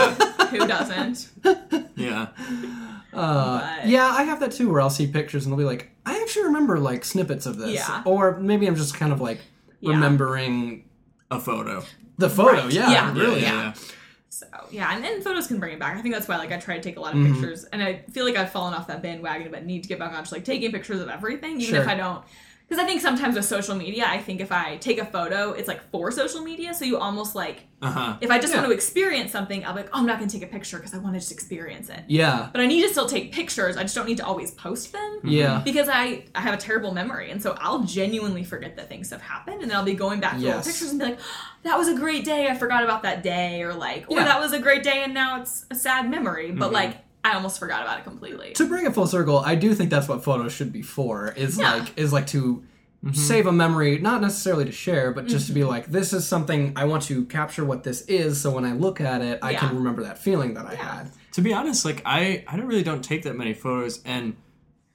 C: Who doesn't?
A: Yeah.
B: Uh,
C: But-
B: yeah, I have that too, where I'll see pictures and I'll be like, I actually remember like snippets of this,
C: Yeah.
B: or maybe I'm just kind of like
C: Yeah.
B: remembering
A: A photo.
B: the photo.
C: Right.
B: Yeah,
C: Yeah.
B: really.
A: Yeah.
C: So yeah, and then photos can bring it back. I think that's why like I try to take a lot of
B: Mm-hmm.
C: pictures, and I feel like I've fallen off that bandwagon, but need to get back on to like taking pictures of everything, even if
B: Sure.
C: I don't. Because I think sometimes with social media, I think if I take a photo, it's like for social media, so you almost like
A: Uh huh.
C: if I just
B: Yeah.
C: want to experience something, I'll be like, oh, I'm not going to take a picture because I want to just experience it.
B: Yeah.
C: But I need to still take pictures. I just don't need to always post them.
B: Yeah.
C: Because I, I have a terrible memory. And so I'll genuinely forget that things have happened. And then I'll be going back to
B: Yes.
C: old pictures and be like, "Oh, that was a great day. I forgot about that day. Or like, or
B: Yeah.
C: that was a great day and now it's a sad memory. But
A: Mm-hmm.
C: like, I almost forgot about it completely.
B: to bring it full circle, I do think that's what photos should be for. Is
C: Yeah.
B: like is like to save a memory, not necessarily to share, but just
C: Mm-hmm.
B: to be like, this is something I want to capture what this is, so when I look at it, I
C: Yeah.
B: can remember that feeling that I had.
A: To be honest, like I, I don't really don't take that many photos, and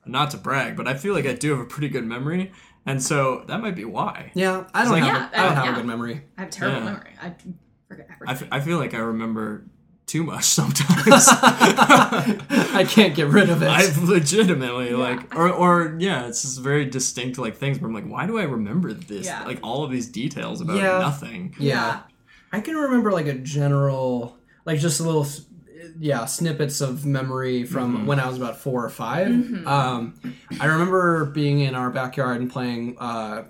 A: not to brag, but I feel like I do have a pretty good memory, and so that might be why.
B: Yeah, I don't
A: like-
B: have
C: Yeah,
B: a, I don't
C: uh,
B: have a
C: yeah.
B: good memory. (laughs)
C: I have a terrible
A: Yeah.
C: memory. I forget
A: I, f-
C: everything.
A: I feel like I remember too
B: (laughs)
A: much sometimes. (laughs)
B: I can't get rid of it.
A: I've legitimately like, or or yeah, it's just very distinct like things where I'm like, why do I remember this?
C: Yeah.
A: Like all of these details about
B: Yeah.
A: nothing.
B: yeah. I can remember like a general, like just a little, s- yeah, snippets of memory from when I was about four or 5 Um, I remember being in our backyard and playing. Uh,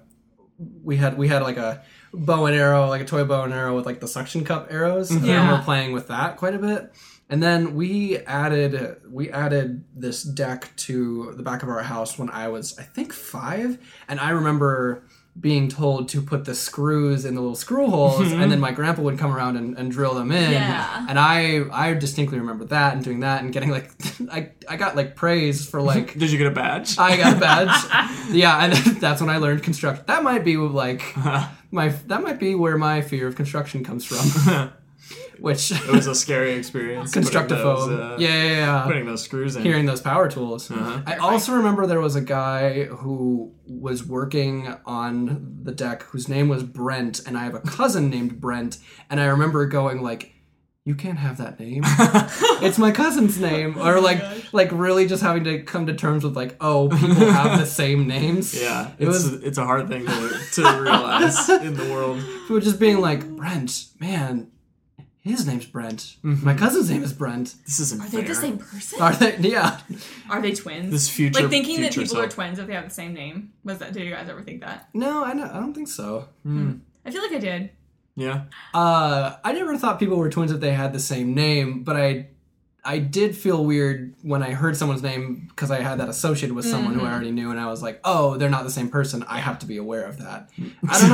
B: we had we had like a bow and arrow, like a toy bow and arrow with like the suction cup arrows. I
C: Yeah.
B: remember playing with that quite a bit. And then we added we added this deck to the back of our house when I was I think five, and I remember being told to put the screws in the little screw holes, and then my grandpa would come around and, and drill them in.
C: Yeah.
B: And I I distinctly remember that and doing that and getting like (laughs) I I got like praise for like
A: (laughs) Did you get a badge?
B: I got a badge. yeah, and (laughs) that's when I learned construction. That might be like my that might be where my fear of construction comes from. (laughs) which
A: It was a scary experience.
B: (laughs)
A: putting
B: constructophobe.
A: those, uh,
B: yeah, yeah, yeah.
A: Putting those screws in.
B: hearing those power tools.
A: Uh-huh.
B: I also remember there was a guy who was working on the deck whose name was Brent, and I have a cousin named Brent, and I remember going like, "You can't have that name. it's my cousin's name," or like, like really just having to come to terms with like, "Oh, people have the same names."
A: (laughs) Yeah,
B: it
A: it's
B: was
A: it's a hard thing to,
B: (laughs)
A: to realize in the world.
B: people just being like, "Brent, man." His name's Brent. My cousin's name is Brent.
A: This isn't
C: Are they
A: fair.
C: the same person?
B: Are they? Yeah.
C: Are they twins?
A: This future
C: like thinking that
A: future
C: people are
A: self.
C: twins if they have the same name. Was that? Did you guys ever think that?
B: No, I, don't- I don't think so.
C: I feel like I did.
A: Yeah,
B: Uh, I never thought people were twins if they had the same name, but I, I did feel weird when I heard someone's name because I had that associated with someone
A: Mm-hmm.
B: who I already knew, and I was like, oh, they're not the same person. I have to be aware of that. I don't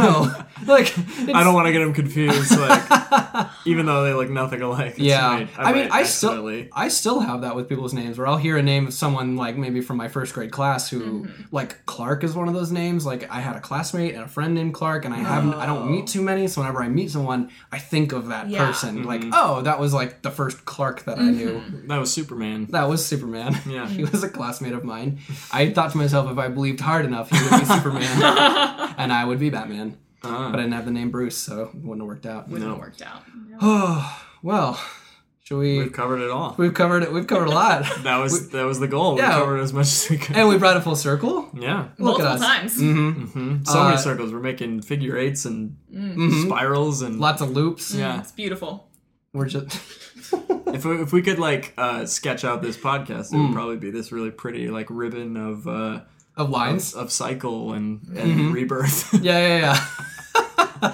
B: know. (laughs) like,
A: I don't want to get them
B: (laughs)
A: confused. Like, even though they look nothing alike. It's
B: Yeah,
A: right.
B: I, mean,
A: might
B: I still,
A: accidentally-
B: I still have that with people's names, where I'll hear a name of someone like maybe from my first grade class who,
C: Mm-hmm.
B: like Clark, is one of those names. Like I had a classmate and a friend named Clark, and I haven't, I don't meet too many, so whenever I meet someone, I think of that
C: Yeah.
B: person,
A: Mm-hmm.
B: like oh, that was like the first Clark that I knew.
C: Mm-hmm.
A: that was Superman.
B: That was Superman. (laughs)
A: Yeah.
B: he was a classmate of mine. I thought to myself, if I believed hard enough, he would be Superman,
C: (laughs)
B: and I would be Batman.
A: Ah.
B: But I didn't have the name Bruce, so it wouldn't have worked out.
C: Wouldn't
A: No.
C: have worked out.
B: Oh (sighs) well, should we?
A: We've covered it all.
B: We've covered it. We've covered a lot,
A: That was that was the goal.
B: Yeah.
A: We covered as much as we could.
B: and we brought it full circle.
A: yeah.
B: Look at
C: Multiple
B: us.
C: times.
A: hmm So
B: Uh, mm-hmm.
A: many circles. We're making figure eights and Mm-hmm. spirals and
B: Lots of loops.
A: yeah.
C: It's beautiful.
B: We're just
A: If we, if we could like uh, sketch out this podcast, it would
B: Mm.
A: probably be this really pretty like ribbon of uh,
B: of lines.
A: of cycle and, and
B: Mm-hmm.
A: rebirth. (laughs)
B: Yeah, yeah, yeah. (laughs)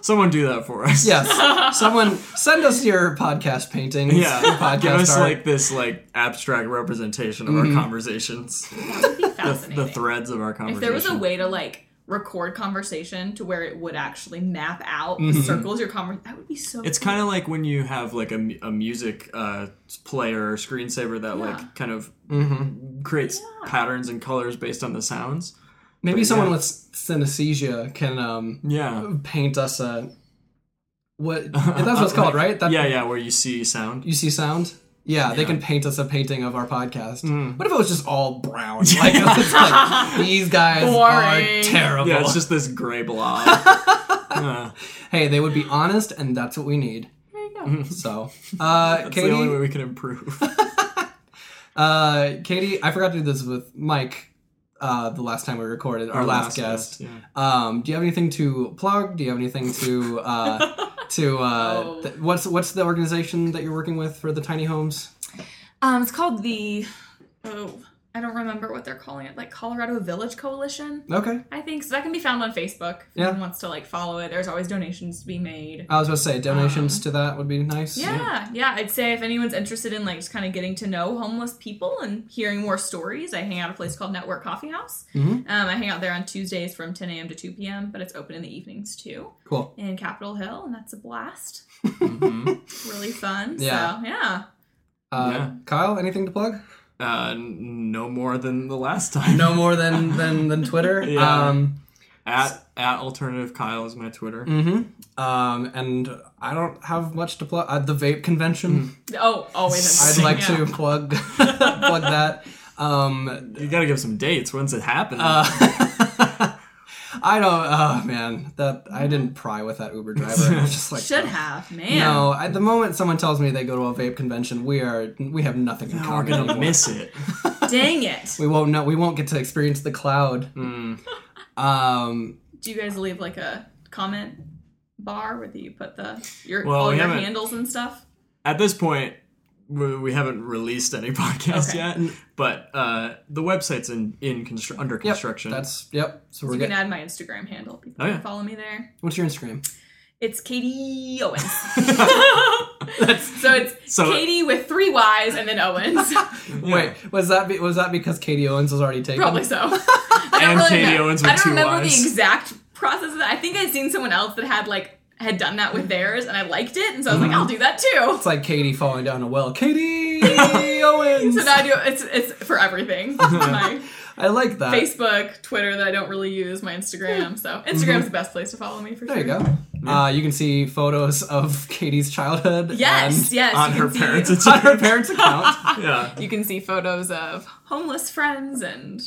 A: Someone do that for us.
B: Yes. Someone send us your podcast paintings.
A: (laughs) Yeah.
B: your podcast
A: Give us
B: art. Mm-hmm.
A: like this like abstract representation of our conversations,
C: That would be
A: (laughs)
C: fascinating.
A: the threads of our
C: if
A: conversation.
C: there was a way to like record conversation to where it would actually map out circles your conversation, that would be so.
A: Mm-hmm. It's kind of like when you have like a, mu- a music uh, player or screensaver that like kind of
B: Mm-hmm.
A: creates patterns and colors based on the sounds.
B: maybe someone
A: yeah.
B: with synesthesia can um
A: Yeah.
B: paint us a what that's
A: (laughs)
B: what it's called, right? That,
A: Yeah, yeah, where you see sound.
B: Uh, You see sound. Yeah, they can paint us a painting of our podcast.
A: Mm.
B: What if it was just all
A: (laughs)
B: brown? Like, it's like, these guys are
C: Boring.
B: terrible.
A: Yeah, it's just this
B: (laughs)
A: gray blob. Yeah.
B: hey, they would be honest, and that's what we need.
C: There you
A: mm-hmm.
C: go.
B: So, uh,
A: That's
B: Katie,
A: the only way we can improve.
B: uh, Katie, I forgot to do this with Mike uh, the last time we recorded
A: Oh,
B: our, last, guest.
A: yeah.
B: Um, do you have anything to plug? Do you have anything to uh, to uh,
C: Oh.
B: th- what's what's the organization that you're working with for the tiny homes?
C: Um, it's called the. Oh, I don't remember what they're calling it. Like Colorado Village Coalition.
B: Okay,
C: I think so. That can be found on Facebook. If
B: Yeah.
C: anyone wants to like follow it, there's always donations to be made.
B: I was about to say donations to that would be nice.
C: Yeah, yeah. I'd say if anyone's interested in like just kind of getting to know homeless people and hearing more stories, I hang out at a place called Network Coffee House.
A: Mm-hmm.
B: Mhm.
C: Um, I hang out there on Tuesdays from 10 a.m. to 2 p.m., but it's open in the evenings too
B: cool.
C: in Capitol Hill, and that's a blast.
B: (laughs)
A: Mhm.
C: Really fun.
B: Yeah.
C: So yeah.
B: Uh,
A: Yeah.
B: Kyle, anything to plug?
A: Uh, n- no more than the last time.
B: No more than than than (laughs) Twitter.
A: Yeah.
B: Um,
A: At at alternative Kyle is my Twitter.
B: mhm. um, and I don't have much to plug. Uh, the vape convention.
C: Oh, always.
B: I'd like
C: yeah.
B: to plug (laughs) plug that.
A: (laughs)
B: Um,
A: You gotta give some dates. When's it happening?
B: Uh, (laughs) I don't. Oh man, that I didn't pry with that Uber driver. I was
C: (laughs)
B: just like,
C: Should have, man.
B: no. At the moment, someone tells me they go to a vape convention, we are we have nothing in
A: We're
B: common
A: gonna
B: (laughs) anymore.
A: miss it.
C: Dang it.
B: we won't know. We won't get to experience the cloud. (laughs) Um,
C: Do you guys leave like a comment bar where you put the your
A: Well,
C: all
A: we
C: your
A: haven't-
C: handles and stuff?
A: At this point, we, we haven't released any (laughs) podcast
C: Okay.
A: yet, but uh, the website's in in constru- under
B: yep,
A: construction.
B: That's yep. So we're
C: You can
B: getting.
C: add my Instagram handle. People
A: Oh, yeah.
C: can follow me there.
B: What's your Instagram?
C: It's Katie
A: (laughs)
C: Owens. (laughs) so it's
A: So-
C: Katie with three Y's and
A: (laughs)
C: then Owens.
A: Yeah.
B: Wait, was that be, was that because Katie Owens was already taken?
C: Probably so. (laughs) I don't
A: And Katie
C: know.
A: Owens with
C: I don't
A: two
C: remember
A: Ys.
C: the exact process of that. I think I'd seen someone else that had like had done that with theirs and I liked it and so I
B: Mm-hmm.
C: was like, I'll do that too.
B: It's like Katie falling down a well. Katie Owens.
C: So now I do it's it's
B: (laughs)
C: for everything. my
B: I like that.
C: Facebook, Twitter that I don't really use, my Instagram. So Instagram's the best place to follow me for
B: Mm-hmm. There
C: sure.
B: you go. Uh, you can see photos of (laughs) Katie's childhood.
C: Yes,
B: and-
C: yes.
A: on
C: you
A: her
C: can see-
B: (laughs)
A: parents.
B: on her parents'
C: (laughs)
B: account.
A: yeah.
D: You can see photos of
C: homeless friends and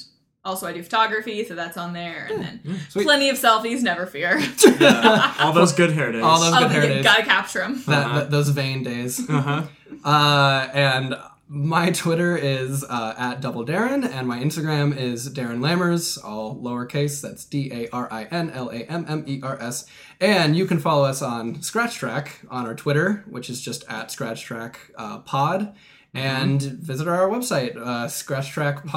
C: also I do photography, so that's on there. And then
B: Sweet.
C: plenty of selfies,
B: (laughs)
C: never fear.
A: Yeah. All those good hair days.
B: All those-
C: oh,
B: There it
C: you
B: is.
C: gotta capture them.
B: that,
A: Uh-huh.
B: that- those vain days.
A: Uh-huh.
B: Uh, and my Twitter is uh, at double Darren, and my Instagram is Darren Lammers, all lowercase. That's D A R I N L A M M E R S. And you can follow us on Scratch Track on our Twitter, which is just at Scratch Track uh, Pod. And visit our website, uh,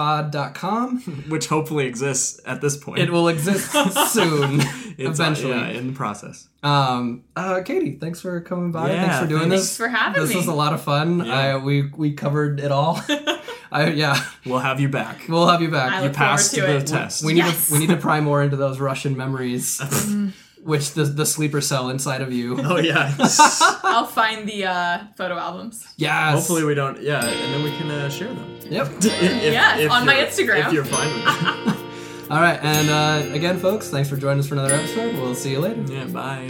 B: scratchtrackpod.com.
A: Which hopefully exists at this point.
B: It will
A: (laughs)
B: exist soon,
A: It's, uh,
B: eventually.
A: yeah, in the process.
B: Um, uh, Katie, thanks for coming by.
A: Yeah,
B: thanks for doing
A: thanks
B: this.
C: for having
B: this
C: me.
B: was a lot of fun.
A: Yeah.
B: I, we we covered it
A: (laughs)
B: all. I, yeah,
A: We'll have you back.
B: we'll have you back.
C: I
B: You-
C: look
A: Passed
C: forward
A: the
C: to it.
A: test.
B: we need
C: Yes.
B: to
C: Mm.
B: we need to pry more into those Russian
A: (laughs)
B: memories, which the the sleeper cell inside of you.
A: oh yeah.
C: I'll find the uh, photo albums.
B: Yes.
A: Hopefully we don't. Yeah, and then we can uh, share them.
B: Yep.
A: If- if
C: on my
A: you're-
C: Instagram.
A: If you're fine with it.
B: All right. And uh,
A: (laughs)
B: again, folks, thanks for joining us for another episode. We'll see you later.
A: yeah. Bye.